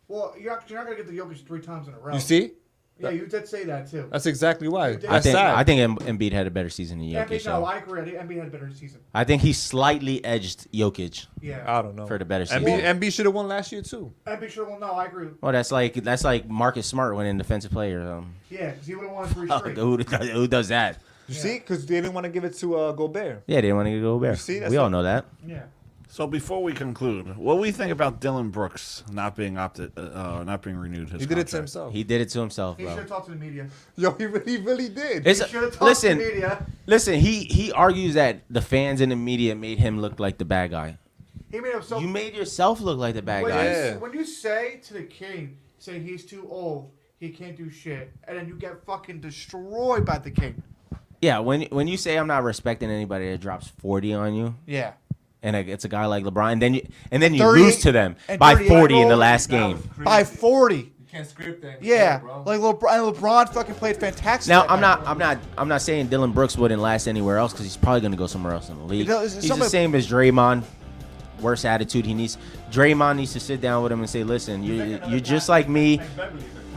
Speaker 4: Well, you're not, you're not gonna get the Jokic three times in a row.
Speaker 2: You see?
Speaker 4: Yeah, you did say that too.
Speaker 2: That's exactly why.
Speaker 4: You did.
Speaker 10: I
Speaker 2: That's
Speaker 10: think
Speaker 2: sad.
Speaker 10: I think Em- Embiid had a better season than
Speaker 4: Yeah,
Speaker 10: Jokic.
Speaker 4: no,
Speaker 10: though.
Speaker 4: I agree. I think Embiid had a better season.
Speaker 10: I think he slightly edged Jokic.
Speaker 4: Yeah.
Speaker 2: I don't know.
Speaker 10: for the better season.
Speaker 2: MB, MB should have won last year too.
Speaker 4: Embiid sure. Well, no, I agree.
Speaker 10: Oh, that's like that's like Marcus Smart winning defensive player. Um,
Speaker 4: Yeah, because he would have won three
Speaker 10: fuck,
Speaker 4: straight.
Speaker 10: who, does- who does that?
Speaker 2: You see? Because they didn't want to give it to uh, Gobert.
Speaker 10: Yeah, they didn't want to go
Speaker 6: You
Speaker 10: there.
Speaker 6: see, that's
Speaker 10: We all
Speaker 6: not-
Speaker 10: know that.
Speaker 4: Yeah.
Speaker 6: So before we conclude, what do we think about Dylan Brooks not being opted, uh, uh, not being renewed? His contract?
Speaker 10: He did it to himself,
Speaker 4: He should
Speaker 10: bro.
Speaker 4: have talked to the media.
Speaker 2: Yo, he really, really did.
Speaker 10: It's-
Speaker 4: he should have talked
Speaker 10: listen,
Speaker 4: to the media.
Speaker 10: listen. He he argues that the fans and the media made him look like the bad guy.
Speaker 4: He made himself.
Speaker 10: You made yourself look like the bad
Speaker 4: when,
Speaker 10: guy.
Speaker 4: you, when you say to the king, say he's too old, he can't do shit, and then you get fucking destroyed by the king.
Speaker 10: Yeah, when when you say I'm not respecting anybody that drops 40 on you,
Speaker 4: Yeah.
Speaker 10: and it- it's a guy like LeBron, and then you and then you
Speaker 4: 38
Speaker 10: lose to them
Speaker 4: and
Speaker 10: by
Speaker 4: 38
Speaker 10: 40 in the
Speaker 4: goals.
Speaker 10: last
Speaker 4: That
Speaker 10: game.
Speaker 4: By forty.
Speaker 11: You can't script that.
Speaker 4: Yeah, like LeBron. and LeBron fucking played fantastic.
Speaker 10: Now
Speaker 4: that
Speaker 10: I'm
Speaker 4: night.
Speaker 10: not I'm not I'm not saying Dylan Brooks wouldn't last anywhere else because he's probably going to go somewhere else in the league.
Speaker 4: You know, it's-
Speaker 10: he's
Speaker 4: it's somebody-
Speaker 10: the same as Draymond. Worse attitude. He needs Draymond needs to sit down with him and say, "Listen, you you- you're just like me.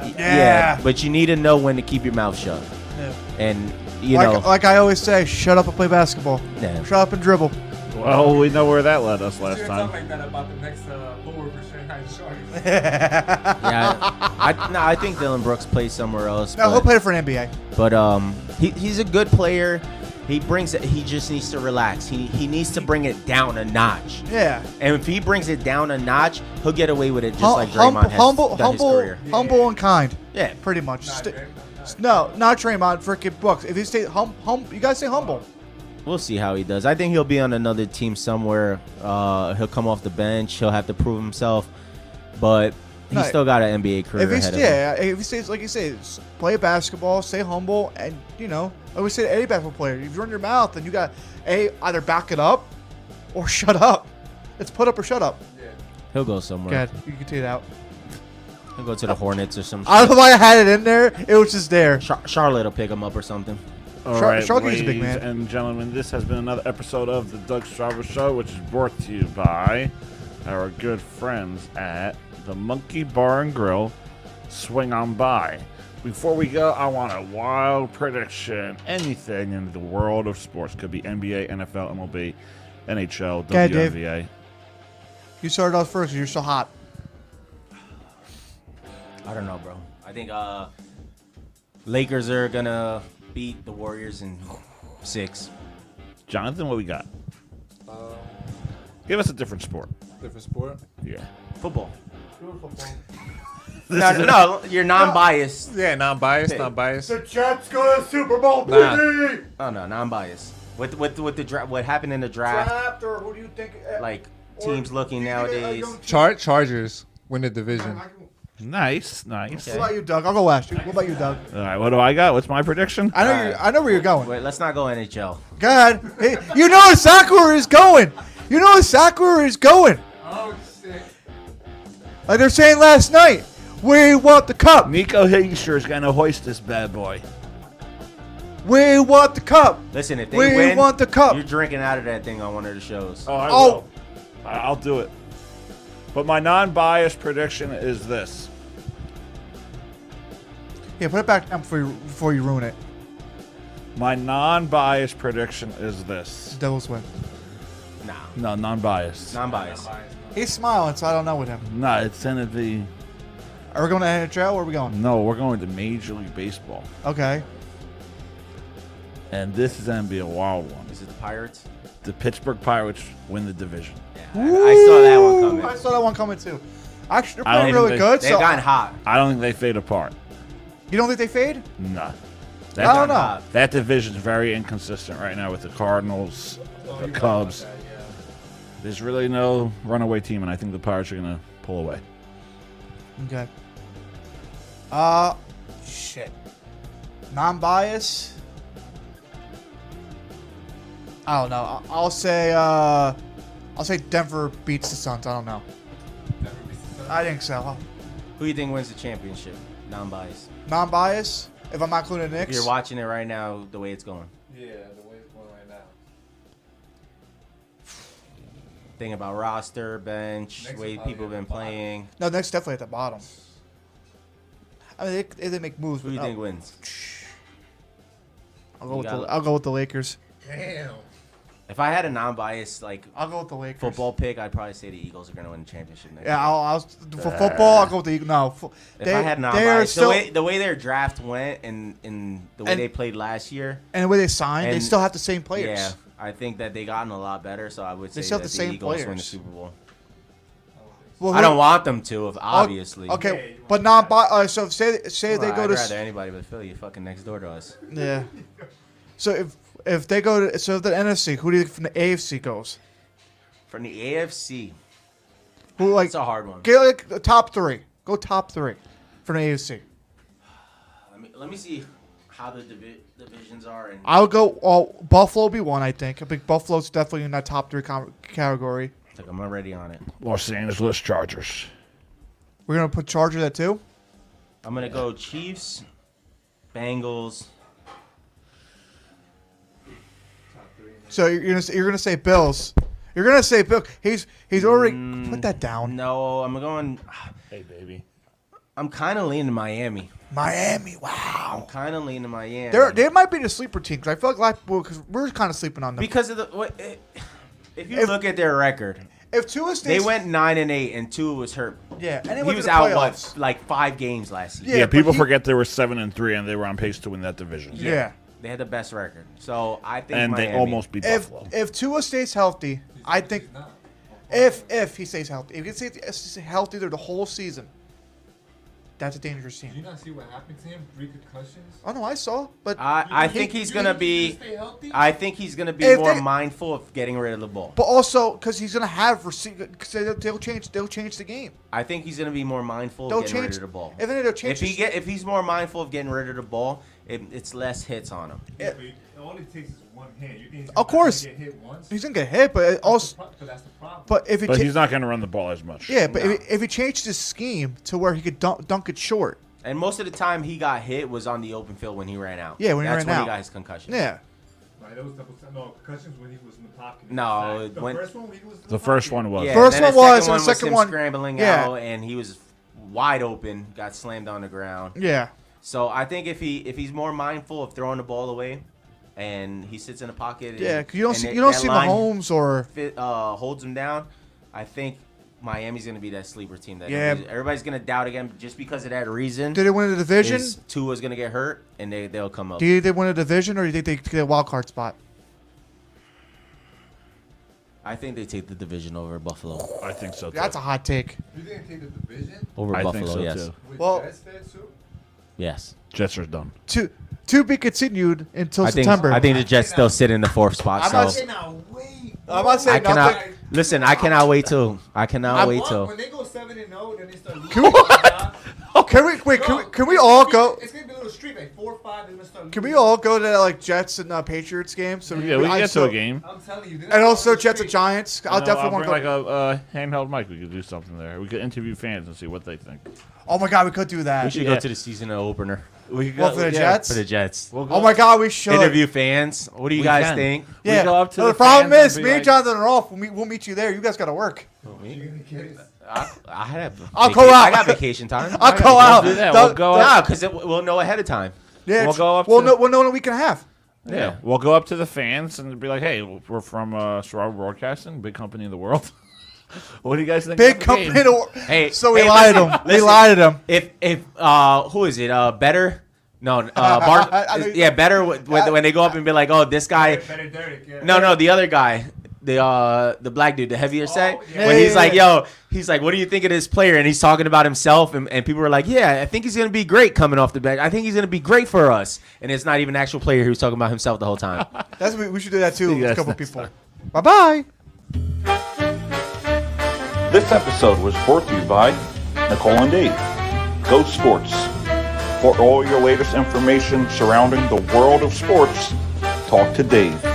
Speaker 10: Y-
Speaker 4: Yeah.
Speaker 10: but you need to know when to keep your mouth shut.
Speaker 4: Yeah.
Speaker 10: And you
Speaker 4: like,
Speaker 10: know,
Speaker 4: like I always say, shut up and play basketball.
Speaker 10: Yeah.
Speaker 4: Shut up and dribble.
Speaker 6: Well, Oh, we know where that led us last time.
Speaker 11: like that about the next uh, forward for Shanghai Sharks.
Speaker 10: yeah, I, no, I think Dylan Brooks plays somewhere else.
Speaker 4: No,
Speaker 10: but-
Speaker 4: he'll play for an NBA.
Speaker 10: But um, he, he's a good player. He brings it. He just needs to relax. He he needs to bring it down a notch.
Speaker 4: Yeah.
Speaker 10: And if he brings it down a notch, he'll get away with it just
Speaker 4: Hum-
Speaker 10: like
Speaker 4: hum-
Speaker 10: Draymond has
Speaker 4: humble,
Speaker 10: done his
Speaker 4: humble,
Speaker 10: career.
Speaker 4: humble, and kind.
Speaker 10: Yeah.
Speaker 4: pretty much. St- no, not Draymond. Freaking Brooks. If you stay hum, hum, you gotta stay humble.
Speaker 10: We'll see how he does. I think he'll be on another team somewhere. Uh, he'll come off the bench. He'll have to prove himself. But he
Speaker 4: No,
Speaker 10: still got an NBA career
Speaker 4: If he,
Speaker 10: ahead of him.
Speaker 4: yeah, if he stays like you say, s- play basketball, stay humble, and you know, I always say to any basketball player, if you run your mouth, then you got a either back it up or shut up. It's put up or shut up.
Speaker 10: He'll go somewhere.
Speaker 4: Good, you can take it out.
Speaker 10: He'll go to the Hornets or some.
Speaker 4: I don't know
Speaker 10: shit.
Speaker 4: why I had it in there. It was just there.
Speaker 10: Char- Charlotte will pick him up or something.
Speaker 6: All
Speaker 4: Shark-
Speaker 6: right,
Speaker 4: Sharky's a
Speaker 6: ladies
Speaker 4: big man.
Speaker 6: and gentlemen, this has been another episode of the Doug Strava Show, which is brought to you by our good friends at the Monkey Bar and Grill. Swing on by. Before we go, I want a wild prediction. Anything in the world of sports could be NBA, NFL, MLB, NHL,
Speaker 4: Go ahead, Dave.
Speaker 6: WNBA.
Speaker 4: You started off first. 'cause You're so hot.
Speaker 10: I don't know, bro. I think uh Lakers are gonna beat the Warriors in six.
Speaker 6: Jonathan, what we got? Give us a different sport.
Speaker 2: Different sport.
Speaker 6: Yeah.
Speaker 10: Football.
Speaker 6: This
Speaker 10: No,
Speaker 6: is it.
Speaker 10: no, you're non-biased.
Speaker 2: Yeah, non-biased,
Speaker 10: Hey.
Speaker 2: non-biased.
Speaker 4: Jets go to Super Bowl.
Speaker 10: Nah. Oh no, non-biased. With with with the draft, what happened in the draft?
Speaker 4: Draft or who do you think? uh,
Speaker 10: Like teams looking nowadays.
Speaker 2: Char- Chargers win the division.
Speaker 6: Nice, nice.
Speaker 4: What about you, Doug? I'll go last. What about you, Doug?
Speaker 6: All right, what do I got? What's my prediction?
Speaker 4: I know you. I know where you're going.
Speaker 10: Wait, let's not go NHL.
Speaker 4: God, hey, you know where Sakura is going. You know where Sakura is going.
Speaker 11: Oh shit.
Speaker 4: Like they're saying last night, we want the cup.
Speaker 6: Nico Higgins is gonna hoist this bad boy.
Speaker 4: We want the cup.
Speaker 10: Listen, if they
Speaker 4: We
Speaker 10: win,
Speaker 4: want the cup.
Speaker 10: You're drinking out of that thing on one of the shows.
Speaker 6: Oh, I
Speaker 4: Oh.
Speaker 6: will. I- I'll do it. But my non-biased prediction is this:
Speaker 4: Yeah, put it back down before you, before you ruin it.
Speaker 6: my non-biased prediction is this.
Speaker 4: Devils win.
Speaker 10: Nah,
Speaker 6: No, non-biased.
Speaker 10: non-biased.
Speaker 4: He's smiling, so I don't know with him.
Speaker 6: No, it's gonna be.
Speaker 4: Are we going to NHL? Where are we going?
Speaker 6: No, we're going to Major League Baseball,
Speaker 4: Okay.
Speaker 6: and this is gonna be a wild one.
Speaker 10: Is it the Pirates?
Speaker 6: The Pittsburgh Pirates win the division.
Speaker 10: I saw that one
Speaker 4: Ooh,
Speaker 10: coming.
Speaker 4: I saw that one coming too. Actually,
Speaker 6: I don't
Speaker 4: they're playing
Speaker 6: even
Speaker 4: really
Speaker 6: think-
Speaker 4: good.
Speaker 10: They've
Speaker 4: so
Speaker 10: gotten hot.
Speaker 6: I don't think they fade apart.
Speaker 4: you don't think they fade?
Speaker 6: Nah.
Speaker 4: I don't know.
Speaker 6: That division's very inconsistent right now with the Cardinals, the Cubs. There's really no runaway team, and I think the Pirates are going to pull away.
Speaker 4: Okay. Uh, shit. Non-bias. I don't know. I- I'll say. Uh, I'll say Denver beats the Suns. I don't know. I think so.
Speaker 10: Who do you think wins the championship? Non-biased.
Speaker 4: non bias, if I'm not including the Knicks,
Speaker 10: You're watching it right now the way it's going.
Speaker 11: Yeah, the way it's going right now.
Speaker 10: Think about roster, bench, way people been playing.
Speaker 4: no, Knicks definitely at the bottom. I mean, they, they make moves.
Speaker 10: Who do you
Speaker 4: but no.
Speaker 10: think wins?
Speaker 4: I'll go
Speaker 10: You
Speaker 4: with
Speaker 10: got
Speaker 4: the,
Speaker 10: it.
Speaker 4: I'll go with the Lakers.
Speaker 2: Damn.
Speaker 10: If I had a non-biased like,
Speaker 4: I'll go with the Lakers.
Speaker 10: Football pick, I'd probably say the Eagles are going to win the championship. Next
Speaker 4: Yeah,
Speaker 10: year.
Speaker 4: I'll, I'll for football, I'll go with the Eagles. No, fo-
Speaker 10: If
Speaker 4: they,
Speaker 10: I had
Speaker 4: they are
Speaker 10: non-biased,
Speaker 4: still
Speaker 10: the, way, the way their draft went and, and the way
Speaker 4: And-
Speaker 10: they played last year,
Speaker 4: and the way they signed, they
Speaker 10: and-
Speaker 4: still have the same players.
Speaker 10: Yeah, I think that they gotten a lot better. So I would say
Speaker 4: They still
Speaker 10: that
Speaker 4: have
Speaker 10: the,
Speaker 4: the same
Speaker 10: Eagles win the
Speaker 4: players.
Speaker 10: Super Bowl.
Speaker 4: Well,
Speaker 10: I
Speaker 4: who-
Speaker 10: don't want them to, if
Speaker 4: I'll-
Speaker 10: obviously.
Speaker 4: okay, but non bi Uh, so say say they
Speaker 10: Well,
Speaker 4: go
Speaker 10: I'd
Speaker 4: to s-
Speaker 10: rather anybody but Philly, fucking next door to us.
Speaker 4: yeah. So if if they go to so if the NFC, who do you think from the AFC goes?
Speaker 10: From the AFC,
Speaker 4: Who like
Speaker 10: it's a hard one.
Speaker 4: get like the top three? Go top three from the AFC.
Speaker 10: Let me, let me see how the divi- divisions are. And
Speaker 4: I'll go. Oh, Buffalo be one, I think. I think Buffalo's definitely in that top three com- category.
Speaker 10: Look, I'm already on it.
Speaker 6: Los Angeles Chargers.
Speaker 4: We're gonna put Chargers at two.
Speaker 10: I'm gonna go Chiefs, Bengals.
Speaker 4: So you're gonna say, you're gonna say Bills. You're gonna say Bill. He's he's already put that down.
Speaker 10: Mm, No, I'm going.
Speaker 6: Hey, baby.
Speaker 10: I'm kind of leaning Miami.
Speaker 4: Miami, wow.
Speaker 10: I'm kind of leaning Miami.
Speaker 4: There they might be the sleeper team because I feel like life, well, cause we're kind of sleeping on them.
Speaker 10: because of the what, eh, if you look at their record,
Speaker 4: if Tua stays,
Speaker 10: they went nine and eight, and Tua was hurt.
Speaker 4: Yeah, and they
Speaker 10: he
Speaker 4: went to
Speaker 10: was
Speaker 4: the
Speaker 10: out what
Speaker 4: playoffs.
Speaker 10: like five games last year.
Speaker 6: Yeah, people forget they were seven and three, and they were on pace to win that division.
Speaker 10: they had the best record. So I think
Speaker 6: And they
Speaker 10: Miami.
Speaker 6: almost beat
Speaker 4: If if Tua stays healthy, I think if if he stays healthy, if he stays healthy through the whole season, that's a dangerous
Speaker 11: Did you
Speaker 4: team.
Speaker 11: not see what happened to him? Three concussions.
Speaker 4: Oh no, I saw, but
Speaker 10: I, I think he's gonna be. I think he's gonna be
Speaker 4: If
Speaker 10: more
Speaker 4: they-
Speaker 10: mindful of getting rid of the ball.
Speaker 4: But also because he's gonna have receiver, they'll, they'll change they'll change the game.
Speaker 10: I think he's gonna be more mindful
Speaker 4: They'll
Speaker 10: of getting rid
Speaker 4: change-
Speaker 10: of the ball.
Speaker 4: if they don't change
Speaker 10: if he
Speaker 4: his-
Speaker 10: get if he's more mindful of getting rid of the ball, it, it's less hits on him.
Speaker 11: Yeah, but it- all it takes is one hand. You think he's
Speaker 4: Of
Speaker 11: gonna
Speaker 4: course,
Speaker 11: get hit once?
Speaker 4: he's gonna get hit, but it also
Speaker 11: pro- but that's the problem.
Speaker 4: but if he
Speaker 6: But
Speaker 4: cha-
Speaker 6: he's not going to run the ball as much.
Speaker 4: yeah, but if, he, if he changed his scheme to where he could dunk, dunk it short,
Speaker 10: And most of the time he got hit was on the open field when he ran out.
Speaker 4: Yeah, when he
Speaker 10: That's
Speaker 4: ran
Speaker 10: when
Speaker 4: out.
Speaker 10: he got his concussion.
Speaker 4: yeah.
Speaker 11: Like, that was double, no concussions when he was in the pocket.
Speaker 10: No, it
Speaker 11: the
Speaker 10: went-
Speaker 11: first one he was. in
Speaker 6: The first one was.
Speaker 10: Yeah,
Speaker 4: First
Speaker 10: and then
Speaker 4: one was,
Speaker 10: the
Speaker 4: and second
Speaker 10: him
Speaker 4: one-
Speaker 10: scrambling
Speaker 4: yeah.
Speaker 10: out, and he was wide open, got slammed on the ground.
Speaker 4: Yeah.
Speaker 10: So I think if he if he's more mindful of throwing the ball away, and he sits in the pocket, and-
Speaker 4: Yeah, 'cause you don't
Speaker 10: and
Speaker 4: see-
Speaker 10: it-
Speaker 4: you don't
Speaker 10: that
Speaker 4: see
Speaker 10: line
Speaker 4: Mahomes or-
Speaker 10: fit, uh, holds him down, I think Miami's going to be that sleeper team that
Speaker 4: Yeah.
Speaker 10: everybody's, everybody's going to doubt again just because of that reason.
Speaker 4: Did they win the division?
Speaker 10: Is Tua's going to get hurt, and they they'll come up.
Speaker 4: Do you think they win a division or do you think they get a wild card spot?
Speaker 10: I think they take the division over Buffalo.
Speaker 6: I think so.
Speaker 4: That's a hot take.
Speaker 11: You didn't take the division.
Speaker 10: Over
Speaker 6: I think
Speaker 10: Buffalo,
Speaker 6: so,
Speaker 10: yes,
Speaker 6: too.
Speaker 11: With
Speaker 4: Well-
Speaker 11: Jets there too.
Speaker 10: yes.
Speaker 6: Jets are done.
Speaker 4: To to be continued until
Speaker 10: I think
Speaker 4: September.
Speaker 10: I think the Jets still sit in the fourth spot.
Speaker 4: I'm
Speaker 10: so
Speaker 4: not saying- I'm not
Speaker 10: I
Speaker 4: saying
Speaker 10: cannot.
Speaker 4: nothing.
Speaker 10: Listen, I cannot wait till I cannot
Speaker 4: I
Speaker 10: wait
Speaker 4: want
Speaker 10: till.
Speaker 11: When they go seven and zero, then they start. losing.
Speaker 4: Oh, can we wait? Can we, can we all go?
Speaker 11: It's gonna be a little streak like four or five. They're gonna start.
Speaker 4: Can we all go to that, like Jets and uh, Patriots game? So
Speaker 6: Yeah, we can
Speaker 4: I
Speaker 6: get to
Speaker 4: still-
Speaker 6: a game.
Speaker 11: I'm telling you.
Speaker 4: And also Jets and Giants. I'll
Speaker 6: No,
Speaker 4: definitely want
Speaker 6: bring
Speaker 4: to go.
Speaker 6: like a uh, handheld mic. We could do something there. We could interview fans and see what they think.
Speaker 4: oh my god, we could do that.
Speaker 10: We should
Speaker 6: Yeah.
Speaker 10: go to the season opener.
Speaker 6: We could
Speaker 4: Well, go- for the yeah. Jets?
Speaker 10: For the Jets.
Speaker 4: go- Oh my God, we should.
Speaker 10: interview fans. What do you
Speaker 6: We
Speaker 10: guys
Speaker 6: can.
Speaker 10: think?
Speaker 4: Yeah. No, the, problem is, me and Jonathan are off. We'll meet, we'll meet you there. You guys got to work.
Speaker 10: I, I have.
Speaker 4: I'll
Speaker 10: vaca-
Speaker 4: go out.
Speaker 10: I got vacation time.
Speaker 4: I'll go out.
Speaker 6: do that. We'll
Speaker 4: The-
Speaker 6: go
Speaker 4: the-
Speaker 10: Nah, because we'll know ahead of time.
Speaker 4: Yeah,
Speaker 6: We'll go up
Speaker 4: We'll
Speaker 6: to-
Speaker 4: know. We'll know in a week and a half.
Speaker 6: Yeah. we'll go up to the fans and be like, "Hey, we're from uh, Survival Broadcasting, big company in the world. what do you guys think?
Speaker 4: Big
Speaker 6: about the
Speaker 4: company.
Speaker 6: game?"
Speaker 4: in the wor-
Speaker 10: Hey,
Speaker 4: So we
Speaker 10: hey,
Speaker 4: lied to
Speaker 10: listen,
Speaker 4: them. We
Speaker 10: listen.
Speaker 4: lied to them.
Speaker 10: If if uh, who is it? Uh, better. No, uh, Bar-
Speaker 4: I know you-
Speaker 10: yeah, better wh- when, when they go up and be like, "Oh, this guy." No, no, the other guy, the uh, the black dude, the heavier set.
Speaker 4: Oh, yeah.
Speaker 10: When
Speaker 4: Yeah,
Speaker 10: he's
Speaker 4: yeah,
Speaker 10: like,
Speaker 4: yeah.
Speaker 10: "Yo," he's like, "What do you think of this player?" And he's talking about himself, and, and people are like, "Yeah, I think he's gonna be great coming off the bench. I think he's gonna be great for us." And it's not even an actual player. He was talking about himself the whole time.
Speaker 4: That's we, we should do that too.
Speaker 6: See you
Speaker 4: with
Speaker 6: guys
Speaker 4: a couple
Speaker 6: next
Speaker 4: people. Bye bye.
Speaker 20: This episode was brought to you by Nicole and Dave, Go Sports. For all your latest information surrounding the world of sports, talk to Dave.